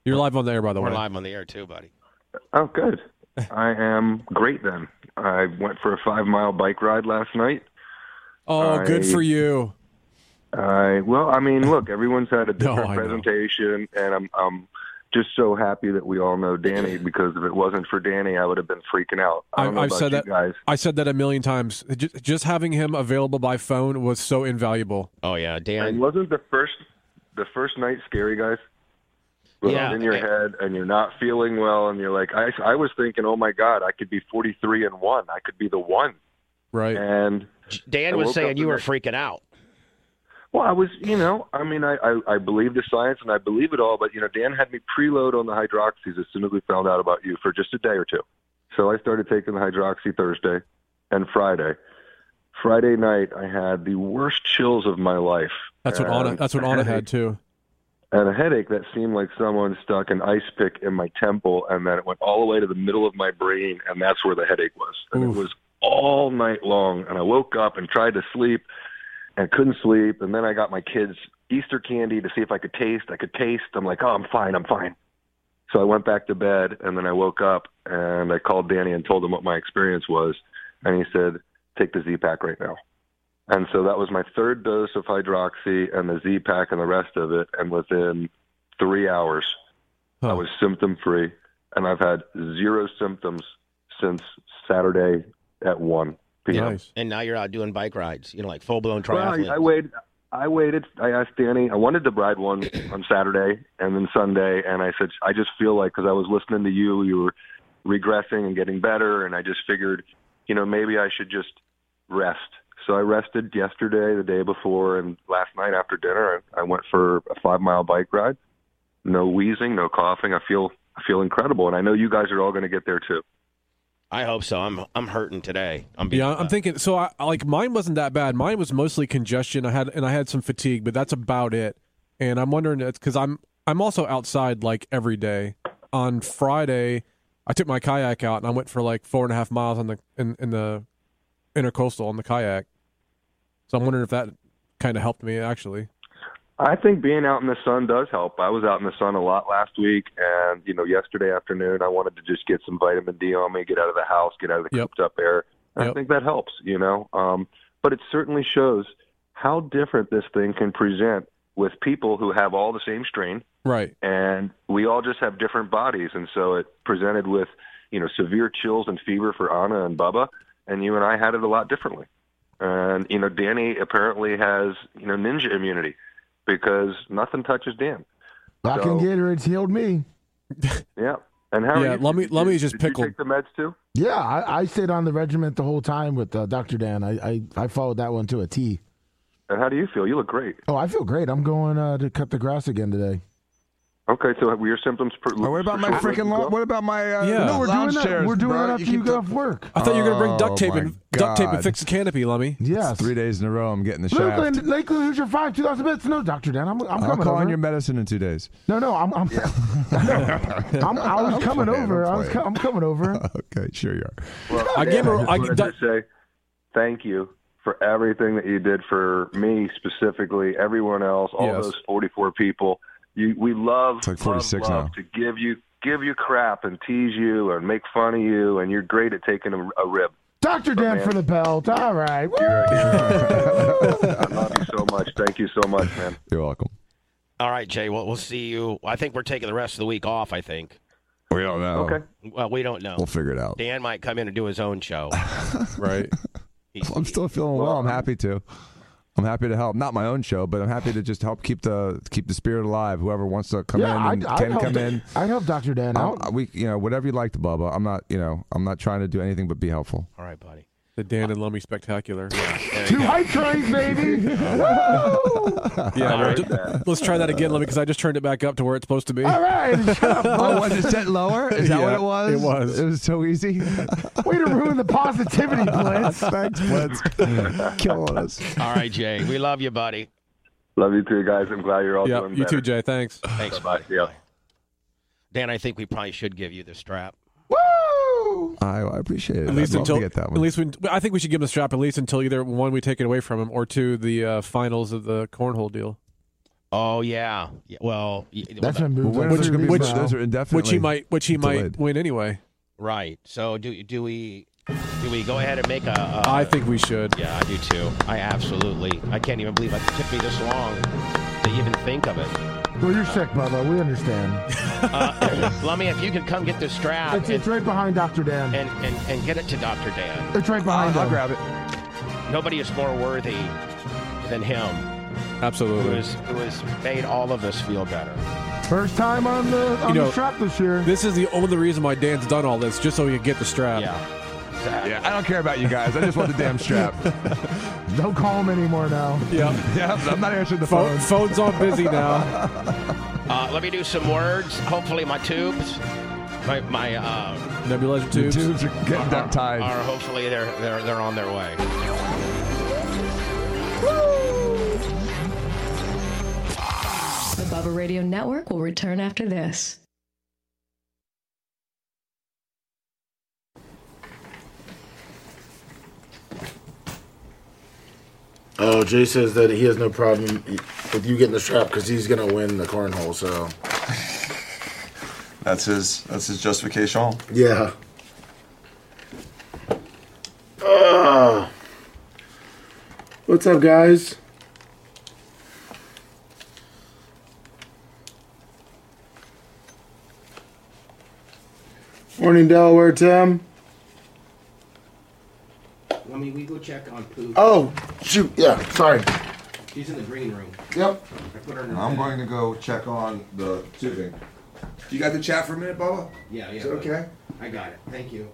You're live on the air, by the
We're
way.
live on the air too, buddy.
Oh, good. I am great then. I went for a five mile bike ride last night.
Oh, good
I-
for you.
I well, I mean, look, everyone's had
No,
a different
I know.
presentation, and I'm I'm just so happy that we all know Danny because if it wasn't for Danny, I would have been freaking out. I
I,
don't know
I've
about
said
you
that.
guys.
I said that a million times. Just, just having him available by phone was so invaluable.
Oh yeah,
And
Dan.
wasn't the first the first night scary, guys? When
Yeah.
it's in your head and you're not feeling well, and you're like, I, I was thinking, oh my god, I could be 43 and one. I could be the one.
Right.
And
Dan
I
was
woke up
saying you
the
were
next-
freaking out.
Well, I was, you know, I mean, I, I, I believe the science and I believe it all, but, you know, Dan had me preload on the hydroxys as soon as we found out about you for just a day or two. So I started taking the hydroxy Thursday and Friday. Friday night, I had the worst chills of my life.
That's what Anna.
And
That's what
a
Anna
headache-
had too.
And a headache that seemed like someone stuck an ice pick in my temple, and then it went all the way to the middle of my brain, and that's where the headache was. And
Oof.
it was all night long, and I woke up and tried to sleep, and couldn't sleep. And then I got my kids Easter candy to see if I could taste. I could taste. I'm like, oh, I'm fine. I'm fine. So I went back to bed, and then I woke up and I called Danny and told him what my experience was, and he said, take the Z Pack right now. And so that was my third dose of hydroxy and the Z Pack and the rest of it, and within three hours, I was symptom free, and I've had zero symptoms since Saturday at one p.m.
And now you're out doing bike rides. You know, like full blown
Well,
triathlon.
I, I waited. I waited. I asked Danny. I wanted to ride one on Saturday and then Sunday, and I said, I just feel like because I was listening to you, you were regressing and getting better, and I just figured, you know, maybe I should just rest. So I rested yesterday, the day before, and last night after dinner, I, I went for a five mile bike ride. No wheezing, no coughing. I feel I feel incredible, and I know you guys are all going to get there too.
I hope so. I'm I'm hurting today. I'm being,
Yeah, I'm thinking. So, I I- like mine wasn't that bad. Mine was mostly congestion. I had and I had some fatigue, but that's about it. And I'm wondering it's because I'm I'm also outside like every day. On Friday, I took my kayak out and I went for like four and a half miles on the in, in the intercoastal on the kayak. So I'm wondering if that kind of helped me actually.
I think being out in the sun does help. I was out in the sun a lot last week, and you know, yesterday afternoon, I wanted to just get some vitamin D on me, get out of the house, get out of the cooped up air. And I think that helps, you know. Um, but it certainly shows how different this thing can present with people who have all the same strain,
Right.
and we all just have different bodies, and so it presented with, you know, severe chills and fever for Anna and Bubba, and you and I had it a lot differently. And you know, Danny apparently has you know ninja immunity because nothing touches Dan. So-
Rockin' Gatorade's healed me.
Yeah. And how? are
Yeah,
you?
Lummi-
did you-
Lummi's just
did
pickled.
You take the meds too.
Yeah, I, I stayed on the regiment the whole time with uh, Dr. Dan. I, I, I followed that one to a T.
And how do you feel? You look great.
Oh, I feel great. I'm going uh, to cut the grass again today.
Okay, so were your symptoms? Per-
what about
my freaking lo- what about my uh,
No, we're doing
lounge
that.
chairs,
we're doing
bro?
that after you,
keep
get
the-
off work.
I thought you were gonna bring duct
Oh,
tape
my
and- duct tape and
God.
fix
the canopy, Lummy.
Yes.
Three days in a row, I'm getting the shaft.
Lakeland, Lakeland Hoosier 5, 2,000 bits. No, Dr. Dan, I'm, I'm
i will
coming
call
over.
in your medicine in two days.
No, no, I'm, I'm, no, I'm, I was
I'm
coming
playing,
over.
I'm
i was, co-
playing.
I'm coming over.
Okay, sure you are.
Well,
I
Dan,
give her-
just
I-
wanted to say thank you for everything that you did for me specifically, everyone else, all
Yes.
those 44 people. You, we love,
like 46
love, love
now.
to give you give you crap and tease you and make fun of you, and you're great at taking a, a rib.
Dr. Dan
man.
for the belt. All right. Woo!
I love you so much. Thank you so much, man.
You're welcome.
All right, Jay. Well, we'll see you. I think we're taking the rest of the week off. I think.
We don't know.
Well, we don't know.
Oh, We'll figure it out.
Dan might come in and do his own show.
Right. I'm still feeling well. I'm happy to. I'm happy to help. Not my own show, but I'm happy to just help keep the keep the spirit alive. Whoever wants to come
yeah,
in
I'd,
and
I'd,
can
help,
come in.
I'd help Dr. Dan
I'm-
out.
we, you know, whatever you like, Bubba. I'm not, you know, I'm not trying to do anything but be helpful.
All right, buddy.
The Dan and Lummy spectacular.
Two hype trains, baby.
Yeah,
I
well,
heard
ju-
that.
let's try that again, Lemmy, because I just turned it back up to where it's supposed to be.
All right.
oh, was it set lower? Is that what
Yeah,
it was?
it was.
It was so easy.
Way to ruin the positivity, Blitz.
Thanks, Blitz. Killing us.
All right, Jay. We love you, buddy.
Love you too, guys. I'm glad you're all
Yeah,
doing
you
better.
too, Jay. Thanks.
Thanks.
Bye. Yeah.
Dan, I think we probably should give you the strap.
I, I appreciate it.
At least
I'd love to
until
get that
at
one.
least we, I think we should give him the strap at least until either one we take it away from him or two the uh, finals of the cornhole deal.
Oh yeah. yeah well, y- well,
That's
that-
been moved.
which,
to
which,
April.
which he might which he
delayed.
might win anyway.
right. So do do we do we go ahead and make a? a
I think we should.
Yeah, I do too. I absolutely. I can't even believe it took me this long to even think of it.
Well, you're sick, Bubba. We understand.
Uh, Lummy, if you could come get the strap
It's, it's
and,
right behind Dr. Dan.
and, and, and get it to Dr. Dan.
It's right behind him.
it.
Nobody is more worthy than him, who
Absolutely.
has, who has made all of us feel better.
First time on the on
You know,
the strap this year.
This is the only reason why Dan's done all this, just so he can get the strap.
Yeah.
Yeah, I don't care about you guys. I just want the damn strap.
Don't call him anymore now.
Yeah.
yeah, I'm not answering the
Phone,
phone.
phone's on busy now.
Uh, let me do some words. Hopefully, my tubes, my, my uh,
Nebulizer
The
tubes.
tubes are getting duct tied.
are hopefully they're they're they're on their way.
The Bubba Radio Network will return after this.
Oh, Jay says that he has no problem with you getting the strap because he's gonna win the cornhole. So
That's his. That's his justification.
yeah. Ah. what's up, guys? Morning, Delaware Tim.
Let me we go check on Pooh.
Oh, shoot. Yeah, sorry.
She's in the green room.
Yep.
I put her in
I'm going to go check on the tubing. You got the chat for a minute, Bubba?
Yeah, yeah.
Is it okay?
I got it. Thank you.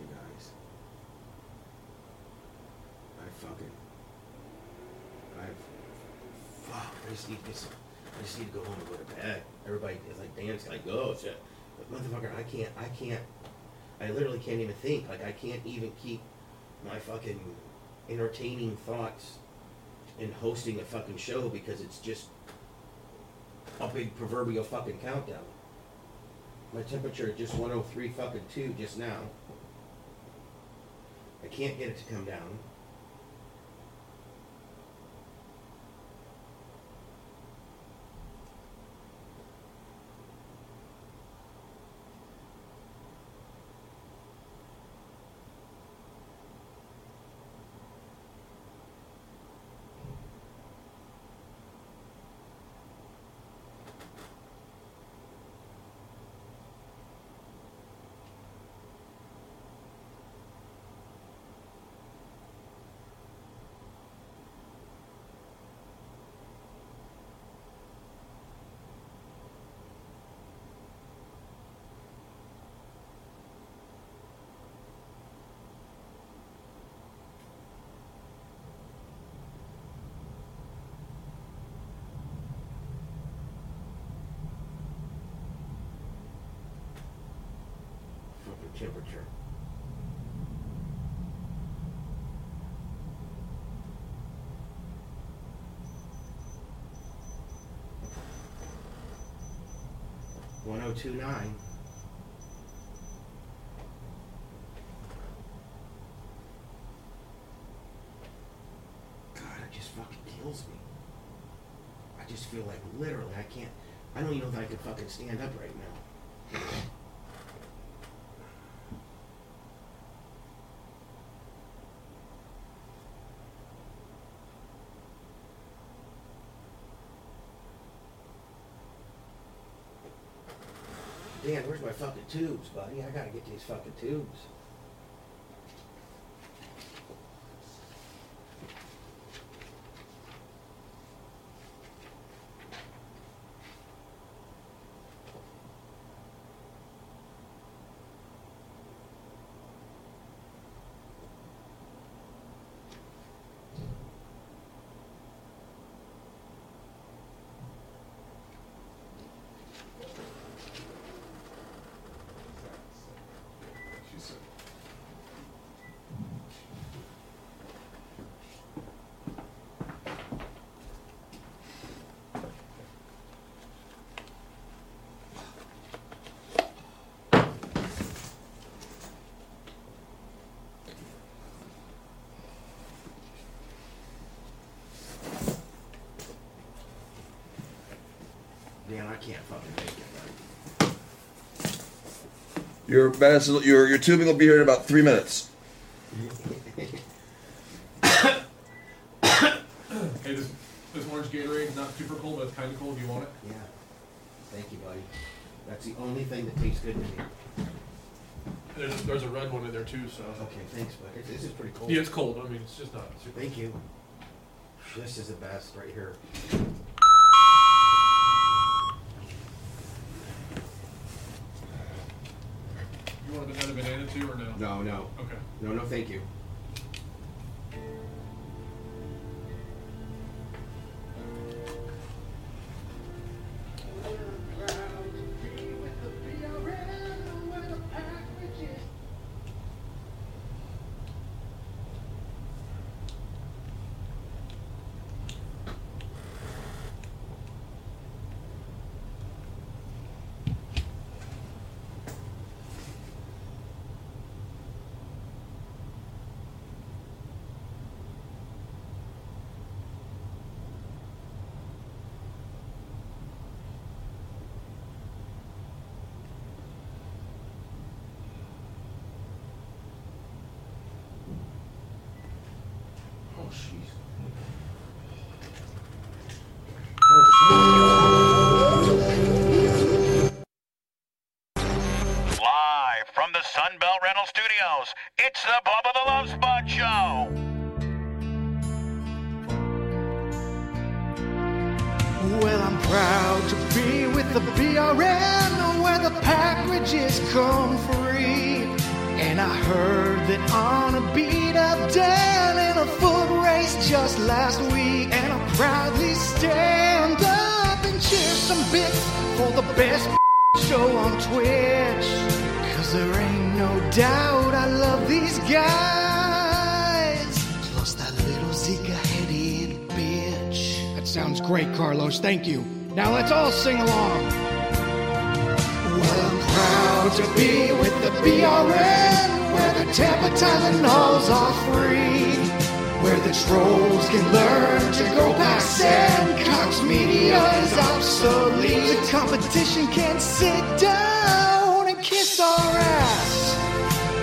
You guys.
I fucking. I fuck. I just need to. get- I just need to go home and go to bed. Everybody is like, Dan's like, go, shit. But motherfucker, I can't. I can't. I literally can't even think. Like, I can't even keep my fucking entertaining thoughts in hosting a fucking show because it's just a big proverbial fucking countdown. My temperature at just 103 fucking 2 just now. I can't get it to come down. Fucking temperature. One oh two nine. God, it just fucking kills me. I just feel like literally I can't I don't even know if I could fucking stand up right now. Dan, where's my fucking tubes, buddy? I gotta get these fucking tubes.
She said.
Dan, I can't fucking make it, buddy.
Your medicine, your your tubing will be here in about three minutes.
Hey, this, this orange Gatorade, not super cold, but it's kind of cold. You want it?
Yeah. Thank you, buddy. That's the only thing that tastes good to me.
There's a, there's a red one in there too. So.
Okay, thanks, bud. It's- This is pretty cold.
Yeah, it's cold. I mean, it's just not super.
Thank you. This is the best right here.
You want a banana banana too or no?
No, no.
Okay.
No, no, thank you. Oh, jeez.
Live from the Sunbelt Rental Studios, it's the Bubba the Love Spot Show.
Well, I'm proud to be with the BRN where the packages come free. And I heard that on a beat up down in a foot race just last week. And I proudly stand up and cheer some bits for the best show on Twitch. Cause there ain't no doubt I love these guys.
Sounds great, Carlos. Thank you. Now let's all sing along. Well, I'm proud to be with the BRN, where the Tampa Tylenols are free, where the trolls can learn to go past and Cox media is obsolete. The competition can't sit down and kiss our ass.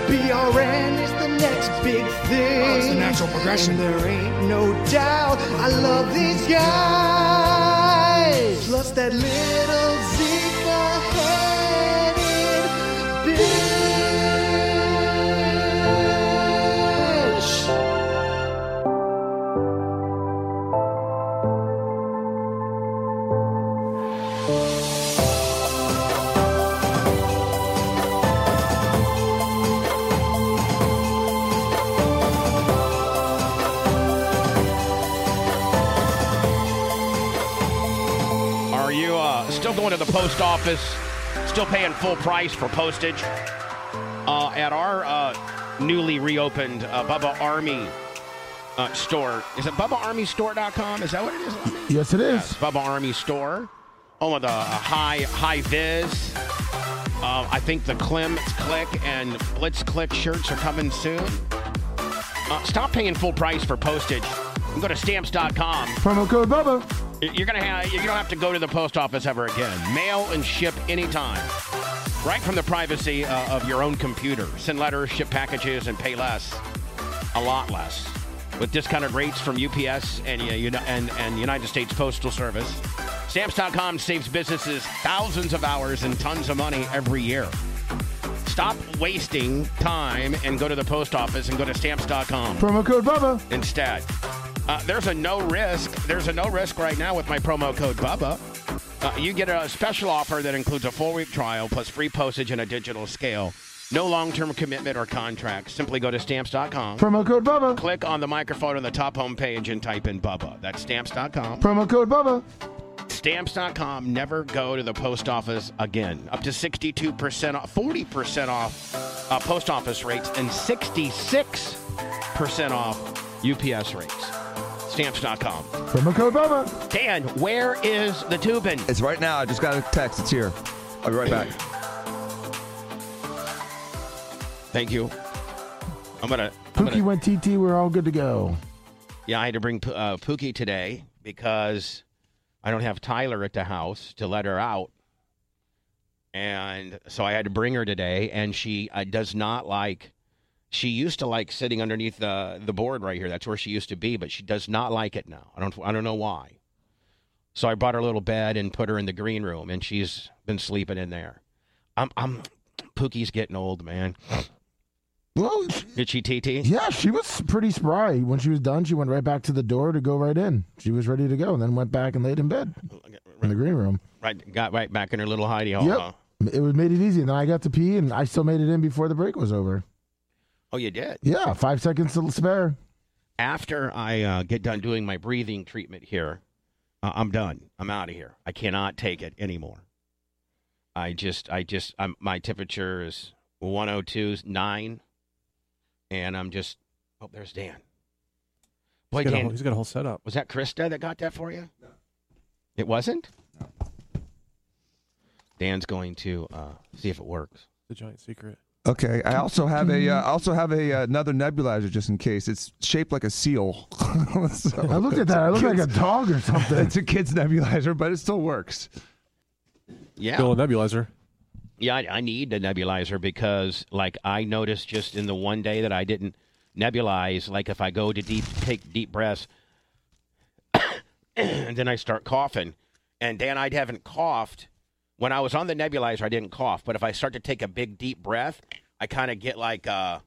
BRN is the next big thing.
Oh, it's the natural progression.
And there ain't no doubt. I love these guys. Plus that little Zika headed bitch.
Are you uh, still going to the post office? Still paying full price for postage? Uh, at our uh, newly reopened uh, Bubba Army uh, store. Is it BubbaArmyStore.com? Is that what it is?
Yes, it is.
Yes, Bubba Army Store. Oh, with a, a high high viz. Uh, I think the Clem's Click and Blitz Click shirts are coming soon. Uh, stop paying full price for postage. Go to stamps.com.
Promo code Bubba.
Y- You're gonna have, you don't have to go to the post office ever again. Mail and ship anytime, right from the privacy uh, of your own computer. Send letters, ship packages, and pay less, a lot less, with discounted rates from UPS and uh, Uni- and, and United States Postal Service. Stamps.com saves businesses thousands of hours and tons of money every year. Stop wasting time and go to the post office and go to stamps.com
Promo code Bubba.
instead. Uh, there's a no risk. There's a no risk right now with my promo code Bubba. Uh, you get a special offer that includes a four week trial plus free postage and a digital scale. No long term commitment or contract. Simply go to stamps.com.
Promo code Bubba.
Click on the microphone on the top home page and type in Bubba. That's stamps.com.
Promo code Bubba.
Stamps.com. Never go to the post office again. Up to 62% off, 40% off uh, post office rates, and 66% off UPS rates. Stamps.com.
Promo code Bubba.
Dan, where is the tubing?
It's right now. I just got a text. It's here. I'll be right back.
Thank you. I'm gonna. I'm
Pookie
gonna
went TT. We're all good to go.
yeah, I had to bring P- uh, Pookie today because I don't have Tyler at the house to let her out, and so I had to bring her today. And she uh, does not like. She used to like sitting underneath the the board right here. That's where she used to be, but she does not like it now. I don't. I don't know why. So I brought her little bed and put her in the green room, and she's been sleeping in there. I'm. I'm. Pookie's getting old, man.
Well,
Did she TT?
yeah, she was pretty spry. When she was done, she went right back to the door to go right in. She was ready to go, and then went back and laid in bed in the green room.
Right, got right back in her little hidey hole. huh?
Yep, it was made it easy. And then I got to pee, and I still made it in before the break was over.
Oh, you did.
Yeah, five seconds to spare.
After I uh, get done doing my breathing treatment here, uh, I'm done. I'm out of here. I cannot take it anymore. I just, I just, I'm, my temperature is 102, 9, and I'm just. Oh, there's Dan. Boy,
he's got, a
Dan,
whole, he's got a whole setup.
was that Krista that got that for you? No. It wasn't. Dan's going to uh, see if it works.
The giant secret.
Okay. I also have a. Uh, I also have a uh, another nebulizer just in case. It's shaped like a seal. So-
I looked at that. I looked like a dog or something.
It's a kid's nebulizer, but it still works.
Yeah.
Still a nebulizer.
Yeah, I, I need the nebulizer because, like, I noticed just in the one day that I didn't nebulize, like, if I go to deep, take deep breaths, and then I start coughing, and Dan, I haven't coughed. When I was on the nebulizer, I didn't cough, but if I start to take a big deep breath, I kind of get like uh,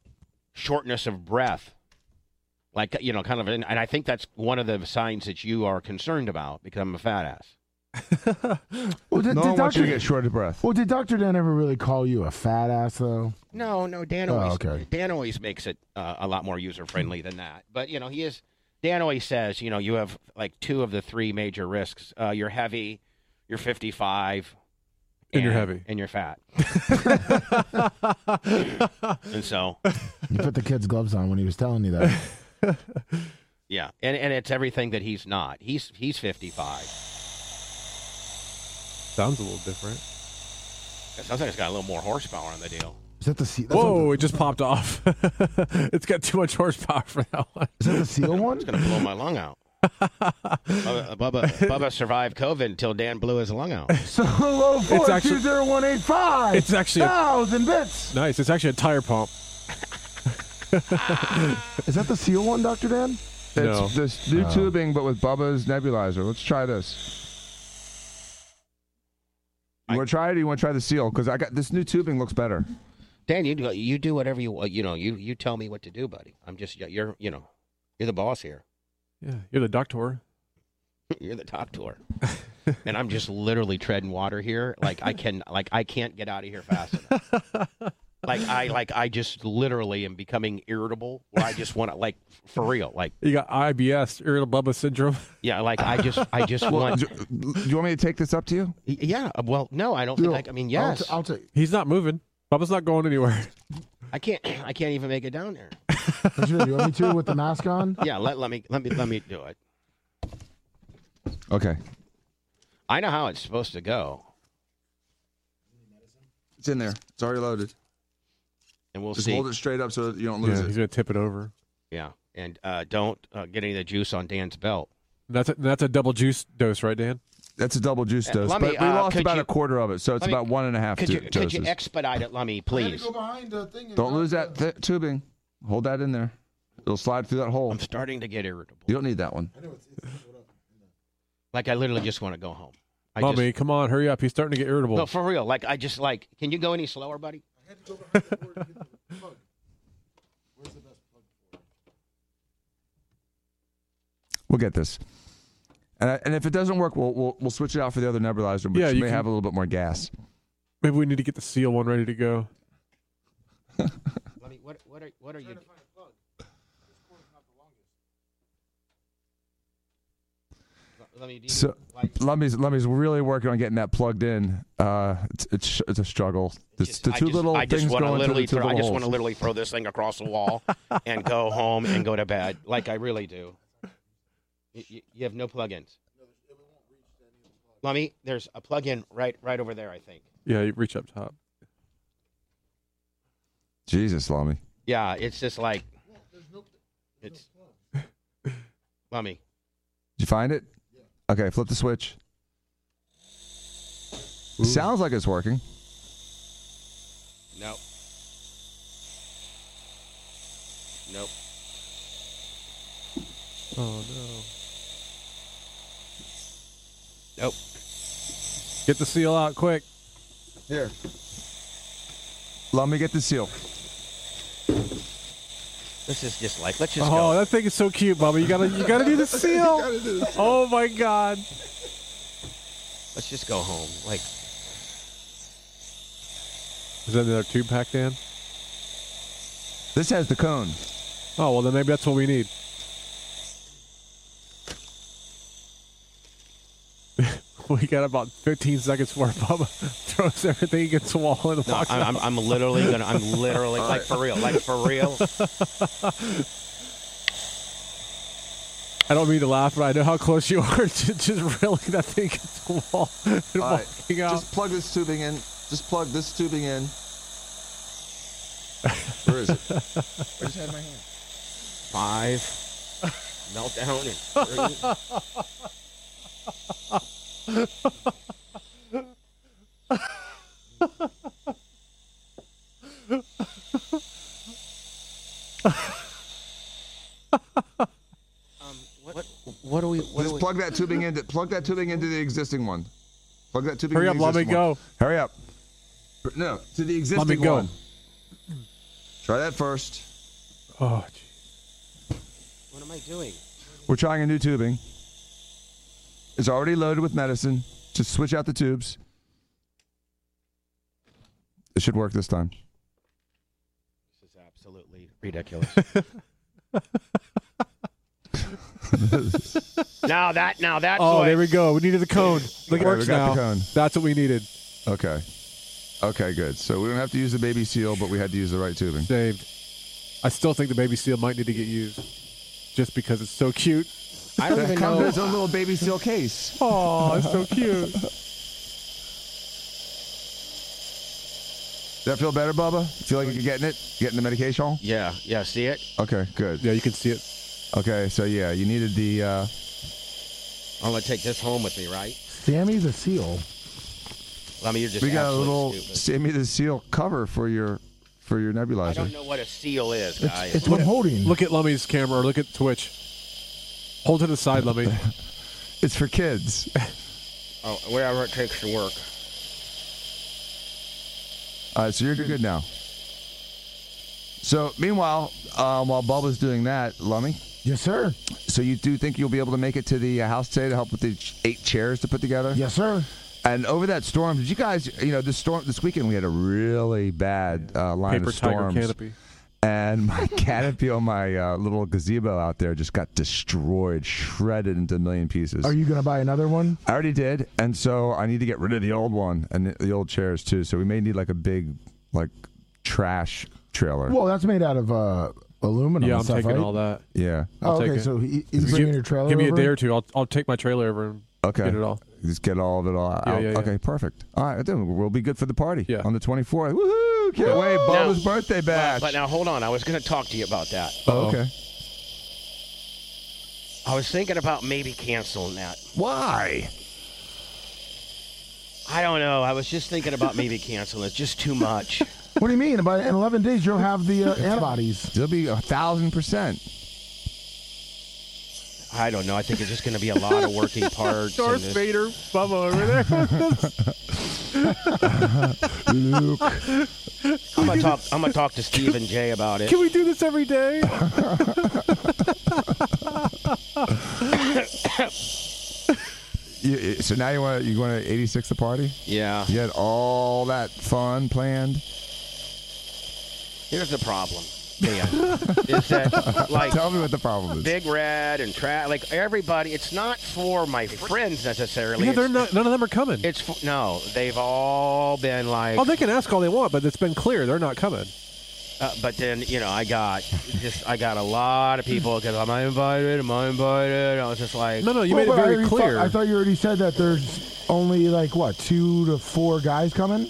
shortness of breath, like you know, kind of. And I think that's one of the signs that you are concerned about because I'm a fat ass.
Well,
no
did,
one
did
wants you
Doctor,
to get short of breath.
well, did Doctor Dan ever really call you a fat ass though?
No, no, Dan
Oh,
always
okay.
Dan always makes it uh, a lot more user friendly than that. But you know, he is Dan always says, you know, you have like two of the three major risks. Uh, you're heavy, you're 55,
And you're heavy.
and you're fat. and so,
You put the kid's gloves on when he was telling you that.
Yeah, and and it's everything that he's not. He's he's 55.
Sounds a little different.
It sounds like it's got a little more horsepower on the deal.
Is that the seal?
Whoa! It just popped off. it's got too much horsepower for that one.
Is that the seal one?
It's gonna blow my lung out. Bubba, Bubba, Bubba survived COVID until Dan blew his lung out.
So low
It's
four
actually-
two zero one eight five.
It's actually a-
thousand bits.
Nice. It's actually a tire pump.
Is that the seal one, Doctor Dan?
No.
It's this new
Oh.
tubing, but with Bubba's nebulizer. Let's try this. You want to try it? or You want to try the seal? Because I got this new tubing looks better.
Dan, you do you do whatever you want. You know, you you tell me what to do, buddy. I'm just you're you know you're the boss here.
Yeah, you're the doctor.
You're the top tour. and I'm just literally treading water here. Like I can like I can't get out of here fast enough. like I like I just literally am becoming irritable where I just want to like for real. Like
You got IBS, irritable bubba syndrome.
yeah, like I just I just
Well,
want
Do, do you want me to take this up to you?
Yeah. Well, no, I don't think I, I mean
I'll
yes.
t-
I
I'll
take.
He's not moving. Bubba's not going anywhere.
I can't I can't even make it down there.
Don't you, you want me to with the mask on?
Yeah, let, let me let me let me do it.
Okay.
I know how it's supposed to go.
It's in there. It's already loaded.
And we'll
Just
see.
hold it straight up so that you don't lose
Yeah, he's
it.
gonna tip it over.
Yeah. And uh, don't uh, get any of the juice on Dan's belt.
That's a, that's a double juice dose, right, Dan?
That's a double juice
Uh, dose, let me, but we uh, lost could about you- a
quarter of it, so
Let me- could you, Could you expedite it, Lummy, please?
Don't lose that th- tubing. Hold that in there. It'll slide through that hole. I'm
starting to get irritable.
You don't need that one.
Like I literally just want to go home. I
Lummy, come on, hurry up. He's starting to get irritable.
No, for real. Like I just like. Can you go any slower, buddy?
We'll get this. And, I, and if it doesn't work, we'll, we'll we'll switch it out for the other nebulizer, which
Yeah,
may
you can-
have a little bit more gas.
Maybe we need to get the seal one ready to go.
Lummy, what what are what are you? Lummy, do you
So Lummy's Lummy's really working on getting that plugged in. Uh, it's it's, it's a struggle. The, the two
I just,
little
I just
things
wanna
going
literally
through the two
throw, I
little
just want to
holes.
literally throw this thing across the wall and go home and go to bed. Like I really do. You, you- you have no plugins. Lummy, there's a plug-in right right over there. I think.
Yeah, you reach up top.
Jesus, Lummy.
Yeah, it's just like. It's. Lummy.
Did you find it? Okay, flip the switch. Sounds like it's working.
Nope. Nope.
Oh no.
Nope.
Get the seal out quick.
Here.
Lummy, get the seal.
This is just like let's just
oh, that thing is so cute, Bubba. You gotta you gotta do the seal.
You gotta do the seal.
Oh my god.
let's just go home. Like
Is that another tube pack, Dan?
This has the cone.
Oh well, then maybe that's what we need. we got about 15 seconds more. Bubba throws everything against the wall and
no,
walks
I'm, I'm
out.
I'm literally gonna I'm literally like for real like for real.
I don't mean to laugh, but I know how close you are to just railing that thing against the wall and
All right,
walking out.
just plug this tubing in. Just plug this tubing in. Where is it?
I just had my hand.
Five meltdown and three. um, what, what do we? What
just
do we-
plug that tubing into plug that tubing into the existing one. Plug that tubing.
Hurry
in
up,
the
let me
existing one.
go.
Hurry up. No, to the existing
Let me go.
one. Try that first.
Oh,
What am I doing?
We're trying a new tubing. It's already loaded with medicine. Just switch out the tubes. It should work this time.
This is absolutely ridiculous. now that now that's
oh,
what-
there we go. We needed the cone. Look, it
All right,
works
we got
now.
the cone.
That's what we needed.
Okay. Okay, good. So we don't have to use the baby seal, but we had to use the right tubing.
Saved. I still think the baby seal might need to get used. just because it's so cute.
I don't even know. His own little baby seal case.
Oh, it's so cute.
Does that feel better, Bubba? Feel like you're getting it? Getting the medication?
Yeah, yeah. See it?
Okay, good.
Yeah, you can see it.
Okay, so yeah, you needed the. Uh,
I'm gonna take this home with me, right?
Sammy the Seal.
I mean, you're just
we got a
absolutely
little
stupid.
Sammy the Seal cover for your for your nebulizer.
I don't know what a seal is, guys.
it's withholding.
Look at Lummy's camera. Or look at Twitch. Hold to the side, Lummy.
it's for kids.
Oh, wherever it takes to work.
All right, so you're good now. So meanwhile, um, while Bubba's doing that, Lummy.
Yes, sir.
So you do think you'll be able to make it to the uh, house today to help with the ch- eight chairs to put together?
Yes, sir.
And over that storm, did you guys? You know, this storm this weekend we had a really bad uh, line
Paper
of
tiger
storms.
canopy.
And my canopy on my uh, little gazebo out there just got destroyed, shredded into a million pieces.
Are you going to buy another one?
I already did, and so I need to get rid of the old one and the- the old chairs too. So we may need like a big, like trash trailer.
Well, that's made out of uh, aluminum.
Yeah,
and
I'm
stuff,
taking
right?
all that. Yeah.
Oh,
I'll take
okay,
it.
so he,
If
he's
you
bringing
give,
your trailer.
Give me
over?
a day or two. I'll, I'll take my trailer over and
Okay.
get it all.
Just get all of it all out.
Yeah, yeah, yeah.
Okay, perfect. All right, then we'll be good for the party on the 24th. Woohoo! Can't wait. Bubba's birthday bash.
But, but now hold on, I was going to talk to you about that.
Oh, okay.
I was thinking about maybe canceling that.
Why?
I don't know. I was just thinking about maybe canceling. It's just too much.
What do you mean? About in 11 days, you'll have the uh, antibodies.
It'll be a thousand percent.
I don't know. I think it's just going to be a lot of working parts. and
Darth
this-
Vader, Bubba over there.
I'm gonna talk. I'm gonna talk to Steve and Jay about it.
Can we do this every day?
You- you- so now you want you want to 86 the party?
Yeah.
You had all that fun planned.
Here's the problem, man. is that like
Tell me what the problem is.
Big Red and Tra- like everybody? It's not for my friends necessarily.
yeah, they're
It's-
not. None of them are coming.
It's for, no. They've all been like.
oh, they can ask all they want, but it's been clear they're not coming.
Uh, but then you know, I got just I got a lot of people because I'm invited. Am I invited? I was just like,
no,
Well, but I already thought- I thought you already said that there's only like what two to four guys coming.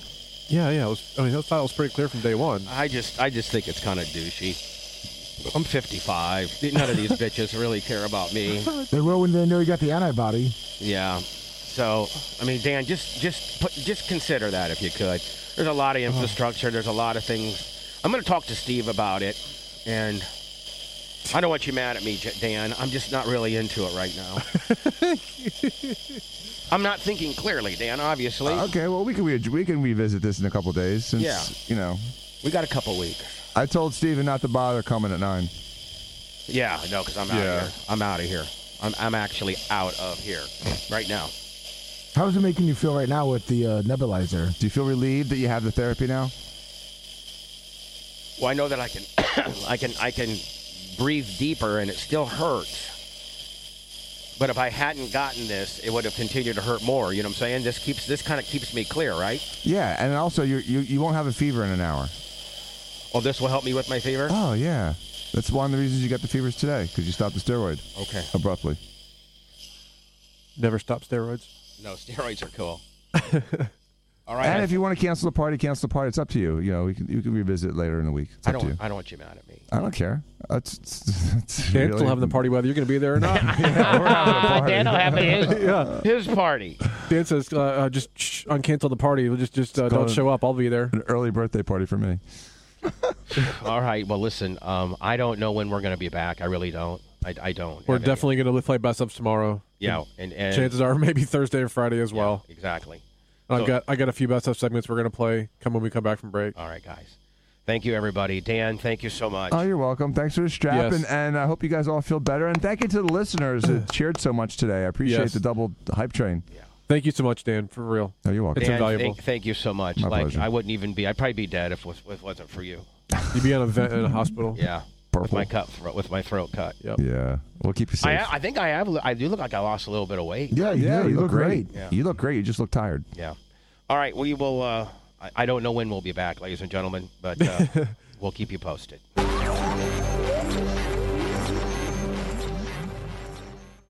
Yeah, yeah. It was, I mean, I thought it was pretty clear from day one.
I just I just think it's kind of douchey. I'm 55. None of these bitches really care about me.
They will when they know you got the antibody.
Yeah. So, I mean, Dan, just just put, just consider that if you could. There's a lot of infrastructure. There's a lot of things. I'm going to talk to Steve about it, and I don't want you mad at me, J- Dan. I'm just not really into it right now. I'm not thinking clearly, Dan. Obviously,
Uh, Okay, well we can re- we can revisit this in a couple days since
Yeah.
you know
we got a couple weeks.
I told Steven not to bother coming at nine.
Yeah, no, because I'm out
Yeah.
of here. I'm out of here. I'm I'm actually out of here right now.
How's it making you feel right now with the uh, nebulizer?
Do you feel relieved that you have the therapy now?
Well, I know that I can, I can, I can breathe deeper, and it still hurts. But if I hadn't gotten this, it would have continued to hurt more. You know what I'm saying? This keeps this kind of keeps me clear, right?
Yeah, and also you you you won't have a fever in an hour.
Oh, this will help me with my fever.
Oh yeah, that's one of the reasons you got the fevers today because you stopped the steroid.
Okay.
Abruptly.
Never stop steroids.
No, steroids are cool. All right.
And if you want to cancel the party, cancel the party. It's up to you. You know, we can you can revisit later in the week. It's
I
up to you.
don't, I don't want you mad at me.
I don't care. It's, it's, it's
Dan
really-
still having the party whether you're going to be there or not.
Dan will have his,
Yeah.
his party.
Dan says, uh, uh, "Just shh, uncancel the party. We'll just just uh,
called
don't
an-
show up. I'll be there."
An early birthday party for me.
All right. Well, listen. Um, I don't know when we're gonna be back. I really don't. I, I don't.
We're
have any-
definitely going to play best ups tomorrow.
Yeah, and- and-
chances are maybe Thursday or Friday as well.
exactly.
And I've
So-
got I got a few best up segments we're going to play. Come when we come back from break.
All right, guys. Thank you, everybody. Dan, thank you so much.
Uh,
Oh, you're welcome. Thanks for the strap,
Yes.
and, and I hope you guys all feel better. And thank you to the listeners that cheered so much today. I appreciate
Yes.
the double hype train. Yeah.
Thank you so much, Dan, for real.
Oh, you're welcome.
It's
Dan,
invaluable.
Thank, thank you so much.
My
like
pleasure.
I wouldn't even be. I'd probably be dead if it, was, if it wasn't for you.
You'd be on a vent in a hospital.
Yeah. With
Purple.
my cut, throat, with my throat cut.
Yep.
Yeah. We'll keep you safe.
I, I think I have. I do look like I lost a little bit of weight.
Yeah, you do. You look
great. Yeah.
You look great. You just look tired.
Yeah. All right. We will. Uh, I, I don't know when we'll be back, ladies and gentlemen, but uh, we'll keep you posted.